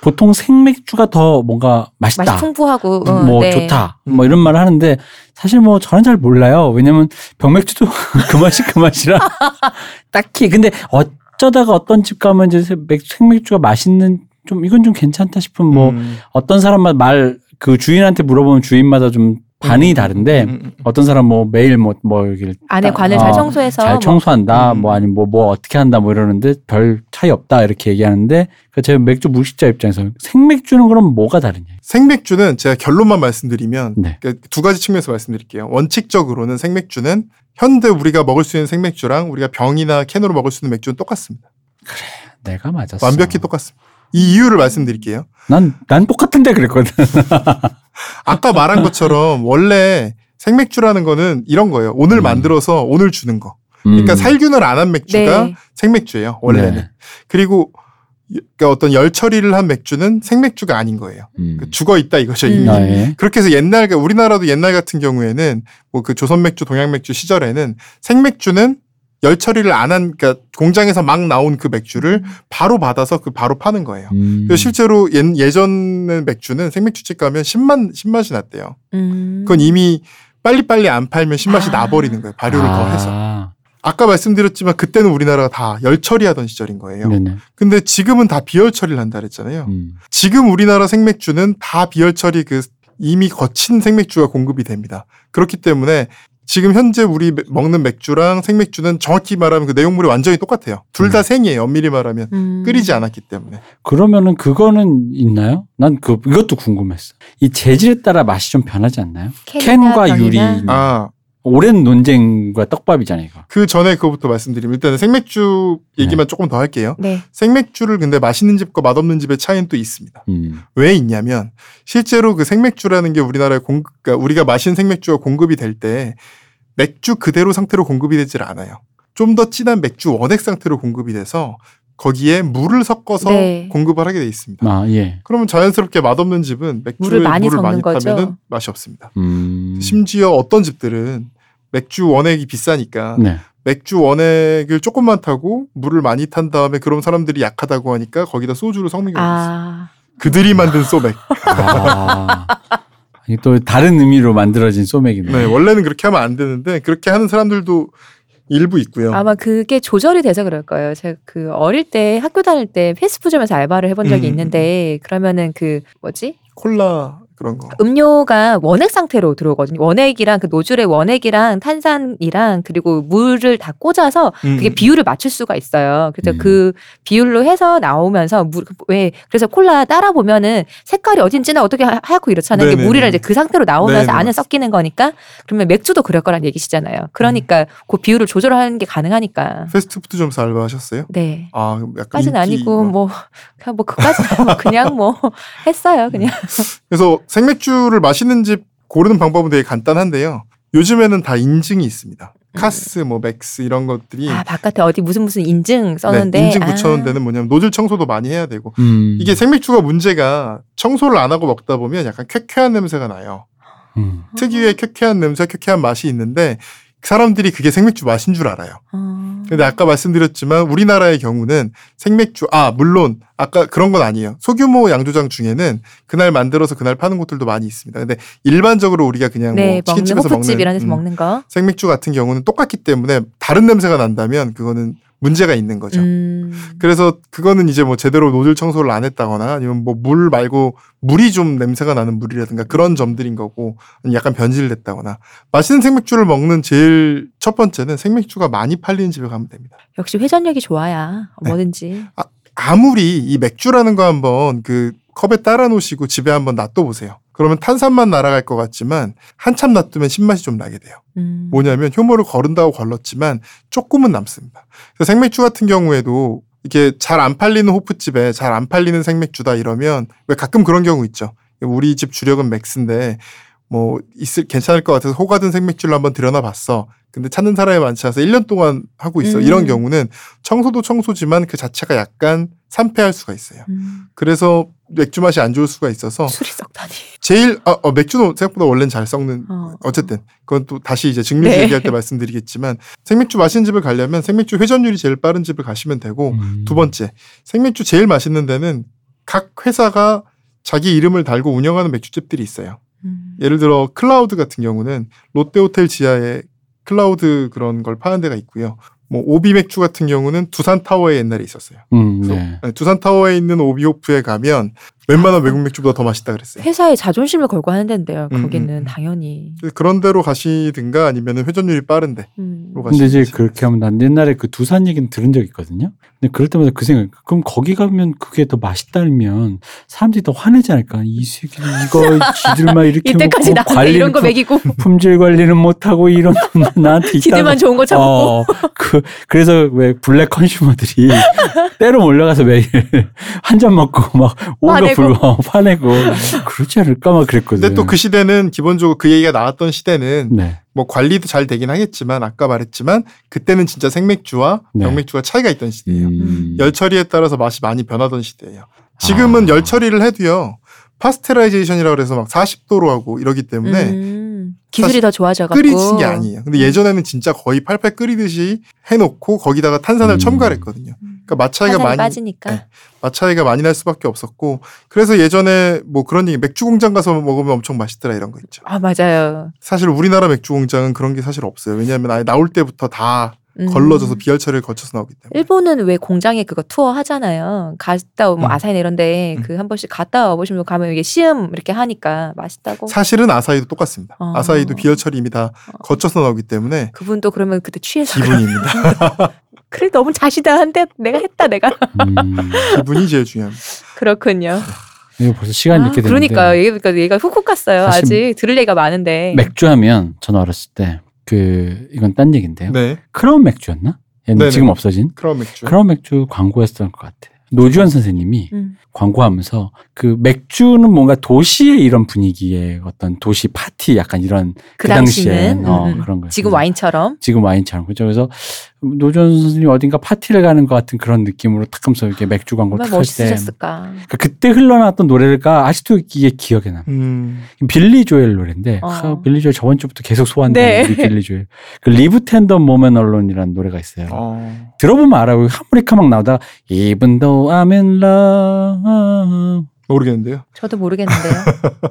S3: 보통 생맥주가 더 뭔가 맛있다.
S4: 맛이 풍부하고 어,
S3: 아, 뭐
S4: 네.
S3: 좋다.
S2: 음.
S3: 뭐 이런 말을 하는데 사실 뭐 저는 잘 몰라요. 왜냐면 병맥주도 [LAUGHS] 그 맛이 그 [LAUGHS] 맛이라 딱히 근데 어쩌다가 어떤 집 가면 이제 맥- 생맥주가 맛있는 좀 이건 좀 괜찮다 싶은 뭐
S2: 음.
S3: 어떤 사람만 말 그 주인한테 물어보면 주인마다 좀 반응이 다른데
S2: 음, 음, 음.
S3: 어떤 사람 뭐 매일 뭐뭐 이렇게
S4: 안에 관을
S3: 어,
S4: 잘 청소해서
S3: 잘 청소한다,
S2: 음.
S3: 뭐 아니면 뭐, 뭐 어떻게 한다, 뭐 이러는데 별 차이 없다 이렇게 얘기하는데 그제 맥주 무식자 입장에서 생맥주는 그럼 뭐가 다르냐?
S2: 생맥주는 제가 결론만 말씀드리면
S3: 네.
S2: 그러니까 두 가지 측면에서 말씀드릴게요. 원칙적으로는 생맥주는 현대 우리가 먹을 수 있는 생맥주랑 우리가 병이나 캔으로 먹을 수 있는 맥주는 똑같습니다.
S3: 내가 맞았어.
S2: 완벽히 똑같습니다. 이 이유를 말씀드릴게요.
S3: 난, 난 똑같은데 그랬거든.
S2: 아까 말한 것처럼 원래 생맥주라는 거는 이런 거예요. 오늘
S3: 음.
S2: 만들어서 오늘 주는 거. 그러니까 살균을 안 한 맥주가
S4: 네.
S2: 생맥주예요. 원래는.
S3: 네.
S2: 그리고 그러니까 어떤 열 처리를 한 맥주는 생맥주가 아닌 거예요. 그 죽어 있다 이거죠. 이미.
S4: 음. 아,
S3: 예.
S2: 그렇게 해서 옛날 그러니까 우리나라도 옛날 같은 경우에는 뭐 그 조선 맥주, 동양 맥주 시절에는 생맥주는 열 처리를 안 한 그러니까 공장에서 막 나온 그 맥주를 바로 받아서 그 바로 파는 거예요.
S3: 음.
S2: 그래서 실제로 예, 예전에 맥주는 생맥주집 가면 신맛 신맛이 났대요.
S4: 음.
S2: 그건 이미 빨리빨리 안 팔면 신맛이
S4: 아.
S2: 나버리는 거예요. 발효를
S3: 아.
S2: 더 해서. 아까 말씀드렸지만 그때는 우리나라가 다 열 처리하던 시절인 거예요.
S3: 네네.
S2: 근데 지금은 다 비열 처리를 한다 그랬잖아요.
S3: 음.
S2: 지금 우리나라 생맥주는 다 비열 처리 그 이미 거친 생맥주가 공급이 됩니다. 그렇기 때문에 지금 현재 우리 매- 먹는 맥주랑 생맥주는 정확히 말하면 그 내용물이 완전히 똑같아요. 둘 다
S3: 음.
S2: 생이에요. 엄밀히 말하면
S4: 음.
S2: 끓이지 않았기 때문에.
S3: 그러면은 그거는 있나요? 난 그, 이것도 궁금했어. 이 재질에 따라 맛이 좀 변하지 않나요?
S4: 캔이나
S3: 캔과 유리.
S4: 병이나.
S2: 아,
S3: 오랜 논쟁과 떡밥이잖아요, 이거.
S2: 그 전에 그거부터 말씀드리면 일단은 생맥주 얘기만 조금 더 할게요.
S4: 네.
S2: 생맥주를 근데 맛있는 집과 맛없는 집의 차이는 또 있습니다.
S3: 음.
S2: 왜 있냐면 실제로 그 생맥주라는 게 우리나라에 공 그러니까 우리가 마신 생맥주가 공급이 될 때 맥주 그대로 상태로 공급이 되질 않아요. 좀 더 진한 맥주 원액 상태로 공급이 돼서 거기에 물을 섞어서
S1: 네.
S2: 공급을 하게 돼 있습니다.
S3: 아, 예.
S2: 그러면 자연스럽게 맛없는 집은 맥주에
S1: 물을
S2: 물을
S1: 많이
S2: 많이,
S1: 섞는 거죠.
S2: 타면은 맛이 없습니다.
S3: 음.
S2: 심지어 어떤 집들은 맥주 원액이 비싸니까
S3: 네.
S2: 맥주 원액을 조금만 타고 물을 많이 탄 다음에 그럼 사람들이 약하다고 하니까 거기다 소주를 섞는 경우가 있어요.
S1: 아.
S2: 그들이 만든 소맥.
S3: 아. 이게 또 다른 의미로 만들어진 소맥이네.
S2: 네, 원래는 그렇게 하면 안 되는데 그렇게 하는 사람들도 일부 있고요.
S1: 아마 그게 조절이 돼서 그럴 거예요. 제가 그 어릴 때 학교 다닐 때 패스트푸드점에서 알바를 해본 적이
S2: 음.
S1: 있는데 그러면은 그 뭐지
S2: 콜라 그런
S1: 아,
S2: 거.
S1: 음료가 원액 상태로 들어오거든요. 원액이랑 그 노즐의 원액이랑 탄산이랑 그리고 물을 다 꽂아서 그게
S2: 음.
S1: 비율을 맞출 수가 있어요. 그래서
S3: 음.
S1: 그 비율로 해서 나오면서 물, 왜 그래서 콜라 따라 보면은 색깔이 어딘 진나 어떻게 하- 하얗고 이렇잖아요. 이게
S2: 네네네.
S1: 물이랑 이제 그 상태로 나오면서
S2: 네네,
S1: 안에
S2: 맞습니다.
S1: 섞이는 거니까 그러면 맥주도 그럴 거란 얘기시잖아요. 그러니까
S2: 음.
S1: 그 비율을 조절하는 게 가능하니까.
S2: 패스트푸드점에서 알바하셨어요?
S1: 네.
S2: 아, 그럼 약간
S1: 까진
S2: 인기
S1: 아니고
S2: 막.
S1: 뭐 그냥 뭐 그까지는
S2: [LAUGHS]
S1: 뭐 그냥 뭐 했어요 그냥
S2: 그래서 생맥주를 마시는 집 고르는 방법은 되게 간단한데요. 요즘에는 다 인증이 있습니다. 카스, 뭐 맥스 이런 것들이
S1: 음. 아 바깥에 어디 무슨 무슨 인증
S2: 네,
S1: 썼는데
S2: 인증
S1: 아.
S2: 붙여놓은 데는 뭐냐면 노즐 청소도 많이 해야 되고
S3: 음.
S2: 이게 생맥주가 문제가 청소를 안 하고 먹다 보면 약간 쾌쾌한 냄새가 나요.
S3: 음.
S1: 아.
S2: 특유의 쾌쾌한 냄새, 쾌쾌한 맛이 있는데 사람들이 그게 생맥주 맛인 줄 알아요.
S1: 어.
S2: 근데 아까 말씀드렸지만 우리나라의 경우는 생맥주 아 물론 아까 그런 건 아니에요. 소규모 양조장 중에는 그날 만들어서 그날 파는 곳들도 많이 있습니다. 근데 일반적으로 우리가 그냥
S1: 네
S2: 뭐
S1: 먹는
S2: 치킨집에서
S1: 호프집 이런 데서
S2: 음,
S1: 먹는 거
S2: 생맥주 같은 경우는 똑같기 때문에 다른 냄새가 난다면 그거는 문제가 있는 거죠.
S1: 음.
S2: 그렇죠. 그래서 그거는 이제 뭐 제대로 노즐 청소를 안 했다거나 아니면 뭐 물 말고 물이 좀 냄새가 나는 물이라든가 그런 점들인 거고 아니면 약간 변질됐다거나 맛있는 생맥주를 먹는 제일 첫 번째는 생맥주가 많이 팔리는 집에 가면 됩니다.
S1: 역시 회전력이 좋아야
S2: 네.
S1: 뭐든지
S2: 아무리 이 맥주라는 거 한번 그 컵에 따라 놓으시고 집에 한번 놔둬 보세요. 그러면 탄산만 날아갈 것 같지만 한참 놔두면 신맛이 좀 나게 돼요.
S1: 음.
S2: 뭐냐면 효모를 거른다고 걸렀지만 조금은 남습니다. 그래서 생맥주 같은 경우에도 이게 잘 안 팔리는 호프집에 잘 안 팔리는 생맥주다 이러면 왜 가끔 그런 경우 있죠. 우리 집 주력은 맥스인데 뭐 있을 괜찮을 것 같아서 호가든 생맥주를 한번 들여놔봤어. 근데 찾는 사람이 많지 않아서 1년 동안 하고 있어.
S1: 음.
S2: 이런 경우는 청소도 청소지만 그 자체가 약간 산패할 수가 있어요.
S1: 음.
S2: 그래서 맥주 맛이 안 좋을 수가 있어서
S1: 술이 썩다니
S2: 제일 아, 어, 맥주는 생각보다 원래는 잘 썩는
S1: 어.
S2: 어쨌든 그건 또 다시 이제 증류주
S1: 네.
S2: 얘기할 때 말씀드리겠지만 생맥주 마시는 집을 가려면 생맥주 회전율이 제일 빠른 집을 가시면 되고
S3: 음.
S2: 두 번째 생맥주 제일 맛있는 데는 각 회사가 자기 이름을 달고 운영하는 맥주집들이 있어요.
S1: 음.
S2: 예를 들어 클라우드 같은 경우는 롯데호텔 지하에 클라우드 그런 걸 파는 데가 있고요. 뭐 오비 맥주 같은 경우는 두산 타워에 옛날에 있었어요.
S3: 음,
S2: 그래서
S3: 네.
S2: 네, 두산 타워에 있는 오비호프에 가면 웬만한 외국 맥주보다 더 맛있다 그랬어요.
S1: 회사에 자존심을 걸고 하는 데인데요
S2: 음,
S1: 거기는
S2: 음, 음.
S1: 당연히
S2: 그런 데로 가시든가 아니면 회전율이 빠른데
S1: 음.
S2: 로
S3: 근데
S2: 가시든지.
S3: 이제 그렇게 하면 난 옛날에 그 두산 얘기는 들은 적 있거든요. 근데 그럴 때마다 그 생각, 그럼 거기 가면 그게 더 맛있다면 사람들이 더 화내지 않을까? 이 새끼 이거
S1: [LAUGHS]
S3: 지들만 이렇게
S1: 이때까지
S2: 뭐
S3: 먹고
S1: 나한테 이런 거
S3: 품-
S2: [LAUGHS]
S1: 먹이고
S3: 품질 관리는 못하고 이런 놈 나한테 있다.
S1: 기대만 좋은 거 참고
S3: 어, 그, 그래서 왜 블랙
S1: [LAUGHS]
S3: 컨슈머들이 때로 몰려가서 매일 한 잔 먹고 막 오가
S1: 화내고.
S3: 불고 파내고 그렇지 않을까 막 그랬거든.
S2: 근데 또 그 시대는 기본적으로 그 얘기가 나왔던 시대는
S3: 네.
S2: 뭐 관리도 잘 되긴 하겠지만 아까 말했지만 그때는 진짜 생맥주와
S3: 네.
S2: 병맥주가 차이가 있던 시대예요.
S3: 음.
S2: 열 처리에 따라서 맛이 많이 변하던 시대예요. 지금은
S3: 아.
S2: 열 처리를 해도요. 파스테라이제이션이라고 해서 막 40도로 하고 이러기 때문에
S1: 음. 기술이 더 좋아져갖고
S2: 네. 끓이는 게 아니에요. 근데 예전에는 진짜 거의 팔팔 끓이듯이 해놓고 거기다가 탄산을
S3: 음.
S2: 첨가를 했거든요. 그러니까 맛 차이가
S1: 탄산이
S2: 많이
S1: 빠지니까
S2: 네. 맛 차이가 많이 날 수밖에 없었고 그래서 예전에 뭐 그런 얘기 맥주 공장 가서 먹으면 엄청 맛있더라 이런 거 있죠.
S1: 아 맞아요
S2: 사실 우리나라 맥주 공장은 그런 게 사실 없어요. 왜냐하면 아예 나올 때부터 다
S1: 음.
S2: 걸러져서 비열처리를 거쳐서 나오기 때문에.
S1: 일본은 왜 공장에 그거 투어 하잖아요. 갔다 오뭐
S2: 음.
S1: 아사히나 이런데
S2: 음.
S1: 그 한 번씩 갔다 와보시면 가면 이게 시음 이렇게 하니까 맛있다고.
S2: 사실은 아사히도 똑같습니다.
S1: 어.
S2: 아사히도 비열처리 이미 다 거쳐서 나오기 때문에
S1: 그분도 그러면 그때 취해서
S2: 기분입니다.
S1: [LAUGHS] 그래 너무 자시다 한데 내가 했다 내가 [LAUGHS]
S3: 음.
S2: 기분이 제일 중요합니다.
S1: 그렇군요.
S3: 이거 벌써 시간이
S1: 아,
S3: 있게 됐는데.
S1: 그러니까 얘 그러니까 얘가 훅훅 갔어요.
S3: 사실
S1: 아직 들을 얘기가 많은데.
S3: 맥주 하면 저는 어렸을 때 그 이건 딴 얘기인데요.
S2: 네,
S3: 크라운 맥주였나? 얘는
S2: 네네.
S3: 지금 없어진
S2: 크라운 맥주.
S3: 크라운 맥주 광고였던 것 같아. 노주현 선생님이
S4: 음.
S3: 광고하면서 그 맥주는 뭔가 도시의 이런 분위기의 어떤 도시 파티 약간 이런 그, 당시엔 어,
S4: 음, 음.
S3: 그런 거예요.
S4: 지금 와인처럼
S3: 지금 와인처럼 그렇죠. 그죠? 그래서 노주현 선생님 이 어딘가 파티를 가는 것 같은 그런 느낌으로 탁 하면서 이렇게 맥주 광고
S4: 정말
S3: 탁할때
S4: 멋있으셨을까.
S3: 그러니까 그때 흘러나왔던 노래가 아직도 이게 기억에 남.
S2: 음.
S3: 빌리 조엘 노래인데
S4: 어.
S3: 아, 빌리 조엘 저번 주부터 계속 소환되는
S4: 네.
S3: 우리 빌리 조엘. 그 리브 텐더 모멘 언론이라는 노래가 있어요.
S2: 어.
S3: 들어보면 알아요. 그 하모니카 막 나오다 Even though I'm in love
S2: 모르겠는데요.
S4: 저도 모르겠는데요.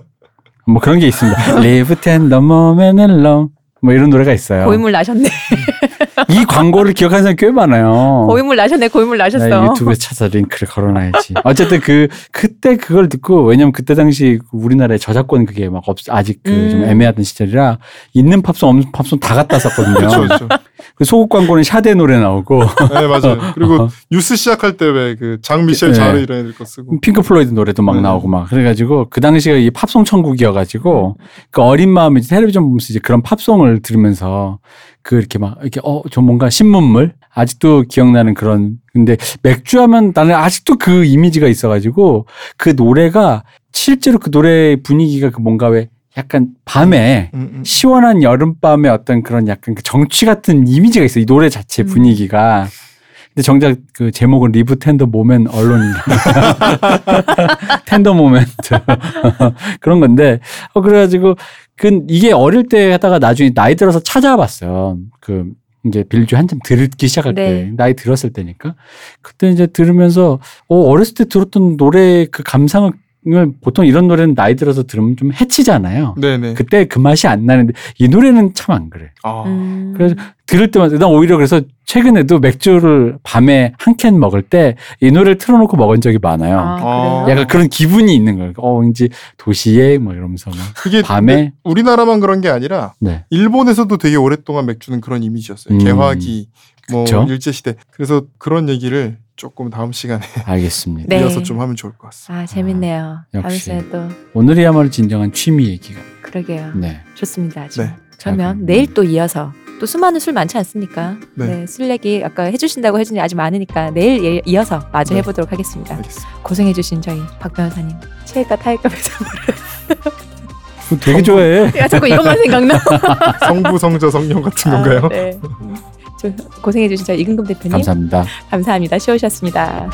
S3: [LAUGHS] 뭐 그런
S4: [LAUGHS]
S3: 게 있습니다. Live tender moment in love 뭐 이런 노래가 있어요.
S4: 고인물 나셨네.
S3: 이 광고를 기억하는 사람이 꽤 많아요.
S4: 고인물 나셨네. 고인물 나셨어.
S3: 나 어. 유튜브에 찾아 링크를 걸어놔야지. 어쨌든 그 그때 그걸 듣고 왜냐면 그때 당시 그 우리나라에 저작권 그게 막 없, 아직 그 좀
S4: 음.
S3: 애매하던 시절이라 있는 팝송 없는 팝송 다 갖다 썼거든요.
S2: 그렇죠, 그렇죠.
S3: 그 소극 광고는 샤데 노래 나오고
S2: 네, 맞아요. 그리고 뉴스 시작할 때 왜 그 장미셸
S3: 네.
S2: 자르 이런 애들 거 쓰고.
S3: 핑크 플로이드 노래도 막
S2: 네.
S3: 나오고 막 그래가지고 그 당시가 이 팝송 천국이어가지고 그 어린 마음에 이제 텔레비전 보면서 이제 그런 팝송을 들으면서 그 이렇게 막 이렇게 어저 뭔가 신문물 아직도 기억나는 그런 근데 맥주하면 나는 아직도 그 이미지가 있어가지고 그 노래가 실제로 그 노래의 분위기가 그 뭔가 왜 약간 밤에
S2: 음, 음.
S3: 시원한 여름밤의 어떤 그런 약간 그 정취 같은 이미지가 있어요. 이 노래 자체
S4: 음.
S3: 분위기가. 근데 정작 그 제목은 리브 텐더 모멘 언론 [LAUGHS] 텐더 모멘트 [LAUGHS] 그런 건데 어 그래가지고 그 이게 어릴 때 하다가 나중에 나이 들어서 찾아봤어요. 그 이제 빌주 한참 듣기 시작할 때
S4: 네.
S3: 나이 들었을 때니까 그때 이제 들으면서 어 어렸을 때 들었던 노래 그 감상을 보통 이런 노래는 나이 들어서 들으면 좀 해치잖아요.
S2: 네네.
S3: 그때 그 맛이 안 나는데 이 노래는 참 안 그래.
S2: 아.
S4: 음.
S3: 그래서 들을 때마다 난 오히려 그래서 최근에도 맥주를 밤에 한 캔 먹을 때 이 노래를 틀어놓고 먹은 적이 많아요.
S4: 아,
S2: 어.
S4: 그래요?
S3: 약간 그런 기분이 있는 거예요. 어, 왠지 도시에 뭐 이러면서 막
S2: 그게 근데
S3: 밤에
S2: 우리나라만 그런 게 아니라
S3: 네.
S2: 일본에서도 되게 오랫동안 맥주는 그런 이미지였어요.
S3: 음.
S2: 개화기, 뭐
S3: 그쵸.
S2: 일제 시대. 그래서 그런 얘기를 조금 다음 시간에
S3: 알겠습니다.
S4: 네.
S2: 이어서 좀 하면 좋을 것 같습니다.
S4: 아 재밌네요.
S3: 아,
S4: 다음
S3: 역시.
S4: 시간에 또
S3: 오늘이야말로 진정한 취미 얘기가.
S4: 그러게요.
S3: 네.
S4: 좋습니다. 아주.
S2: 네.
S4: 그러면
S3: 자,
S4: 내일 또 이어서 또 수많은 술 많지 않습니까?
S2: 네.
S4: 네. 술래기 아까 해주신다고 해주니 아주 많으니까 내일 예- 이어서 마저
S2: 네.
S4: 해보도록 하겠습니다.
S2: 알겠습니다.
S4: 고생해주신 저희 박 변호사님 체액과 타액과 [LAUGHS] 배상을
S3: 그거 되게 좋아해.
S1: 네.
S4: 야 자꾸 이것만 생각나.
S2: 성부, 성자, 성령 같은
S4: 아,
S2: 건가요?
S4: 네. 음, 저- 고생해주신 저희 이근금 대표님
S3: 감사합니다.
S4: 감사합니다. 쉬우셨습니다.